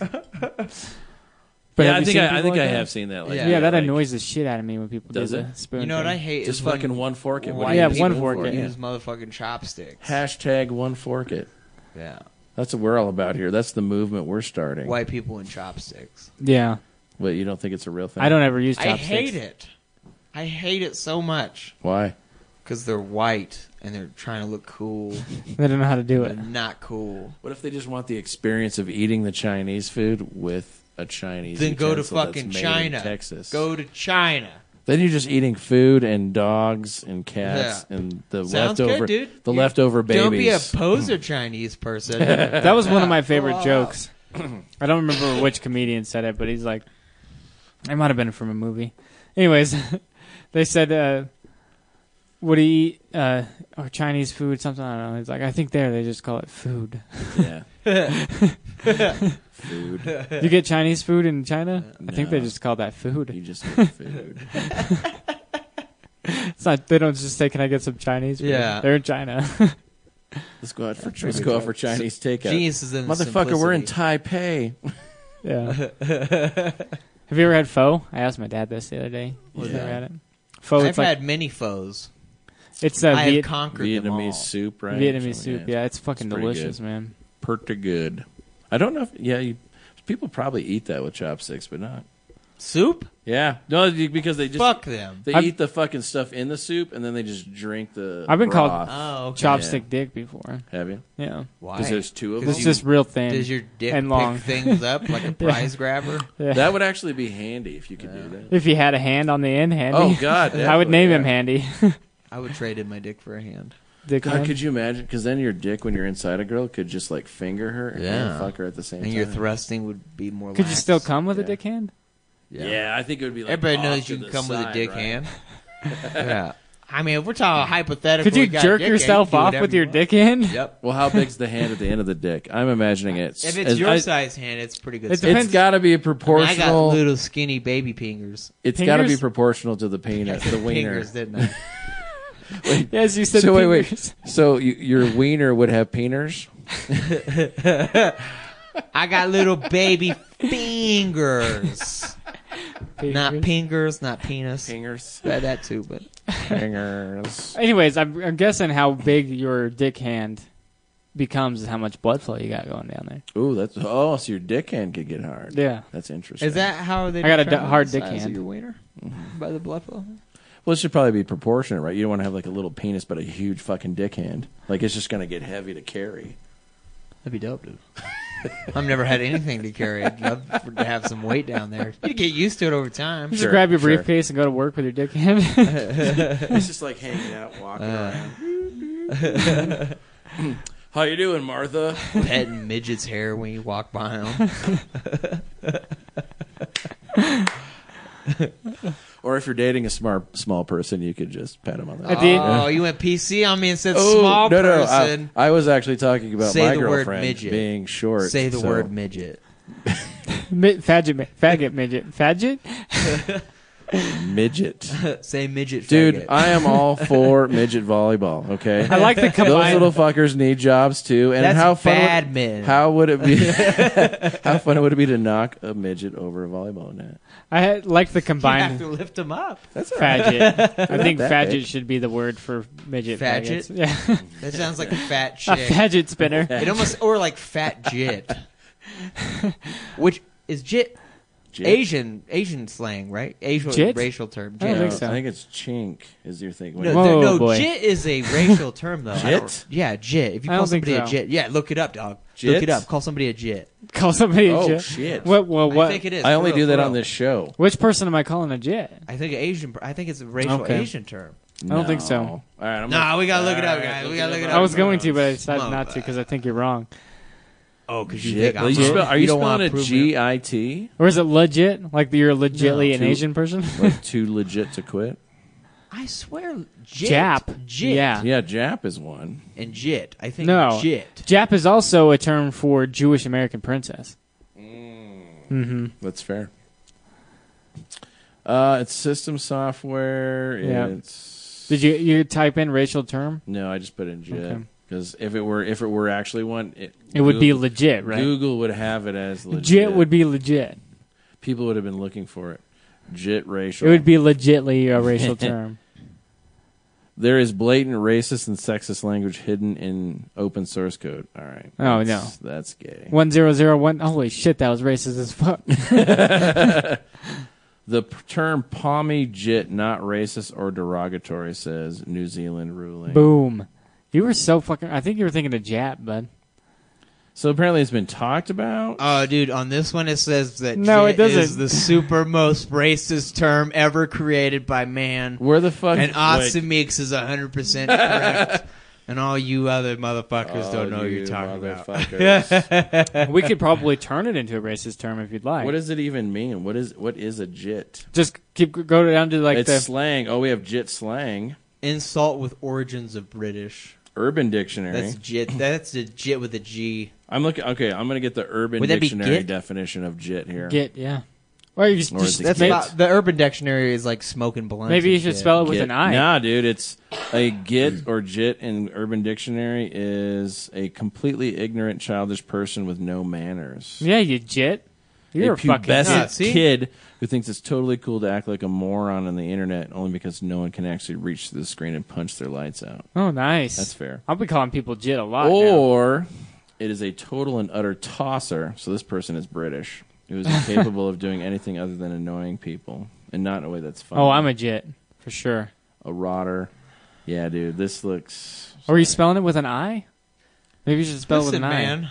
D: But
F: yeah,
D: have
F: I
D: you
F: think
D: seen
F: I,
D: people
F: I think
D: like
F: I
D: that?
F: have seen that. Like,
E: Yeah,
D: Yeah, that
F: like,
D: annoys the shit out of me when people
F: Does
D: do
F: it?
D: the spoon.
E: You know what I
D: thing.
E: hate
F: Just
E: is when
F: fucking one fork it.
E: white
D: Yeah,
E: people
D: one fork it, yeah.
E: use motherfucking chopsticks.
F: Hashtag one fork it.
E: yeah,
F: That's what we're all about here. That's the movement we're starting.
E: white people and chopsticks.
D: Yeah,
F: But you don't think it's a real thing?
D: I don't ever use
E: I
D: chopsticks.
E: hate it. I hate it so much
F: Why?
E: because they're white and they're trying to look cool.
D: I don't know how to do
E: but
D: it.
E: not cool.
F: What if they just want the experience of eating the Chinese food with a Chinese?
E: Then go to
F: utensil that's
E: fucking
F: made in
E: China.
F: Texas.
E: Go to China.
F: Then you're just eating food and dogs and cats
E: Yeah.
F: and the
E: Sounds good,
F: leftover
E: dude.
F: the
E: You-
F: leftover babies.
E: Don't be a poser Chinese person.
D: That was one of my
E: Full
D: favorite
E: out.
D: jokes. I don't remember which comedian said it, but he's like, it might have been from a movie. Anyways, they said, uh, "What do you eat?" Uh, or Chinese food, something. I don't know. He's like, I think there they just call it food.
F: yeah. food.
D: You get Chinese food in China? I think they
F: No.
D: just call that food.
F: You just eat food.
D: It's not. They don't just say, "Can I get some Chinese?" food?"
E: Yeah.
D: they're in China.
F: Let's go out for let's go out for Chinese takeout.
E: Genius is in the
F: Motherfucker, we're in
E: simplicity.
F: Taipei.
D: yeah. Have you ever had pho? I asked my dad this the other day. He's
F: Yeah.
D: never had it. Pho.
E: I've
D: it's like
E: had many foes.
D: it's a
E: I have
D: Viet-
E: conquered them all.
F: Vietnamese soup, right?
D: Vietnamese
F: So,
D: soup. Yeah, it's fucking
F: it's pretty
D: delicious,
F: good.
D: man.
F: Pretty good. I don't know if yeah, you, people probably eat that with chopsticks, but not.
E: Soup?
F: Yeah. No, you- because they just
E: Fuck them.
F: They
D: I've-
F: eat the fucking stuff in the soup and then they just drink the.
D: I've been called-
F: broth.
E: Oh, okay.
D: Chopstick dick before.
F: Have you?
D: Yeah,
E: Why?
F: Because there's two of them.
E: Does
D: it's
E: you-
D: just real thin.
E: Does your dick
D: and long.
E: pick things up like a prize grabber?
D: Yeah.
F: That would actually be handy if you could do that.
D: if you had a hand on the end, handy.
F: Oh God,
D: I would
F: definitely,
D: name
F: yeah.
D: him Handy.
E: I would trade in my dick for a hand.
D: Dick
F: God,
D: hand.
F: could you imagine? Because then your dick, when you're inside a girl, could just like finger her and
E: Yeah.
F: fuck her at the same
E: And
F: time.
E: your thrusting would be more
D: Could you
E: lax.
D: still come with a
F: Yeah.
D: dick hand?
F: Yeah. I think it would be. like
E: Everybody
F: off
E: knows
F: to
E: you can
F: the
E: come with a
F: side,
E: dick
F: right?
E: hand. yeah. I mean, if we're talking hypothetical.
D: Could you
E: we got
D: jerk
E: dick hand,
D: yourself
E: you can do
D: off
E: whatever
D: with
E: you
D: your
E: want.
D: dick hand?
E: Yep.
F: Well, how big's the hand at the end of the dick? I'm imagining it.
E: If it's
F: as-
E: your
F: I-
E: size hand, it's pretty good.
D: It
E: size.
F: it's
D: Depends-
F: got to be
E: I got
F: proportional.
E: little skinny baby pingers.
F: it's got to be
D: Fingers?
F: proportional to the penis, the wiener.
E: Pingers, didn't I?
D: Yes, you said.
F: So wait, wait.
D: fingers.
F: So you, your wiener would have peeners.
E: I got little baby fingers. Not
D: Fingers.
E: pingers, not penis.
F: Pingers.
E: Yeah, that too, but
F: Pingers.
D: Anyways, I'm, I'm guessing how big your dick hand becomes is how much blood flow you got going down there.
F: Ooh, that's oh, so your dick hand could get hard.
D: Yeah.
F: That's interesting.
E: is that how they?
D: I got a d-
E: determine
D: hard
E: the
D: dick
E: size of
D: hand.
E: Your wiener
F: Mm-hmm.
E: by the blood flow.
F: Well, it should probably be proportionate, right? You don't want to have like a little penis but a huge fucking dick hand. Like it's just gonna get heavy to carry.
E: That'd be dope, dude. I've never had anything to carry. I'd love for- to have some weight down there. You get used to it over time.
D: Just
F: Sure,
D: grab your
F: sure.
D: briefcase and go to work with your dick in it.
F: It's just like hanging out, walking around. Uh. How you doing, Martha?
E: Petting midgets' hair when you walk by them.
F: Or if you're dating a smart small person, you could just pat him on the
D: At
F: head.
D: the end-
E: Oh, you went PC on me and said
F: Oh,
E: small
F: no, no,
E: person.
F: I, I was actually talking about
E: Say
F: my
E: the word
F: girlfriend
E: midget.
F: being short.
E: Say the
F: so-
E: word midget.
D: Mi- faggot, mi- faggot, midget, faggot.
F: midget.
E: Say midget.
F: Dude, uh,
E: faggot.
F: I am all for midget volleyball. Okay,
D: I like the
F: those
D: combined.
F: little fuckers need jobs too. And
E: That's
F: how fun?
E: bad
F: would,
E: men.
F: How would it be? how fun would it be to knock a midget over a volleyball net?
D: I had- like
E: you
D: the
E: have
D: combined
E: to lift them up.
D: faggot. I think
F: that
D: faggot
F: big.
D: should be the word for midget.
E: Faggot?
D: faggots. Yeah,
E: That sounds like a fat
D: a
E: chick.
D: faggot spinner.
E: It almost or like fat jit, which is jit
F: Jit.
E: Asian Asian slang, right? Asian
D: Jit?
E: racial term.
D: I don't
E: Jit.
D: think so.
F: I think it's chink is your thing.
E: No,
D: Whoa,
E: no,
D: boy.
E: jit is a racial term though. I don't-
F: Jit?
E: Yeah, jit. If you
D: I
E: call
D: don't think
E: somebody a
D: so.
E: jit, yeah, look it up, dog. Look
F: Jit?
E: it up. Call somebody a jit.
D: Call somebody a
F: Oh,
D: jit.
F: shit.
D: What? Well,
E: I think
D: what?
E: it is.
F: I only
E: for real,
F: do that
E: for
F: on
E: real.
F: this show.
D: Which person am I calling a jit?
E: I think Asian. I think it's a racial
D: Okay.
E: Asian term.
D: I don't think so.
F: All right, I'm
E: Nah, we gotta look it up,
F: All
E: guys. We gotta look it
D: I
E: up.
D: was going to, but
E: Smoke
D: I decided not
E: that.
D: to because I think you're wrong.
E: Oh, because you
F: Jit.
E: think
F: Are
E: I'm
F: you,
E: wrong.
F: spell, are you,
E: don't
F: spelling
E: wanna
F: it
E: prove
F: G I T?
D: Or is it legit? Like you're legitly
F: No.
D: an
F: Too-
D: Asian person?
F: Like too legit to quit?
E: I swear, jit,
D: Jap.
E: jit,
D: Yeah.
F: Yeah, Jap is one.
E: and jit. I think
D: No.
E: jit.
D: Jap is also a term for Jewish American princess.
E: Mm.
D: Mm-hmm.
F: That's fair. Uh, it's system software.
D: Yeah.
F: It's
D: Did you you type in racial term?
F: No, I just put in Jit
D: Okay.
F: because if it were if it were actually one, it,
D: It would be
F: Google-
D: legit, right?
F: Google would have it as legit.
D: Jit would be legit.
F: people would have been looking for it. Jit racial.
D: It would be legitly a racial term.
F: There is blatant racist and sexist language hidden in open source code. All right.
D: Oh,
F: That's- that's gay.
D: One zero zero one. Holy shit, that was racist as fuck.
F: The p- term "pommy jit" not racist or derogatory says New Zealand ruling.
D: Boom. You were so fucking. I think you were thinking of Jap, bud.
F: So apparently, it's been talked about.
E: Oh, dude, on this one it says that
D: No,
E: jit
D: it doesn't.
E: is the super most racist term ever created by man.
F: Where the fuck?
E: And
F: Wait.
E: Austin Meeks is 100% correct. and all you other motherfuckers
F: Oh,
E: don't know what
F: you
E: you're talking about.
F: motherfuckers.
D: We could probably turn it into a racist term if you'd like.
F: what does it even mean? What is what is a jit?
D: Just keep go down to like
F: it's
D: the
F: slang. Oh, we have jit slang.
E: Insult with origins of British.
F: Urban Dictionary.
E: That's jit. That's a jit with a G.
F: I'm looking. Okay, I'm gonna get the Urban
E: Would that be
F: Dictionary
E: git?
F: definition of jit here.
D: get. Yeah. Or you just,
F: Or
D: just
F: the
E: That's
F: Jit.
D: maybe,
E: not, the Urban Dictionary is like smoking blunts.
D: maybe you
E: and
D: should
E: shit.
D: spell it with
F: Git.
D: an I.
F: Nah, dude, it's a git or jit in Urban Dictionary is a completely ignorant, childish person with no manners.
D: Yeah, you jit. You're
F: a
D: a fucking.
F: pubescent
E: Yeah, see?
F: kid who thinks it's totally cool to act like a moron on the internet only because no one can actually reach through the screen and punch their lights out.
D: Oh, nice.
F: That's fair. Oh.
D: I'll be calling people jit a lot. now.
F: Or it is a total and utter tosser. So this person is British. Who is incapable of doing anything other than annoying people, and not in a way that's fun.
D: Oh, I'm a jit for sure.
F: a rotter. Yeah, dude, this looks.
D: Or Are you spelling it with an I? Maybe you should spell it
E: Listen,
D: with an
E: man.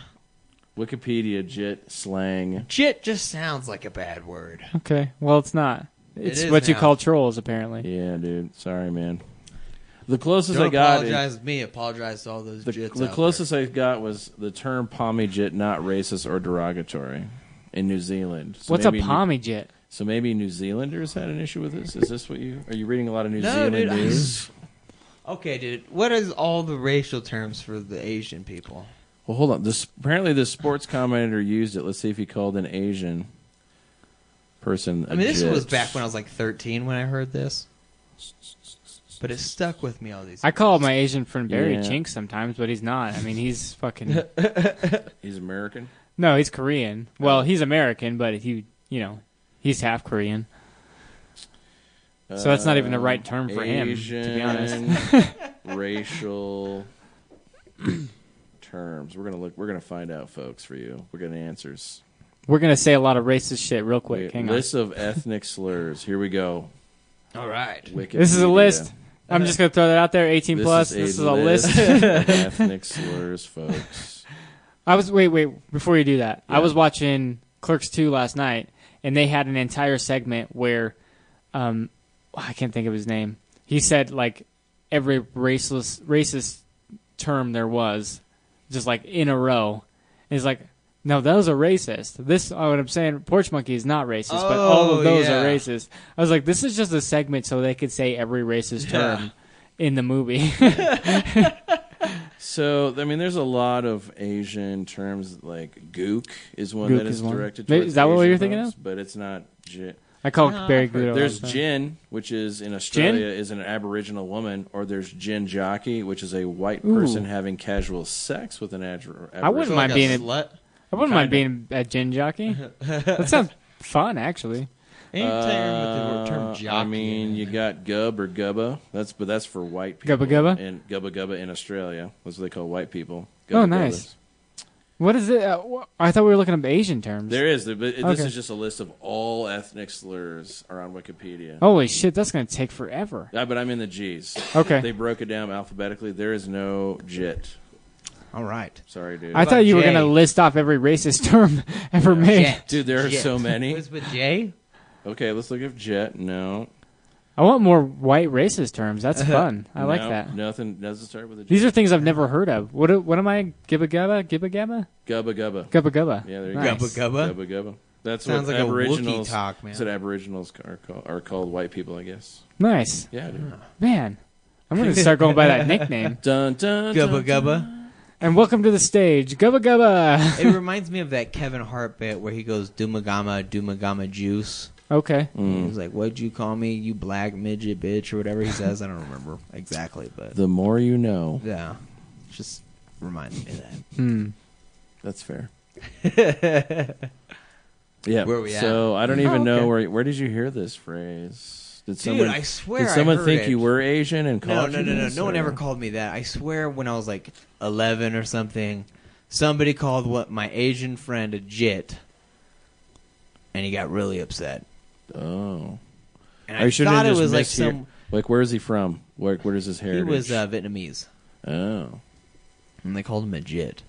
F: Wikipedia jit slang.
E: Jit just sounds like a bad word.
D: I. Okay. Well, it's not. It's
E: is
D: what you
E: now.
D: call trolls, apparently.
F: Yeah, dude. Sorry, man. The closest
E: Don't
F: I got. is-
E: apologize to me. Apologize to all those
F: The,
E: jits.
F: the
E: out there.
F: closest I got was the term pommy jit, not racist or derogatory, in New Zealand. So
D: What's a
F: maybe-
D: pommy jit?
F: So maybe New Zealanders had an issue with this. Is this what you are you reading a lot of New
E: No,
F: Zealand
E: dude, I-
F: news?
E: Okay, dude. What is all the racial terms for the Asian people?
F: Well, hold on. This apparently the sports commentator used it. Let's see if he called an Asian person.
E: I mean, this was back when I was like 13 when I heard this, but it stuck with me all these.
D: I call my Asian friend Barry
F: Yeah.
D: Chink sometimes, but he's not. I mean, he's fucking.
F: he's American.
D: no, he's Korean. Well, he's American, but he, you know, he's half Korean. So that's not even the right term for him, to
F: Uh,
D: be honest.
F: honest. racial terms. We're gonna look. We're gonna find out, folks. For you, we're gonna answers.
D: We're gonna say a lot of racist shit real quick.
F: Wait,
D: Hang on.
F: list of ethnic slurs. Here we go.
E: all right.
F: Wikipedia.
D: This is a list. I'm just gonna throw that out there. 18 plus. this is a list.
F: of ethnic slurs, folks.
D: I was wait wait before you do that. I was watching Clerks two last night, and they had an entire segment where, um, I can't think of his name. He said like every raceless racist term there was, just like in a row. And he's like, no, those are racist. This, oh, what I'm saying, porch monkey is not racist, but all
E: Oh,
D: of those
E: yeah.
D: are racist. I was like, this is just a segment so they could say every racist term in the movie.
F: So I mean, there's a lot of Asian terms like "gook" is one
D: Gook
F: that is,
D: is one.
F: directed.
D: Maybe-
F: Towards
D: is that what
F: Asian
D: you're thinking
F: folks, But it's not. J-
D: I call
E: No,
D: Barry
E: I've heard-
D: Gudo.
F: There's
D: all the time.
F: Jin, which is in Australia is an Aboriginal woman, or there's Jin Jockey, which is a white person
D: Ooh.
F: having casual sex with an Aboriginal.
D: I wouldn't mind
E: like
D: being
E: a
D: a-
E: slut.
D: I wouldn't mind being a gin jockey. that sounds fun, actually.
E: Anytime with the
F: Uh,
E: term jockey.
F: I mean, you got gub or gubba. That's but that's for white people.
D: Gubba gubba?
F: and gubba gubba in Australia. That's what they call white people.
D: Oh,
F: Gubba
D: nice.
F: gubbas.
D: What is it? Uh, wh- I thought we were looking up Asian terms.
F: There is, but this
D: Okay.
F: is just a list of all ethnic slurs are on Wikipedia.
D: Holy shit, that's gonna take forever.
F: Yeah, but I'm in the G's.
D: Oh. Okay.
F: They broke it down alphabetically. There is no JIT.
E: all right.
F: Sorry, dude.
D: I thought you were
E: Jay?
D: gonna list off every racist term ever made.
F: Dude, there are so many.
E: Was with Jay?
F: Okay, let's look at JIT. No.
D: I want more white racist terms. That's fun. I like
F: No.
D: that.
F: Nothing doesn't start with a J.
D: These are things I've never heard of. What? What am I? Gibba gabba, gibba gabba,
F: Gubba Gubba.
D: gubba gubba.
F: Yeah, there you
D: Nice.
F: go.
E: Gubba gubba.
F: Gubba Gubba. That's
E: Sounds
F: what
E: like a
F: Aboriginals
E: Wookiee talk, man.
F: That's what Aboriginals are called, are called white people, I guess.
D: Nice,
F: Yeah, dude.
E: Ah.
D: man. I'm gonna start going by that nickname.
F: Dun, dun,
E: Gubba
F: dun.
E: gubba.
D: And welcome to the stage, gubba gubba.
E: It reminds me of that Kevin Hart bit where he goes Dumagama Dumagama juice.
D: Okay.
F: Mm.
E: He's like, "What'd you call me? You black midget bitch or whatever he says." I don't remember exactly, but
F: The more you know.
E: yeah, just reminds me of that.
D: Hmm.
F: That's fair. yeah.
E: Where we at?
F: So I don't even
D: Oh,
F: know
D: okay.
F: where where did you hear this phrase? Did someone
E: I swear
F: did
E: I
F: someone
E: heard
F: think
E: it.
F: you were Asian and
E: No,
F: called
E: no,
F: you
E: no, no.
F: this,
E: No one
F: or-
E: ever called me that. I swear, when I was like eleven or something, somebody called what my Asian friend a jit, and he got really upset.
F: Oh.
E: And
F: Or you shouldn't
E: thought
F: have
E: it
F: just
E: was like
F: missed here-
E: some.
F: Like where is he from? Where where is his
E: He
F: heritage?
E: was uh, Vietnamese,
F: Oh.
E: and they called him a jit.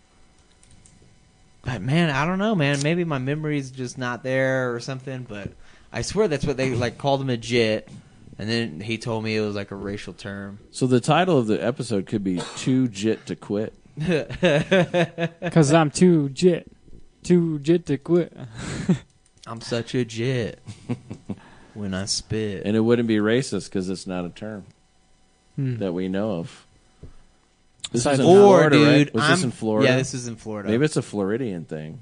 E: But man, I don't know, man. Maybe my memory's just not there or something. But I swear that's what they like called him a jit, and then he told me it was like a racial term.
F: So the title of the episode could be Too Jit to Quit.
D: Cause I'm too jit, too jit to quit.
E: I'm such a jit when I spit.
F: And it wouldn't be racist because it's not a term
D: Hmm.
F: that we know of. This
E: Or
F: is in Florida,
E: dude,
F: right? Was this
E: I'm-
F: in Florida?
E: Yeah, this is in Florida.
F: Maybe it's a Floridian thing.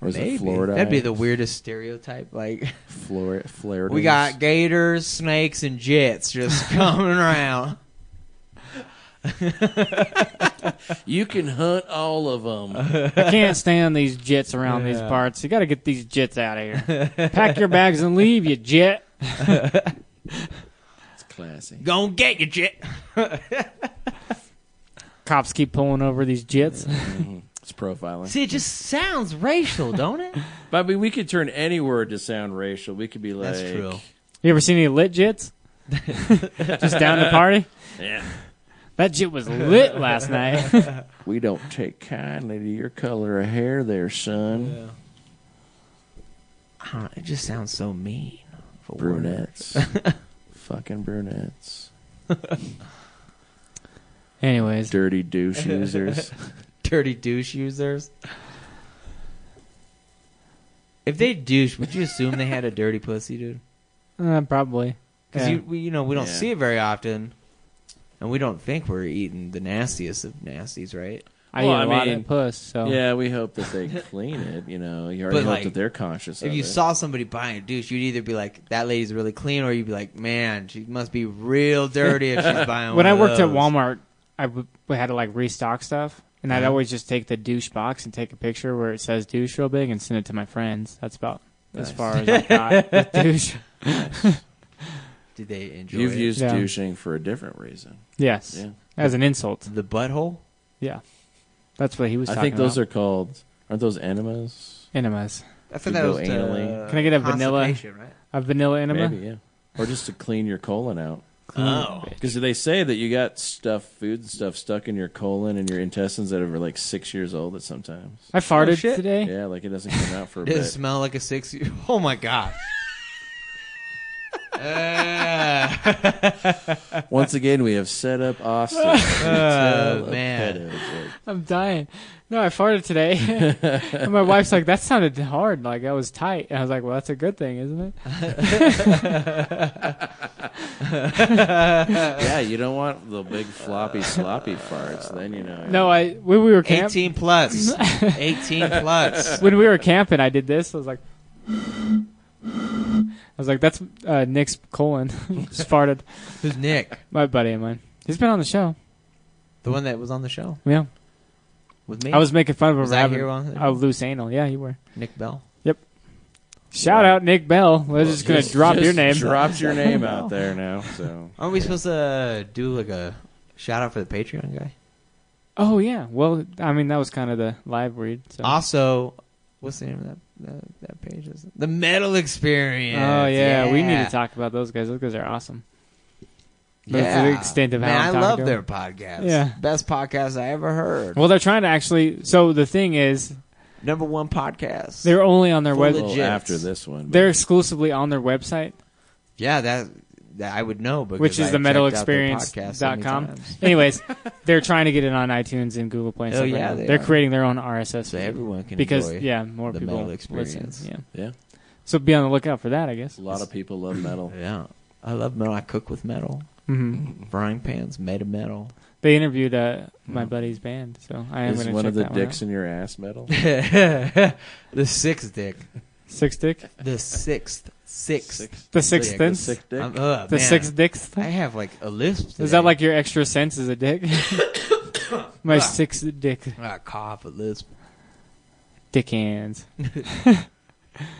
F: Or is
E: Maybe.
F: it Florida?
E: That'd be the weirdest stereotype. Like
F: Flor- Florida.
E: we got gators, snakes, and jets just coming around.
F: You can hunt all of them.
D: I can't stand these jets around these parts. You got to get these jets out of here. Pack your bags and leave, you jet.
F: It's classy.
E: Gonna get you, jet.
D: Cops keep pulling over these jets.
F: It's profiling.
E: See, it just sounds racial, don't it?
F: But I mean, we could turn any word to sound racial. We could be like,
E: That's true.
D: You ever seen any lit jets? Just down to party.
F: Yeah.
D: That jit was lit last night.
F: "We don't take kindly to your color of hair, there, son."
E: I don't know, it just sounds so mean. for words.
F: Brunettes, fucking brunettes,
D: Anyways,
F: dirty douche users.
E: dirty douche users. If they douche, would you assume they had a dirty pussy, dude?
D: uh, probably.
E: Because
D: Yeah.
E: you, we, you know, we don't
F: Yeah.
E: see it very often, and we don't think we're eating the nastiest of nasties, right?
D: I
F: Well,
D: eat a
F: I
D: lot
F: mean,
D: of puss, so
F: Yeah, we hope that they clean it. You know, you already
E: But,
F: hope
E: like,
F: that they're conscious.
E: If
F: of
E: you
F: it.
E: saw somebody buying a douche, you'd either be like, "That lady's really clean," or you'd be like, "Man, she must be real dirty if she's buying."
D: when
E: one
D: I
E: of
D: worked at
E: those."
D: Walmart, I w- we had to like restock stuff, and I'd always just take the douche box and take a picture where it says douche real big and send it to my friends. That's about as
E: Nice.
D: far as I got with douche.
E: did they enjoy
F: you've
E: it?
F: used
D: Yeah.
F: douching for a different reason.
D: Yes,
F: Yeah,
D: as an insult.
E: the butthole?
D: Yeah, that's what he was.
F: I
D: talking
F: think those
D: about.
F: are called. Aren't those enemas?
D: are enemas.
E: I thought
F: You
E: that
F: go
E: was to,
F: anally.
E: uh,
D: Can I get a vanilla?
E: constipation, Right?
D: A vanilla enema.
F: Maybe yeah, or just to clean your colon out.
E: Oh.
F: Because they say that you got stuff, food and stuff stuck in your colon and your intestines that are like six years old at sometimes.
D: I farted
E: shit.
D: today.
F: Yeah, like it doesn't come out for a
E: Does it
F: bit.
E: smell like a six year Oh my gosh. Uh,
F: Once again, we have set up Austin. Oh
E: man.
D: I'm dying. No, I farted today. and my wife's like, that sounded hard. Like, that was tight. And I was like, well, that's a good thing, isn't it?
F: Yeah, you don't want the big floppy sloppy farts. Then you know.
D: No, I when we were camp
E: 18 plus. 18 plus.
D: when we were camping, I did this. I was like, I was like, that's uh, Nick's colon. Just farted.
E: Who's Nick?
D: My buddy of mine. He's been on the show.
E: The one that was on the show
D: Yeah,
E: with me?
D: I was making fun of him.
E: Was
D: for
E: I
D: having-
E: here on-
D: Oh, loose anal. Yeah, you were.
E: Nick Bell.
D: Shout out Nick Bell. We're just gonna drop your name.
F: Dropped your name out there now. So
E: Aren't we supposed to uh, do like a shout out for the Patreon guy?
D: Oh yeah. Well, I mean that was kind of the live read. So.
E: Also, what's the name of that that, that page? Is the Metal Experience.
D: Oh yeah, we need to talk about those guys. Those guys are awesome. That's
E: Yeah.
D: the extent of how
E: Man,
D: I'm
E: I
D: talking
E: love
D: to
E: their podcast.
D: Yeah.
E: best podcast I ever heard.
D: Well, they're trying to actually. So the thing is,
E: Number one podcast.
D: they're only on their
E: Full
D: web.
E: of-
F: well,
E: Jets.
F: after this one,
D: They're exclusively on their website.
E: yeah, that, that I would know, because
D: Which is
E: I
D: the Metal
E: checked out their podcast so many
D: com.
E: times.
D: Anyways, they're trying to get it on iTunes and Google Play. And
E: Oh,
D: stuff
E: yeah,
D: right now.
E: they
D: they're
E: are.
D: creating their own RSS
E: So
D: feed.
E: everyone can
D: because
E: enjoy.
D: yeah, more
E: the
D: people
E: metal
D: listen.
E: experience.
D: Yeah,
F: yeah,
D: so be on the lookout for that. I guess.
F: a lot of people love metal.
E: yeah. I love metal. I cook with metal.
D: hmm
E: Frying pans made of metal.
D: They interviewed uh, my buddy's band, so I am
F: Is
D: going to
F: one
D: check
F: of the
D: that
F: dicks
D: one
F: in your ass metal?
E: the sixth dick.
D: out. Six dick,
E: The sixth. Sixth.
D: the sixth
F: dick, the
D: sense,
F: sick dick.
E: I'm, uh,
D: the
E: man,
D: sixth dicks.
E: I have like a lisp.
D: Is
E: today.
D: that like your extra sense is a dick?
E: Ah.
D: my sixth dick,
E: I cough a lisp?
D: dick hands.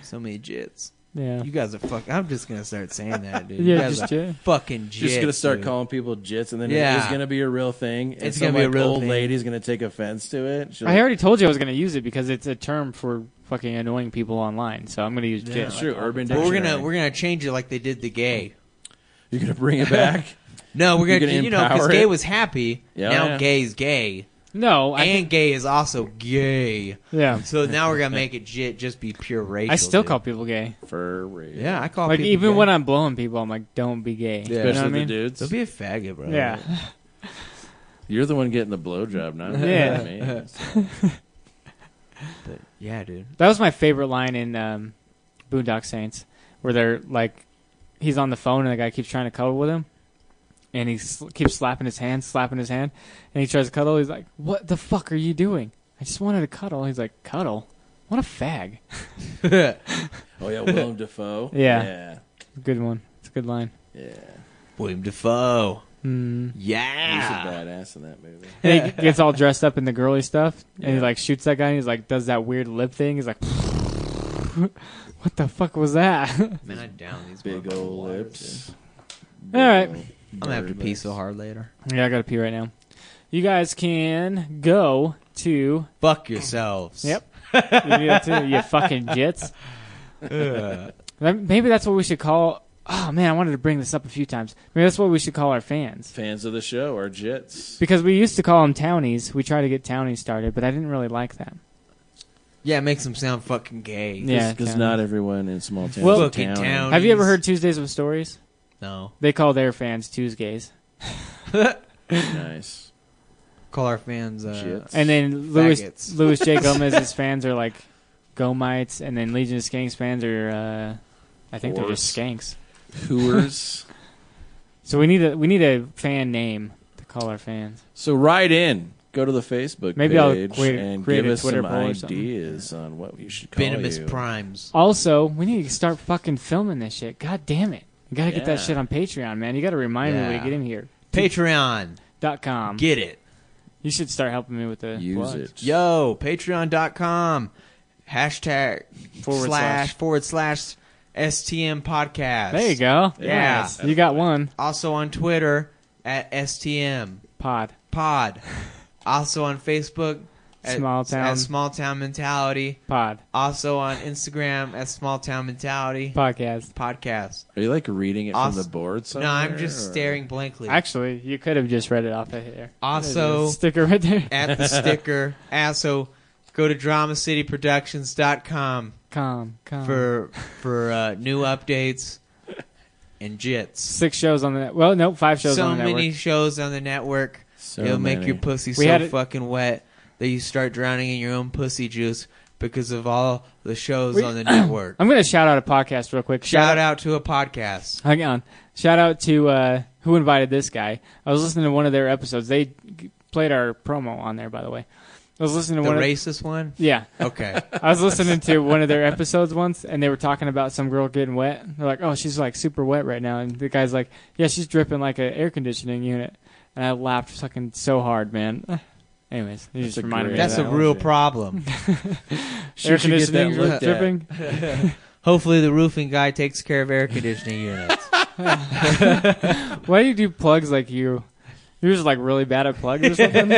E: So many jits.
D: Yeah,
E: You guys are fuck. I'm just gonna start saying that, dude. you
D: yeah,
E: guys
D: just
E: are
D: yeah.
E: fucking jits.
F: Just gonna start
E: dude.
F: calling people jits, and then
E: Yeah.
F: it's gonna be a real thing. and
E: It's
F: some,
E: gonna be a
F: like,
E: real
F: old
E: thing.
F: lady's gonna take offense to it. She'll-
D: I already told you I was going to use it because it's a term for fucking annoying people online. So I'm going to use
E: Yeah.
D: jit.
F: It's true. Urban
E: But
F: dictionary.
E: we're gonna we're gonna change it like they did the gay.
F: You're gonna bring it back.
E: No, we're
F: You're
E: gonna,
F: gonna
E: you know because
F: empower
E: gay
F: it?
E: was happy.
F: Yeah.
E: now
F: Yeah.
E: gay's gay,
D: No, I
E: and
D: think,
E: gay is also gay.
D: yeah.
E: So now we're gonna make it jit just be pure racial.
D: I still
E: dude.
D: call people gay.
F: for real.
E: Yeah, I call
D: Like
E: people
D: even
E: gay.
D: when I'm blowing people, I'm like, don't be gay.
E: Yeah.
D: You
F: Especially
D: know what I
F: the
D: mean?
F: dudes.
E: Don't be a faggot, bro.
D: Yeah.
F: You're the one getting the blowjob, not
D: Yeah.
F: me.
E: But yeah, dude.
D: That was my favorite line in um, Boondock Saints, where they're like, he's on the phone and the guy keeps trying to cuddle with him, and he sl- keeps slapping his hand, slapping his hand, and he tries to cuddle. He's like, "What the fuck are you doing? I just wanted to cuddle." He's like, "Cuddle? What a fag!"
F: Oh yeah, Willem Dafoe.
D: Yeah.
F: yeah,
D: Good one. It's a good line.
F: yeah.
E: William Defoe.
D: Mm.
F: He's a
E: Yeah.
F: badass in that movie.
D: And he gets all dressed up in the girly stuff, and he
F: Yeah.
D: like shoots that guy. and He's like, does that weird lip thing. He's like, "What the fuck was that?"
E: Man, I down these
F: Big
E: motherfucking
F: old
E: waters, dude.
F: lips.
D: All right.
E: I'm gonna have to pee so hard later.
D: yeah, I gotta pee right now. You guys can go to
E: Fuck yourselves.
D: Yep. you, do that too, you fucking jits. That- Maybe that's what we should call. Oh man, I wanted to bring this up a few times. Maybe that's what we should call our fans
F: Fans of the show are jits.
D: because we used to call them townies. We tried to get townies started, but I didn't really like that.
E: Yeah, it makes them sound fucking gay.
D: Yeah,
F: because
D: townies.
F: not everyone in small towns.
D: Well-
F: are
E: Fucking
F: townies.
E: town.
D: Have you ever heard Tuesdays with Stories?
E: No.
D: They call their fans Tuesdays,
F: Nice.
E: Call our fans uh,
F: Jits.
D: and then Louis
E: Faggots.
D: Louis J Gomez's fans are like Gomites, and then Legion of Skanks fans are, uh, I think they're just Skanks.
F: Hooers.
D: So we need a we need a fan name to call our fans.
F: So write in. Go to the Facebook
D: Maybe I'll
F: page
D: create-
F: and
D: create
F: give
D: a
F: us
D: Twitter
F: some
D: poll or something.
F: ideas on what we should call
E: venomous
F: you.
E: primes.
D: Also, we need to start fucking filming this shit. God damn it. You gotta get that
F: Yeah.
D: shit on Patreon, man. You gotta remind me when
E: Yeah.
D: you get in here.
E: Patreon.
D: Dot com.
E: Get it.
D: you should start helping me with the
F: Use
D: plugs.
F: it.
E: Yo, patreon.com. Hashtag
D: Forward
E: slash
D: slash.
E: forward slash STM podcast.
D: There you go.
E: Yeah.
D: Yes. You got one.
E: Also on Twitter at STM
D: Pod.
E: pod. Also on Facebook
D: Small Town.
E: at small town mentality.
D: Pod
E: Also on Instagram at small town mentality
D: podcast.
E: podcast.
F: Are you like reading it
E: Awes-
F: from the board?
E: No,
F: Somewhere,
E: I'm just
F: or-
E: staring blankly.
D: Actually, you could have just read it off of here.
E: Also
D: sticker right there.
E: at the sticker. Also go to dramacityproductions.com
D: com com
E: for for uh, new updates and jits.
D: six shows on the net. Well, no, five shows
E: So
D: on the
E: many
D: network.
E: shows on the network.
F: So
E: It'll make
F: many.
E: your pussy
D: We
E: so
D: had it-
E: fucking wet that you start drowning in your own pussy juice because of all the shows
D: We-
E: on the network.
D: I'm gonna shout out a podcast real quick.
E: Shout out to a podcast.
D: Hang on. Shout out to uh, who invited this guy. I was listening to one of their episodes. They g- played our promo on there, by the way. I was listening to
E: The
D: one.
E: racist one?
D: Of, yeah,
E: Okay.
D: I was listening to one of their episodes once, and they were talking about some girl getting wet. They're like, "Oh, she's like super wet right now," and the guy's like, "Yeah, she's dripping like an air conditioning unit." And I laughed fucking so hard, man. Anyways, you
F: That's
D: just
F: a
D: reminded me.
F: great-
D: of
E: That's
D: that.
E: a
F: one.
E: real problem.
F: She
D: air
F: should get that
D: conditioning
F: looked at.
D: dripping.
E: Hopefully, the roofing guy takes care of air conditioning units.
D: Why do you do plugs like you? You're just like really bad at plugs or something.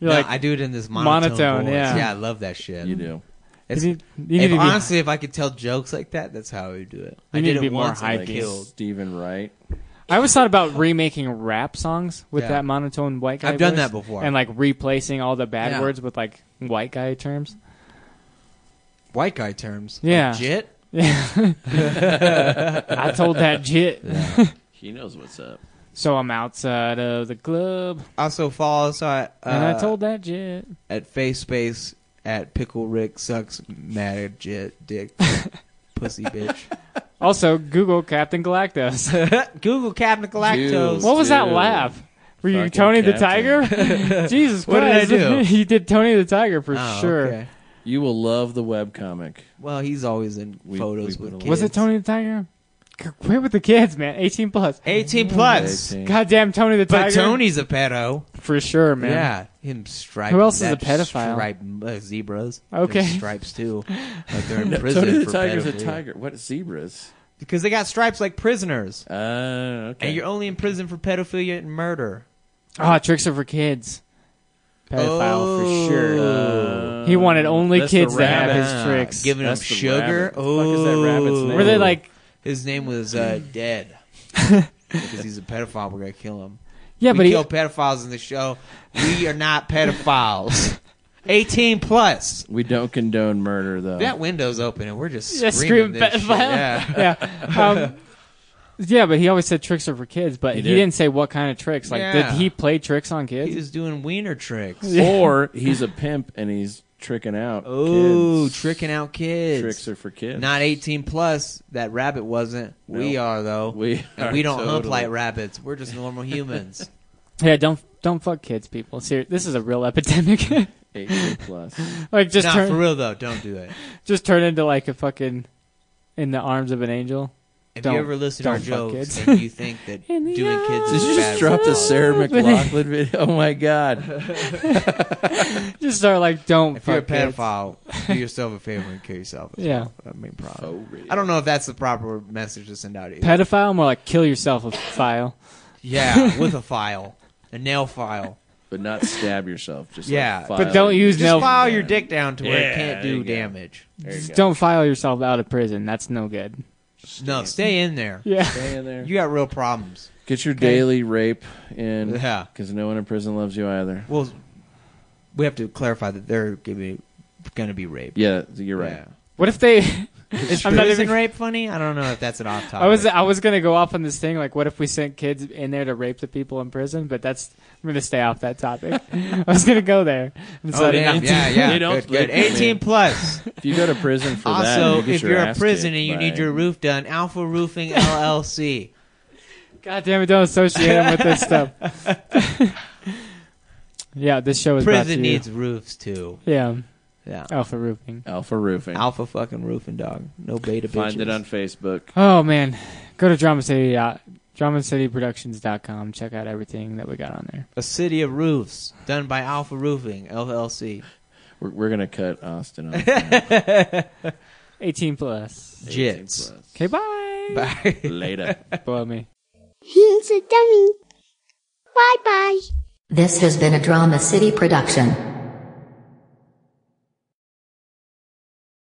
D: You're
E: No,
D: like,
E: I do it in this monotone.
D: Monotone,
E: voice.
D: yeah.
E: yeah, I love that shit.
F: You do.
E: It's-
D: you need, you need
E: if
D: to be-
E: honestly, if I could tell jokes like that, that's how I would do it. I
D: need
E: did
D: to be
E: it
D: more
E: once and
D: hype.
E: I
F: Like
E: killed.
F: Stephen Wright.
D: I always thought about remaking rap songs with
E: Yeah.
D: that monotone white guy.
E: I've done
D: voice
E: that before.
D: and like replacing all the bad
E: Yeah.
D: words with like white guy terms.
E: White guy terms.
D: Yeah.
E: Legit?
D: I told that jit.
F: He knows what's up.
D: So I'm outside of the club,
E: Also, follow us at, uh,
D: and I told that jit.
E: at FaceSpace at Pickle Rick Sucks Mad at Jet Dick Pussy Bitch.
D: Also, Google Captain Galactus.
E: Google Captain Galactose.
F: Dude.
D: What was that
F: Dude.
D: laugh? Were you
F: Fucking
D: Tony the
F: Captain.
D: Tiger? Jesus
E: What did I
D: Christ!
E: do?
D: you did Tony the Tiger for
E: Oh,
D: sure.
E: okay.
F: You will love the webcomic.
E: Well, he's always in
F: We-
E: photos
F: we put
E: with
F: a
E: kids.
F: lot-
D: Was it Tony the Tiger? C- Quit with the kids, man. 18 plus.
E: 18 plus.
F: 18.
D: Goddamn Tony the
E: But
D: Tiger.
E: Tony's a pedo.
D: For sure, man.
E: Yeah, him stripes.
D: Who else is
E: that
D: a pedophile?
E: Stripe, uh, zebras.
D: Okay.
E: They're stripes too. Like they're in
F: No,
E: prison
F: Tony
E: for
F: the Tiger's a
E: pedophilia.
F: tiger. What zebras?
E: because they got stripes like prisoners,
F: Uh, okay.
E: and you're only in prison for pedophilia and murder.
D: Oh, tricks are for kids. Pedophile for sure.
E: Oh.
F: Uh,
D: He wanted only
F: that's the
D: kids to have
F: rabbit.
D: his tricks.
E: Giving
F: That's
E: him
F: the
E: sugar.
F: rabbit. The
E: Oh,
F: fuck is that rabbit's name?
D: Were they like,
E: His name was uh, Dead. because he's a pedophile, we're gonna kill him.
D: yeah,
E: we
D: but he,
E: kill pedophiles in the show. We are not pedophiles. 18 plus.
F: We don't condone murder though.
E: That window's open, and we're just
D: Yeah,
E: screaming.
D: scream
E: this shit.
D: pedophile.
E: Yeah.
D: yeah, um, yeah, but he always said tricks are for kids, but
F: He
D: he,
F: did.
D: did. not say what kind of tricks. Like,
E: Yeah.
D: did he play tricks on
E: He
D: kids?
E: was doing wiener tricks.
F: or he's a pimp and he's tricking out.
E: Oh,
F: kids.
E: tricking out kids.
F: Tricks are for kids.
E: Not 18 plus. That rabbit wasn't. We
F: No.
E: are though.
F: We
E: and
F: are
E: we don't hump
F: totally-
E: like rabbits. We're just normal humans.
D: yeah, don't don't fuck kids, people. Ser- this is a real epidemic.
F: eighteen plus.
D: like, just
E: Not
D: turn
E: for real though. Don't do it.
D: just turn into like a fucking in the arms of an angel.
E: If
D: Don't-
E: you ever listen to our
D: don't fuck
E: jokes
D: kids.
E: and you think that
D: In the
E: doing kids
F: Did
E: is bad
F: you just drop
E: for
F: the
E: us,
F: Sarah McLaughlin video? Oh my god!
D: Just start like, don't.
E: If
D: fuck
E: you're a
D: kids.
E: pedophile, do yourself a favor and kill yourself. As
D: Yeah.
E: well. I mean, probably.
F: Oh,
E: I don't know if that's the proper message to send out. Either.
D: pedophile, more like kill yourself with file.
E: yeah, with a file, a nail file.
F: But not stab yourself. Just
E: Yeah.
F: like,
E: But
D: But
F: file
D: don't
F: it.
D: use
E: Just
D: no.
E: file your dick down to where
F: Yeah,
E: it can't
F: there you
E: do
F: go.
E: damage.
F: There you
D: just
F: go.
D: don't file yourself out of prison. That's no good.
E: No, stay in there.
D: Yeah.
F: Stay in there.
E: You got real problems.
F: Get your daily rape in.
E: Yeah.
F: Because no one in prison loves you either.
E: Well, we have to clarify that they're gonna be, gonna be raped.
F: Yeah, you're right.
E: Yeah.
D: What if they?
E: Is
D: I'm
E: prison
D: not even-
E: rape funny? I don't know if that's an off topic.
D: I was I was gonna go off on this thing like, what if we sent kids in there to rape the people in prison? But that's I'm gonna stay off that topic. I was gonna go there. And so
E: Oh,
D: I did
E: damn.
D: not-
E: yeah, yeah.
F: They don't
E: good, good.
F: rape them,
E: 18
F: man.
E: plus.
F: If you go to prison for that,
E: also,
F: you get
E: if
F: your
E: you're a
F: ass
E: prison
F: kicked
E: and you
F: by-
E: need your roof done, Alpha Roofing LLC.
D: God damn it! Don't associate them with this stuff. yeah, this show is brought to
E: Prison
D: you.
E: needs roofs too.
D: yeah
E: Yeah.
D: alpha roofing.
F: Alpha Roofing.
E: Alpha fucking roofing dog. No beta
F: Find
E: bitches.
F: it on Facebook.
D: Oh man, go to drama city uh, dot dramacityproductions.com. Check out everything that we got on there.
E: A city of roofs done by Alpha Roofing LLC.
F: We're, we're gonna cut Austin off.
D: 18 plus.
E: Jits.
D: Okay, bye.
E: Bye.
F: Later.
D: Blow me.
I: He's a dummy. Bye bye.
J: This has been a Drama City production.